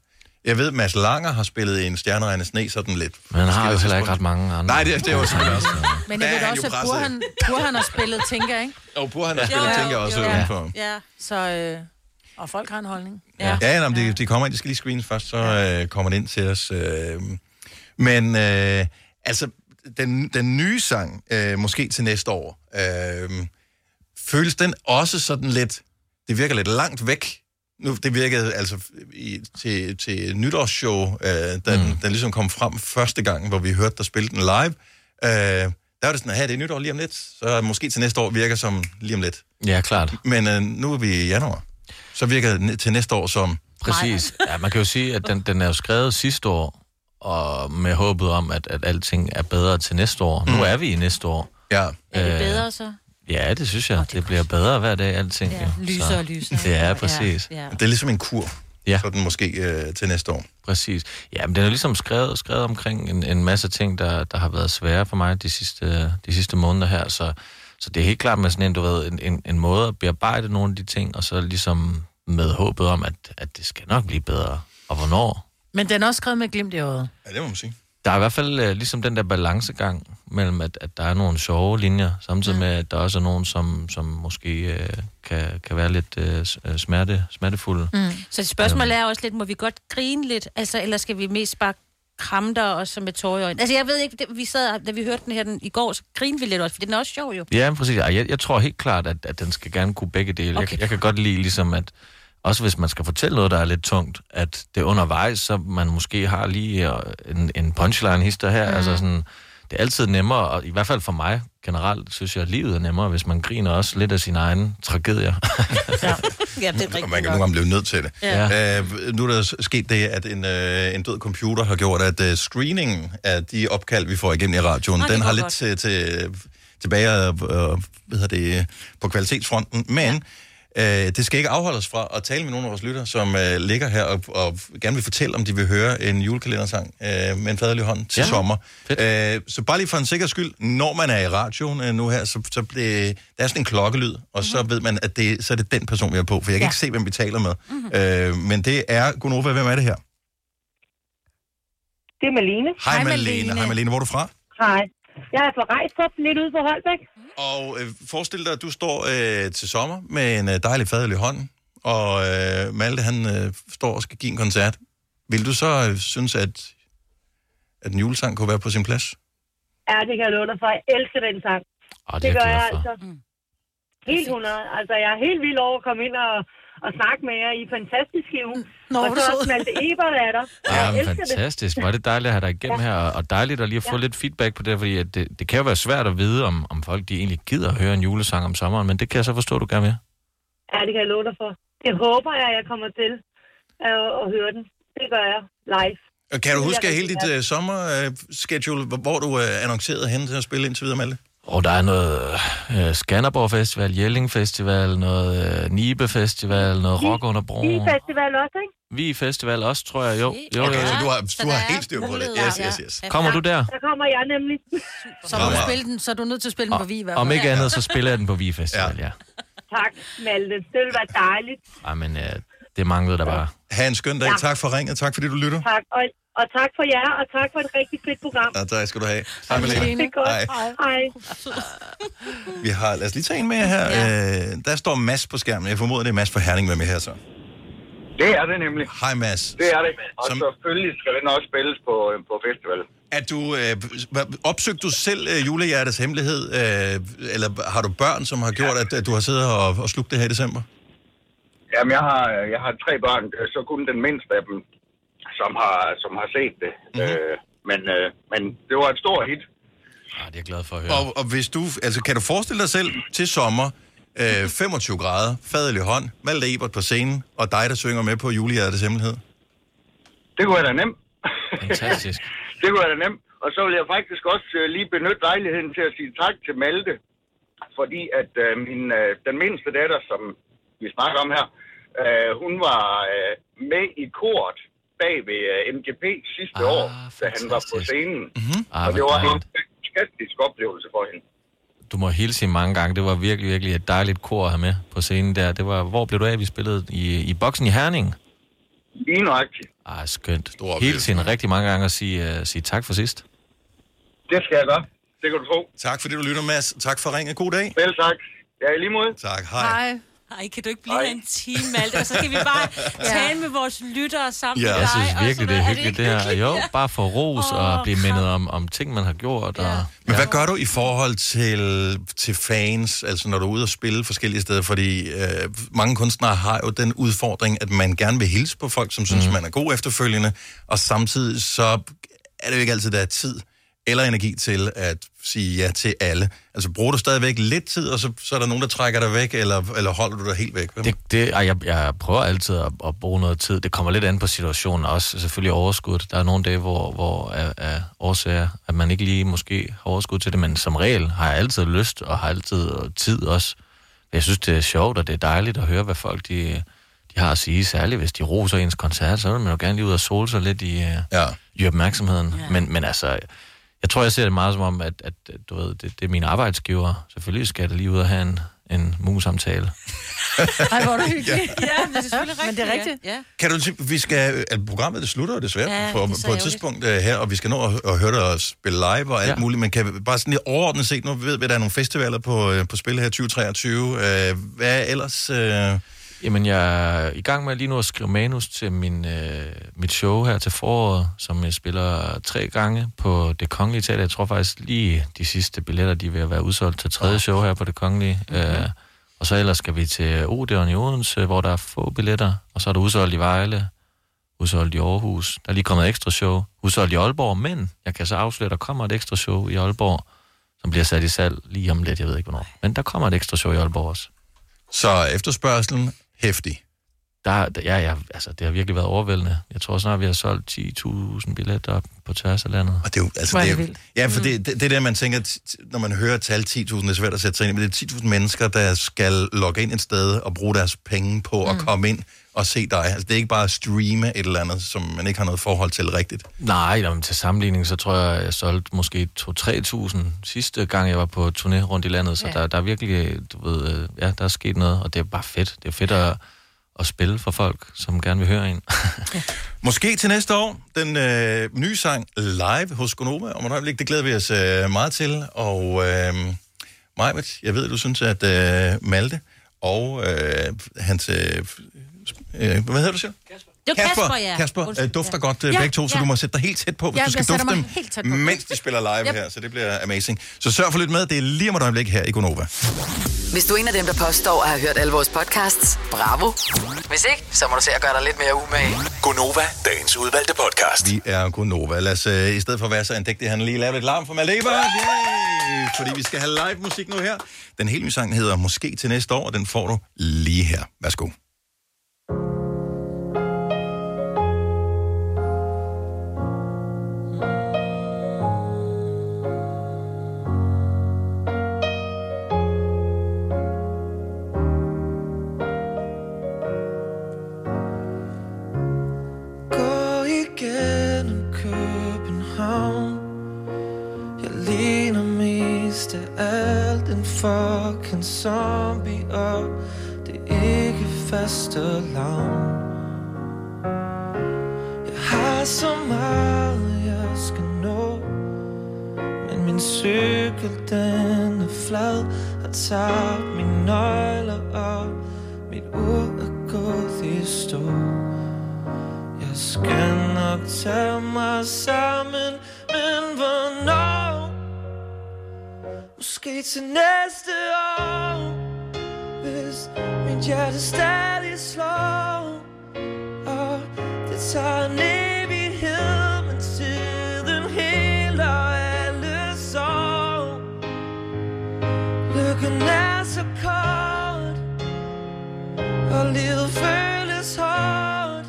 [SPEAKER 1] Jeg ved, Mads Langer har spillet en stjerneregne sne sådan lidt.
[SPEAKER 16] Men han har jo
[SPEAKER 1] forskellige
[SPEAKER 16] heller ikke
[SPEAKER 1] tidspunkter.
[SPEAKER 16] ret mange andre.
[SPEAKER 1] Nej, det, det er jo selvfølgelig også.
[SPEAKER 4] Men
[SPEAKER 1] Der
[SPEAKER 4] jeg ved
[SPEAKER 1] er
[SPEAKER 4] da
[SPEAKER 1] han
[SPEAKER 4] også,
[SPEAKER 1] jo
[SPEAKER 4] at
[SPEAKER 1] presset.
[SPEAKER 4] Burhan, Burhan har spillet, tænker, ikke?
[SPEAKER 1] Og Burhan har spillet, tænker jeg også
[SPEAKER 4] jo.
[SPEAKER 1] udenfor.
[SPEAKER 4] Ja, så... Øh, og folk har en holdning.
[SPEAKER 1] Ja, ja jamen, de, de kommer ind, de skal lige screens først, så øh, kommer det ind til os. Øh. Men øh, altså, den, den nye sang, øh, måske til næste år, øh, føles den også sådan lidt, det virker lidt langt væk. Nu, det virkede altså i, til, til nytårsshow, øh, da den, mm. den ligesom kom frem første gang, hvor vi hørte dig spille den live. Øh, der var det sådan, at hey, det er nytår lige om lidt, så måske til næste år virker som lige om lidt.
[SPEAKER 16] Ja, klart.
[SPEAKER 1] Men øh, nu er vi i januar. Så virker det til næste år som...
[SPEAKER 16] Præcis. Ja, man kan jo sige, at den, den er jo skrevet sidste år, og med håbet om, at, at alting er bedre til næste år. Mm. Nu er vi i næste år. Øh,
[SPEAKER 1] Ja.
[SPEAKER 3] Er det bedre så?
[SPEAKER 16] Ja, det synes jeg. det, bliver bedre hver dag, alting.
[SPEAKER 3] Ja,
[SPEAKER 16] jo.
[SPEAKER 3] lysere
[SPEAKER 16] Så-
[SPEAKER 3] og lysere.
[SPEAKER 16] Ja, præcis.
[SPEAKER 3] Ja, ja.
[SPEAKER 1] Det er ligesom en kur,
[SPEAKER 16] ja.
[SPEAKER 1] så den måske øh, til næste år.
[SPEAKER 16] Præcis. Ja, men den er ligesom skrevet, skrevet omkring en, en masse ting, der, der har været svære for mig de sidste, de sidste måneder her, så, så det er helt klart med sådan en, du ved, en, en, en måde at bearbejde nogle af de ting, og så ligesom med håbet om, at, at det skal nok blive bedre. Og hvornår?
[SPEAKER 4] Men den er også skrevet med et glimt i øjet.
[SPEAKER 1] Ja, det må man sige.
[SPEAKER 16] Der er i hvert fald øh, ligesom den der balancegang mellem, at, at der er nogle sjove linjer, samtidig med, at der også er nogen, som, som måske øh, kan, kan være lidt øh, s- øh, smerte, smertefulde. Mm.
[SPEAKER 3] Så spørgsmålet er også lidt, må vi godt grine lidt? Altså, eller skal vi mest bare kramme dig også med tårer i øjnene? Altså, jeg ved ikke, det, vi sad, da vi hørte den her den, i går, så grinede vi lidt også, for den er også sjov jo.
[SPEAKER 16] Ja, men præcis. Ej, Jeg, jeg tror helt klart, at, at den skal gerne kunne begge dele. Okay. Jeg, jeg kan godt lide ligesom, at også hvis man skal fortælle noget, der er lidt tungt, at det er undervejs, så man måske har lige øh, en, en punchline-hister her. Mm. Altså sådan, det er altid nemmere, og i hvert fald for mig generelt, synes jeg, at livet er nemmere, hvis man griner også lidt af sine egne tragedier.
[SPEAKER 3] ja, det er
[SPEAKER 1] Og man kan nogle gange blive nødt til det.
[SPEAKER 16] Ja.
[SPEAKER 1] Øh, nu er der s- sket det, at en, øh, en død computer har gjort, at øh, screeningen af de opkald, vi får igennem i radioen,
[SPEAKER 16] Nå,
[SPEAKER 1] oh,
[SPEAKER 16] det
[SPEAKER 1] den
[SPEAKER 16] går
[SPEAKER 1] har lidt
[SPEAKER 16] godt.
[SPEAKER 1] til, til, tilbage øh, hvad hedder det, øh, på kvalitetsfronten. Men ja. øh, det skal ikke afholde os fra at tale med nogle af vores lytter, som øh, ligger her og, og gerne vil fortælle, om de vil høre en julekalendersang øh, med en faderlig hånd til
[SPEAKER 16] Ja.
[SPEAKER 1] ja. sommer. Øh, så bare lige for en sikker skyld, når man er i radioen øh, nu her, så, så det, der er sådan en klokkelyd, og mm-hmm. så ved man, at det, så er det den person, vi er på, for jeg kan ja.
[SPEAKER 17] Ja.
[SPEAKER 1] ikke se, hvem vi taler med. Mm-hmm. Øh, men det er, Gunova, hvem er det her?
[SPEAKER 17] Det er Malene.
[SPEAKER 1] Hej Malene. Hej Malene, hvor er du fra?
[SPEAKER 17] Hej. Jeg er fra Rejstrup, lidt ude på Holbæk.
[SPEAKER 1] Og øh, forestil dig, at du står øh, til sommer med en øh, dejlig faderlig hånd, og øh, Malte, han øh, står og skal give en koncert. Vil du så øh, synes, at, at en julesang kunne være på sin plads?
[SPEAKER 17] Ja, det kan jeg love dig for. Jeg elsker den sang.
[SPEAKER 16] Arh,
[SPEAKER 1] det er jeg glad for.
[SPEAKER 17] altså. Helt 100. Altså, jeg er helt vild over at komme ind og, og snakke med jer. I er fantastisk hive. Nå, og
[SPEAKER 16] hvor
[SPEAKER 17] så
[SPEAKER 16] sød.
[SPEAKER 17] også Malte Ebert er der.
[SPEAKER 16] Ja,
[SPEAKER 17] jeg
[SPEAKER 16] men
[SPEAKER 17] elsker
[SPEAKER 16] fantastisk. Var det dejligt at have dig igennem
[SPEAKER 17] Ja.
[SPEAKER 16] her, og- og dejligt at lige at få
[SPEAKER 17] Ja.
[SPEAKER 16] lidt feedback på det, fordi at det, det kan jo være svært at vide, om, om folk de egentlig gider at høre en julesang om sommeren, men det kan jeg så forstå, du gerne vil.
[SPEAKER 17] det. Ja, det kan jeg love dig for. Det håber jeg, jeg kommer til at, at høre den. Det gør jeg live.
[SPEAKER 1] Og Øh, Kan du
[SPEAKER 17] Det
[SPEAKER 1] huske
[SPEAKER 17] vil jeg
[SPEAKER 1] hele
[SPEAKER 17] rigtig
[SPEAKER 1] dit uh, sommerschedule, hvor hvor du uh, annoncerede hen til at spille indtil videre, Malte?
[SPEAKER 16] Og der er noget øh, Skanderborg Festival, Jelling Festival, noget øh, Nibe Festival, noget Rock under
[SPEAKER 17] I
[SPEAKER 16] broen.
[SPEAKER 17] festival også, ikke?
[SPEAKER 16] Vi Festival også, tror jeg. Jo, jo, jo.
[SPEAKER 1] Okay, så du har-
[SPEAKER 17] Så du har der helt styr på det. Yes, yes, yes.
[SPEAKER 16] Kommer du der?
[SPEAKER 17] Der kommer jeg nemlig.
[SPEAKER 4] Så, må du spille den, så er du nødt til at spille den på vi i hvert fald.
[SPEAKER 16] Om ikke andet, så spiller jeg den på Vi Festival, ja.
[SPEAKER 17] Tak, Malte. Det ville være dejligt.
[SPEAKER 16] Ej, men øh, det manglede der bare.
[SPEAKER 1] Ha' en skøn dag.
[SPEAKER 17] Ja.
[SPEAKER 1] Tak for ringet. Tak fordi du lytter.
[SPEAKER 17] Tak. Og, og tak for jer, og tak for et rigtig fedt program.
[SPEAKER 1] Ja, tak skal du have. Hej,
[SPEAKER 17] Det
[SPEAKER 1] Malene.
[SPEAKER 17] er godt.
[SPEAKER 1] Hej.
[SPEAKER 17] Hej.
[SPEAKER 1] Vi har, lad os lige tage en med her. Ja. Øh, der står Mads på skærmen. Jeg formoder, det er Mads fra Herning, der er med her så.
[SPEAKER 18] Det er det nemlig.
[SPEAKER 1] Hej Mads.
[SPEAKER 18] Det er det. Og Som... selvfølgelig skal den også spilles på, øh, på festival.
[SPEAKER 1] At du, øh, hva- opsøgte du selv øh, julehjertets hemmelighed, øh, eller har du børn, som har gjort, at, at du har siddet og, og slugt det her i december?
[SPEAKER 18] Jamen, jeg har, jeg har tre børn, øh, så kun den mindste af dem, som har, som har set det. Mm-hmm. Øh, men, øh, men det var et stort hit.
[SPEAKER 16] Ja, Ah, det er jeg glad for at
[SPEAKER 1] høre. Og, og hvis du, altså, kan du forestille dig selv til sommer, øh, 25 grader, fadelig hånd, Malte Ebert på scenen, og dig, der synger med på julehjertets hemmelighed?
[SPEAKER 18] Det kunne jeg da nemt.
[SPEAKER 16] Fantastisk.
[SPEAKER 18] det kunne jeg da nemt. Og så vil jeg faktisk også øh, lige benytte lejligheden til at sige tak til Malte, fordi at øh, min, øh, den mindste datter, som vi snakker om her, øh, hun var øh, med i kort bag ved øh, MGP sidste ah, år, da han var på scenen. Mm-hmm.
[SPEAKER 16] Ah,
[SPEAKER 18] og det
[SPEAKER 16] hvor
[SPEAKER 18] var en
[SPEAKER 16] dejligt.
[SPEAKER 18] fantastisk oplevelse for hende.
[SPEAKER 16] Du må hilse hende mange gange. Det var virkelig, virkelig et dejligt kor at have med på scenen der. Det var, hvor blev du af, vi spillede i, i boksen i Herning?
[SPEAKER 18] Lige nøjagtigt.
[SPEAKER 16] Ah, skønt. Hils hende rigtig mange gange og sige, uh, sige tak for sidst.
[SPEAKER 18] Det skal jeg gøre. Det kan du tro.
[SPEAKER 1] Tak fordi du lytter, Mads. Tak for ringen. God dag.
[SPEAKER 18] Vel tak. Ja, i lige måde.
[SPEAKER 1] Tak. Hej.
[SPEAKER 3] Hej. Hej, kan du ikke blive her en time, Malte? Og så skal vi bare tale med vores lyttere sammen med
[SPEAKER 16] Ja,
[SPEAKER 3] dig.
[SPEAKER 16] jeg synes
[SPEAKER 3] og
[SPEAKER 16] virkelig,
[SPEAKER 3] sådan
[SPEAKER 16] det er
[SPEAKER 3] noget.
[SPEAKER 16] hyggeligt, det,
[SPEAKER 3] ikke
[SPEAKER 16] her. Jo, bare for ros
[SPEAKER 3] Åh,
[SPEAKER 16] og blive mindet om, om ting, man har gjort. Ja. Og,
[SPEAKER 1] Men hvad gør du i forhold til, til fans, altså når du er ude og spille forskellige steder? Fordi øh, mange kunstnere har jo den udfordring, at man gerne vil hilse på folk, som synes, mm. man er god efterfølgende, og samtidig så er det jo ikke altid, der er tid eller energi til at sige ja til alle. Altså bruger du stadigvæk lidt tid, og så, så er der nogen, der trækker dig væk, eller, eller holder du dig helt væk? Hvem?
[SPEAKER 16] det, det, ej, jeg, jeg prøver altid at, at bruge noget tid. Det kommer lidt an på situationen også. Selvfølgelig overskud. Der er nogle dage, hvor, hvor af, af årsager, at man ikke lige måske har overskud til det, men som regel har jeg altid lyst og har altid tid også. Jeg synes, det er sjovt, og det er dejligt at høre, hvad folk de, de har at sige, særligt hvis de roser ens koncert, så vil man jo gerne lige ud og sole sig lidt i, øh,
[SPEAKER 1] ja.
[SPEAKER 16] i opmærksomheden. Ja. Men, men altså, jeg tror, jeg ser det meget som om, at, at at, du ved, det, det er mine arbejdsgiver. Selvfølgelig skal jeg da lige ud og have en, en musamtale.
[SPEAKER 4] Ej, hvor er du hyggelig.
[SPEAKER 3] Ja, men det er selvfølgelig rigtigt.
[SPEAKER 4] Men det er rigtigt.
[SPEAKER 3] Ja.
[SPEAKER 1] Kan du sige, vi skal, at programmet det slutter jo desværre
[SPEAKER 3] Ja,
[SPEAKER 1] ja,
[SPEAKER 3] det
[SPEAKER 1] på,
[SPEAKER 3] er
[SPEAKER 1] det
[SPEAKER 3] så
[SPEAKER 1] på et
[SPEAKER 3] ærgerligt.
[SPEAKER 1] tidspunkt uh, her, og vi skal nå at, at høre dig spille live og alt ja.
[SPEAKER 16] Ja.
[SPEAKER 1] muligt, men kan bare sådan lidt overordnet set, nu ved vi, at der er nogle festivaler på, øh, på spil her i 2023. Uh, hvad ellers? Uh,
[SPEAKER 16] Jamen, jeg er i gang med lige nu at skrive manus til min, øh, mit show her til foråret, som jeg spiller tre gange på Det Kongelige Teater. Jeg tror faktisk lige de sidste billetter, de er ved at være udsolgt til tredje show her på Det Kongelige. Øh, og så ellers skal vi til Odeon i Odense, hvor der er få billetter, og så er der udsolgt i Vejle, udsolgt i Aarhus. Der er lige kommet et ekstra show, udsolgt i Aalborg, men jeg kan så afsløre, at der kommer et ekstra show i Aalborg, som bliver sat i salg lige om lidt, jeg ved ikke hvornår. Men der kommer et ekstra show i Aalborg også.
[SPEAKER 1] så efterspørgselen, hæftig.
[SPEAKER 16] Der, der- ja, ja, altså, det har virkelig været overvældende. Jeg tror snart, vi har solgt 10.000 billetter på tværs af landet.
[SPEAKER 1] Og det er jo, altså, det Mm. er, jo- ja, for det, det, det er der, man tænker, t- t- når man hører tal 10.000, det er svært at sætte sig ind i, men det er 10.000 mennesker, der skal logge ind et sted og bruge deres penge på at komme ind og se dig. Altså, det er ikke bare at streame et eller andet, som man ikke har noget forhold til rigtigt.
[SPEAKER 16] Nej, jamen, til sammenligning, så tror jeg, jeg solgte måske 2-3.000 sidste gang, jeg var på turné rundt i landet. Så
[SPEAKER 2] Ja.
[SPEAKER 16] ja. der, der er virkelig, du ved, øh, ja, der er sket noget, og det er bare fedt. Det er fedt at, at spille for folk, som gerne vil høre en.
[SPEAKER 1] Måske til næste år, den øh, nye sang live hos Gonova. Om et øjeblik, det glæder vi os øh, meget til. Og øh, Majbet, jeg ved, du synes, at øh, Malte og øh, hans... Øh, øh, hvad hedder du, siger? Kasper.
[SPEAKER 3] Det var Kasper, ja.
[SPEAKER 1] Kasper
[SPEAKER 3] Undskyld,
[SPEAKER 1] øh, dufter
[SPEAKER 3] ja.
[SPEAKER 1] godt øh,
[SPEAKER 3] Ja,
[SPEAKER 1] begge to, så
[SPEAKER 3] ja.
[SPEAKER 1] du må sætte dig helt tæt på, hvis
[SPEAKER 3] Ja,
[SPEAKER 1] du
[SPEAKER 3] jeg
[SPEAKER 1] skal
[SPEAKER 3] sætter
[SPEAKER 1] dufte
[SPEAKER 3] mig
[SPEAKER 1] dem,
[SPEAKER 3] helt tæt på.
[SPEAKER 1] mens de spiller live
[SPEAKER 5] Yep.
[SPEAKER 1] her, så det bliver amazing. Så sørg for at lytte med, det er lige om et øjeblik her i Gonova.
[SPEAKER 5] Hvis du er en af dem, der påstår at have hørt alle vores podcasts, bravo. Hvis ikke, så må du se at gøre dig lidt mere umage.
[SPEAKER 6] Gonova, dagens udvalgte podcast.
[SPEAKER 1] Vi er Gonova. Lad os øh, i stedet for at være så andægtige, han lige lave lidt larm for Maleba. Yay! Fordi vi skal have live musik nu her. Den helt nye sang hedder Måske til næste år, og den får du lige her. Værsgo.
[SPEAKER 19] Gå igennem København Jeg ligner mest af alt en fucking zombie Og det er ikke faste lavn Jeg har så meget jeg skal nå Men min cykel den er flad Har tabt mine nøgler op Mit ur er gået i stå jeg skal nok tage mig sammen, men hvornår? Måske til næste år, hvis mit hjerte stadig slår. Og det tager en evighed, men tiden heler alle sorg. Lykken er så kort, og livet føles hårdt.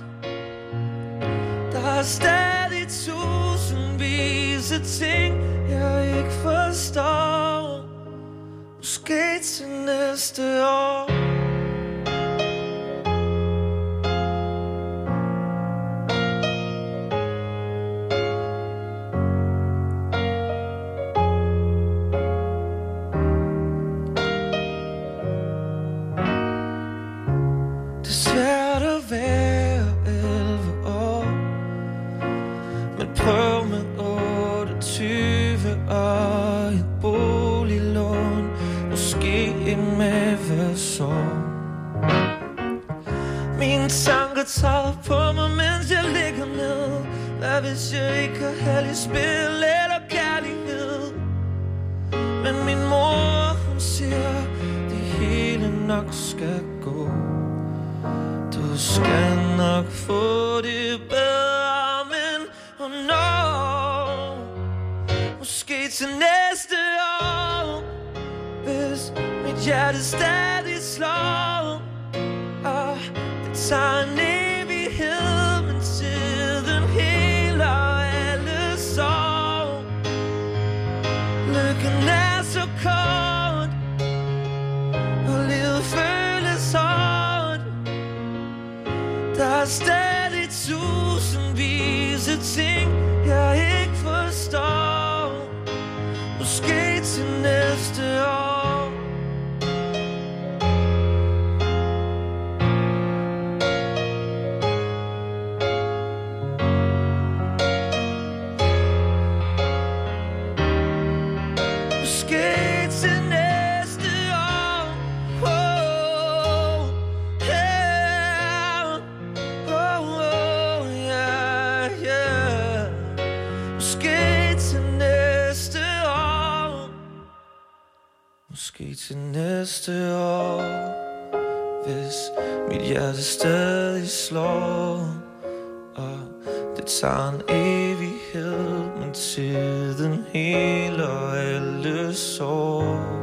[SPEAKER 19] Der er stadig tusindvis af ting, jeg ikke forstår Måske til næste år Det er svært at være 11 år men prøv med 28 og et boliglån Måske en mavesår Mine tanker tager på mig, mens jeg ligger ned Hvad hvis jeg ikke har held i spil eller kærlighed Men min mor, hun siger, det hele nok skal gå du skal nok få det bedre, men hvornår? Måske til næste år, hvis mit hjerte stadig slår. Og det tager en evighed, men tiden heler alle sorg. Lykken er så kort, og livet føles hårdt. Der er stadig tusindvis af ting, jeg ikke forstår Måske til næste år Måske til næste år oh, yeah. Oh, oh, yeah, yeah. Måske til næste år. Måske til næste år. Hvis mit hjerte stadig slår. Og det tager en evighed, men tiden heler alle sår.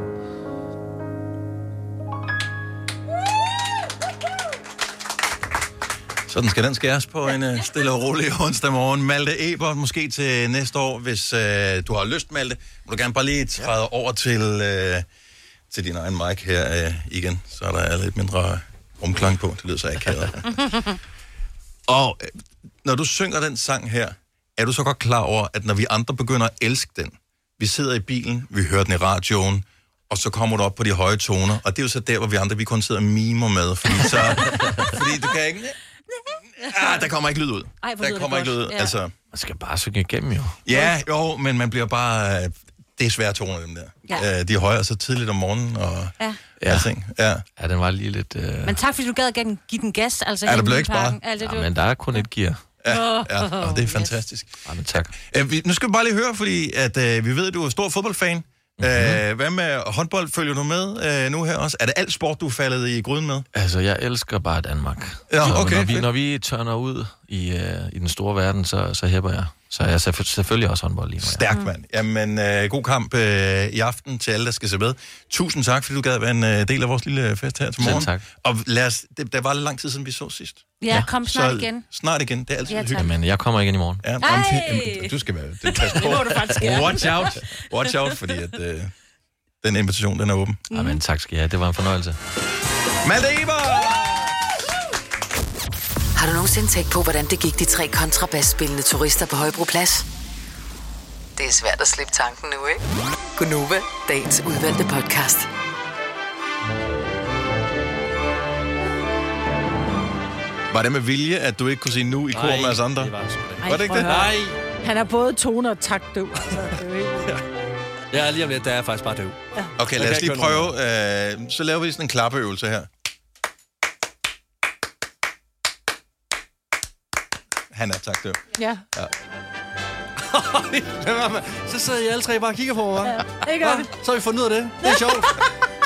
[SPEAKER 1] Sådan skal den skæres på en øh, stille og rolig onsdag morgen. Malte Ebert, måske til næste år, hvis øh, du har lyst, Malte. Må du gerne bare lige træde over til, øh, til din egen mic her øh, igen, så der er lidt mindre rumklang på. Det lyder så akavet. og øh, når du synger den sang her, er du så godt klar over, at når vi andre begynder at elske den, vi sidder i bilen, vi hører den i radioen, og så kommer du op på de høje toner, og det er jo så der, hvor vi andre, vi kun sidder og mimer med, fordi, så, fordi du kan ikke... Ah, der kommer ikke lyd ud.
[SPEAKER 16] Ej, hvor lyder
[SPEAKER 1] der
[SPEAKER 16] det
[SPEAKER 1] kommer ikke
[SPEAKER 16] godt.
[SPEAKER 1] lyd ud.
[SPEAKER 16] Ja.
[SPEAKER 1] Altså,
[SPEAKER 16] Man skal bare synge igennem, jo.
[SPEAKER 1] ja, jo, men man bliver bare... øh, det er svære toner, dem der.
[SPEAKER 3] Ja.
[SPEAKER 1] Ja. Øh, de er højere så tidligt om morgenen og
[SPEAKER 3] Ja.
[SPEAKER 1] ja. alting. Ja.
[SPEAKER 16] ja, den var lige lidt... Øh...
[SPEAKER 3] Men tak, fordi du gad at give den- give den gas. Altså,
[SPEAKER 1] Ja, der
[SPEAKER 3] hen
[SPEAKER 1] blev
[SPEAKER 3] i
[SPEAKER 1] ikke sparet.
[SPEAKER 3] parken. Alt det, du...
[SPEAKER 16] Ja, men der er kun et gear.
[SPEAKER 1] Ja,
[SPEAKER 3] Åh.
[SPEAKER 1] ja, og det er fantastisk.
[SPEAKER 16] Ja, men tak.
[SPEAKER 1] Øh, vi, nu skal vi bare lige høre, fordi at, øh, vi ved, at du er stor fodboldfan.
[SPEAKER 16] Mhm.
[SPEAKER 1] Mm-hmm. Øh, hvad med håndbold? Følger du med øh, nu her også? Er det alt sport, du er faldet i gryden med?
[SPEAKER 16] Altså, jeg elsker bare Danmark.
[SPEAKER 1] Ja,
[SPEAKER 16] Så
[SPEAKER 1] okay,
[SPEAKER 16] Når vi,
[SPEAKER 1] fedt.
[SPEAKER 16] når vi tørner ud i, øh, i den store verden, så, så hæpper jeg. Så jeg er selvfø- selvfølgelig også håndbold lige med.
[SPEAKER 1] Stærk, mand. Jamen, øh, god kamp øh, i aften til alle, der skal se med. Tusind tak, fordi du gad være en øh, del af vores lille fest her til
[SPEAKER 16] Selv
[SPEAKER 1] morgen.
[SPEAKER 16] tak.
[SPEAKER 1] Og lad os, det, der var lang tid siden, vi så sidst.
[SPEAKER 3] Ja, Ja. kom snart
[SPEAKER 1] så,
[SPEAKER 3] igen.
[SPEAKER 1] Snart igen, det er altid
[SPEAKER 3] Ja,
[SPEAKER 1] ja,
[SPEAKER 3] tak.
[SPEAKER 1] hyggeligt.
[SPEAKER 16] Men jeg kommer igen i morgen.
[SPEAKER 1] Ja,
[SPEAKER 3] Ej!
[SPEAKER 1] Jamen, du skal være... Det, pas
[SPEAKER 3] Det
[SPEAKER 1] på.
[SPEAKER 3] må du faktisk gerne.
[SPEAKER 1] Watch out. Watch out, fordi at, øh, den invitation, den er åben.
[SPEAKER 16] Mm. Jamen, tak skal I have. Det var en fornøjelse.
[SPEAKER 1] Malte Eber!
[SPEAKER 5] Har du nogensinde tænkt på, hvordan det gik de tre kontrabasspillende turister på Højbroplads? Det er svært at slippe tanken nu, ikke? Gunova, dagens udvalgte podcast.
[SPEAKER 1] Var det med vilje, at du ikke kunne sige nu i kor med os andre?
[SPEAKER 2] det var sgu da.
[SPEAKER 1] Var det ikke
[SPEAKER 4] prøv
[SPEAKER 1] det?
[SPEAKER 4] at høre. Han er både tone og taktdøv. Altså, det er jo helt-
[SPEAKER 2] Ja, lige om lidt, der er jeg faktisk bare døv.
[SPEAKER 1] Okay, lad os lige prøve. Øh, så laver vi sådan en klappeøvelse her. Han er tak, det
[SPEAKER 4] Ja.
[SPEAKER 1] ja.
[SPEAKER 2] Lad være med- så sidder I alle tre bare og kigger på mig. Ja,
[SPEAKER 4] det gør vi.
[SPEAKER 2] Så har vi fundet ud af det. Det er sjovt.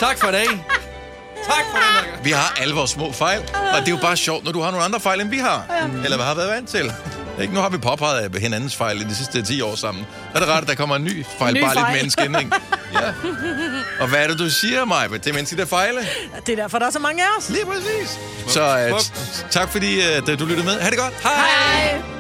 [SPEAKER 2] tak for i dag. Tak for den her gang.
[SPEAKER 1] Vi har alle vores små fejl, og det er jo bare sjovt, når du har nogle andre fejl, end vi har. Eller hvad har været vant til. Ikke? Nu har vi påpeget af hinandens fejl i de sidste 10 år sammen. Så er det rart, at der kommer en ny fejl,
[SPEAKER 4] Ny
[SPEAKER 1] bare
[SPEAKER 4] fejl.
[SPEAKER 1] lidt menneske ind, ikke? Ja. Og hvad er det, du siger, mig? Det er menneske, der fejler.
[SPEAKER 4] Det er derfor, der er så mange af os.
[SPEAKER 1] øh, Lige præcis. Så uh, tak fordi uh, du lyttede med. Ha' det godt. øh, Hej.
[SPEAKER 4] Hej.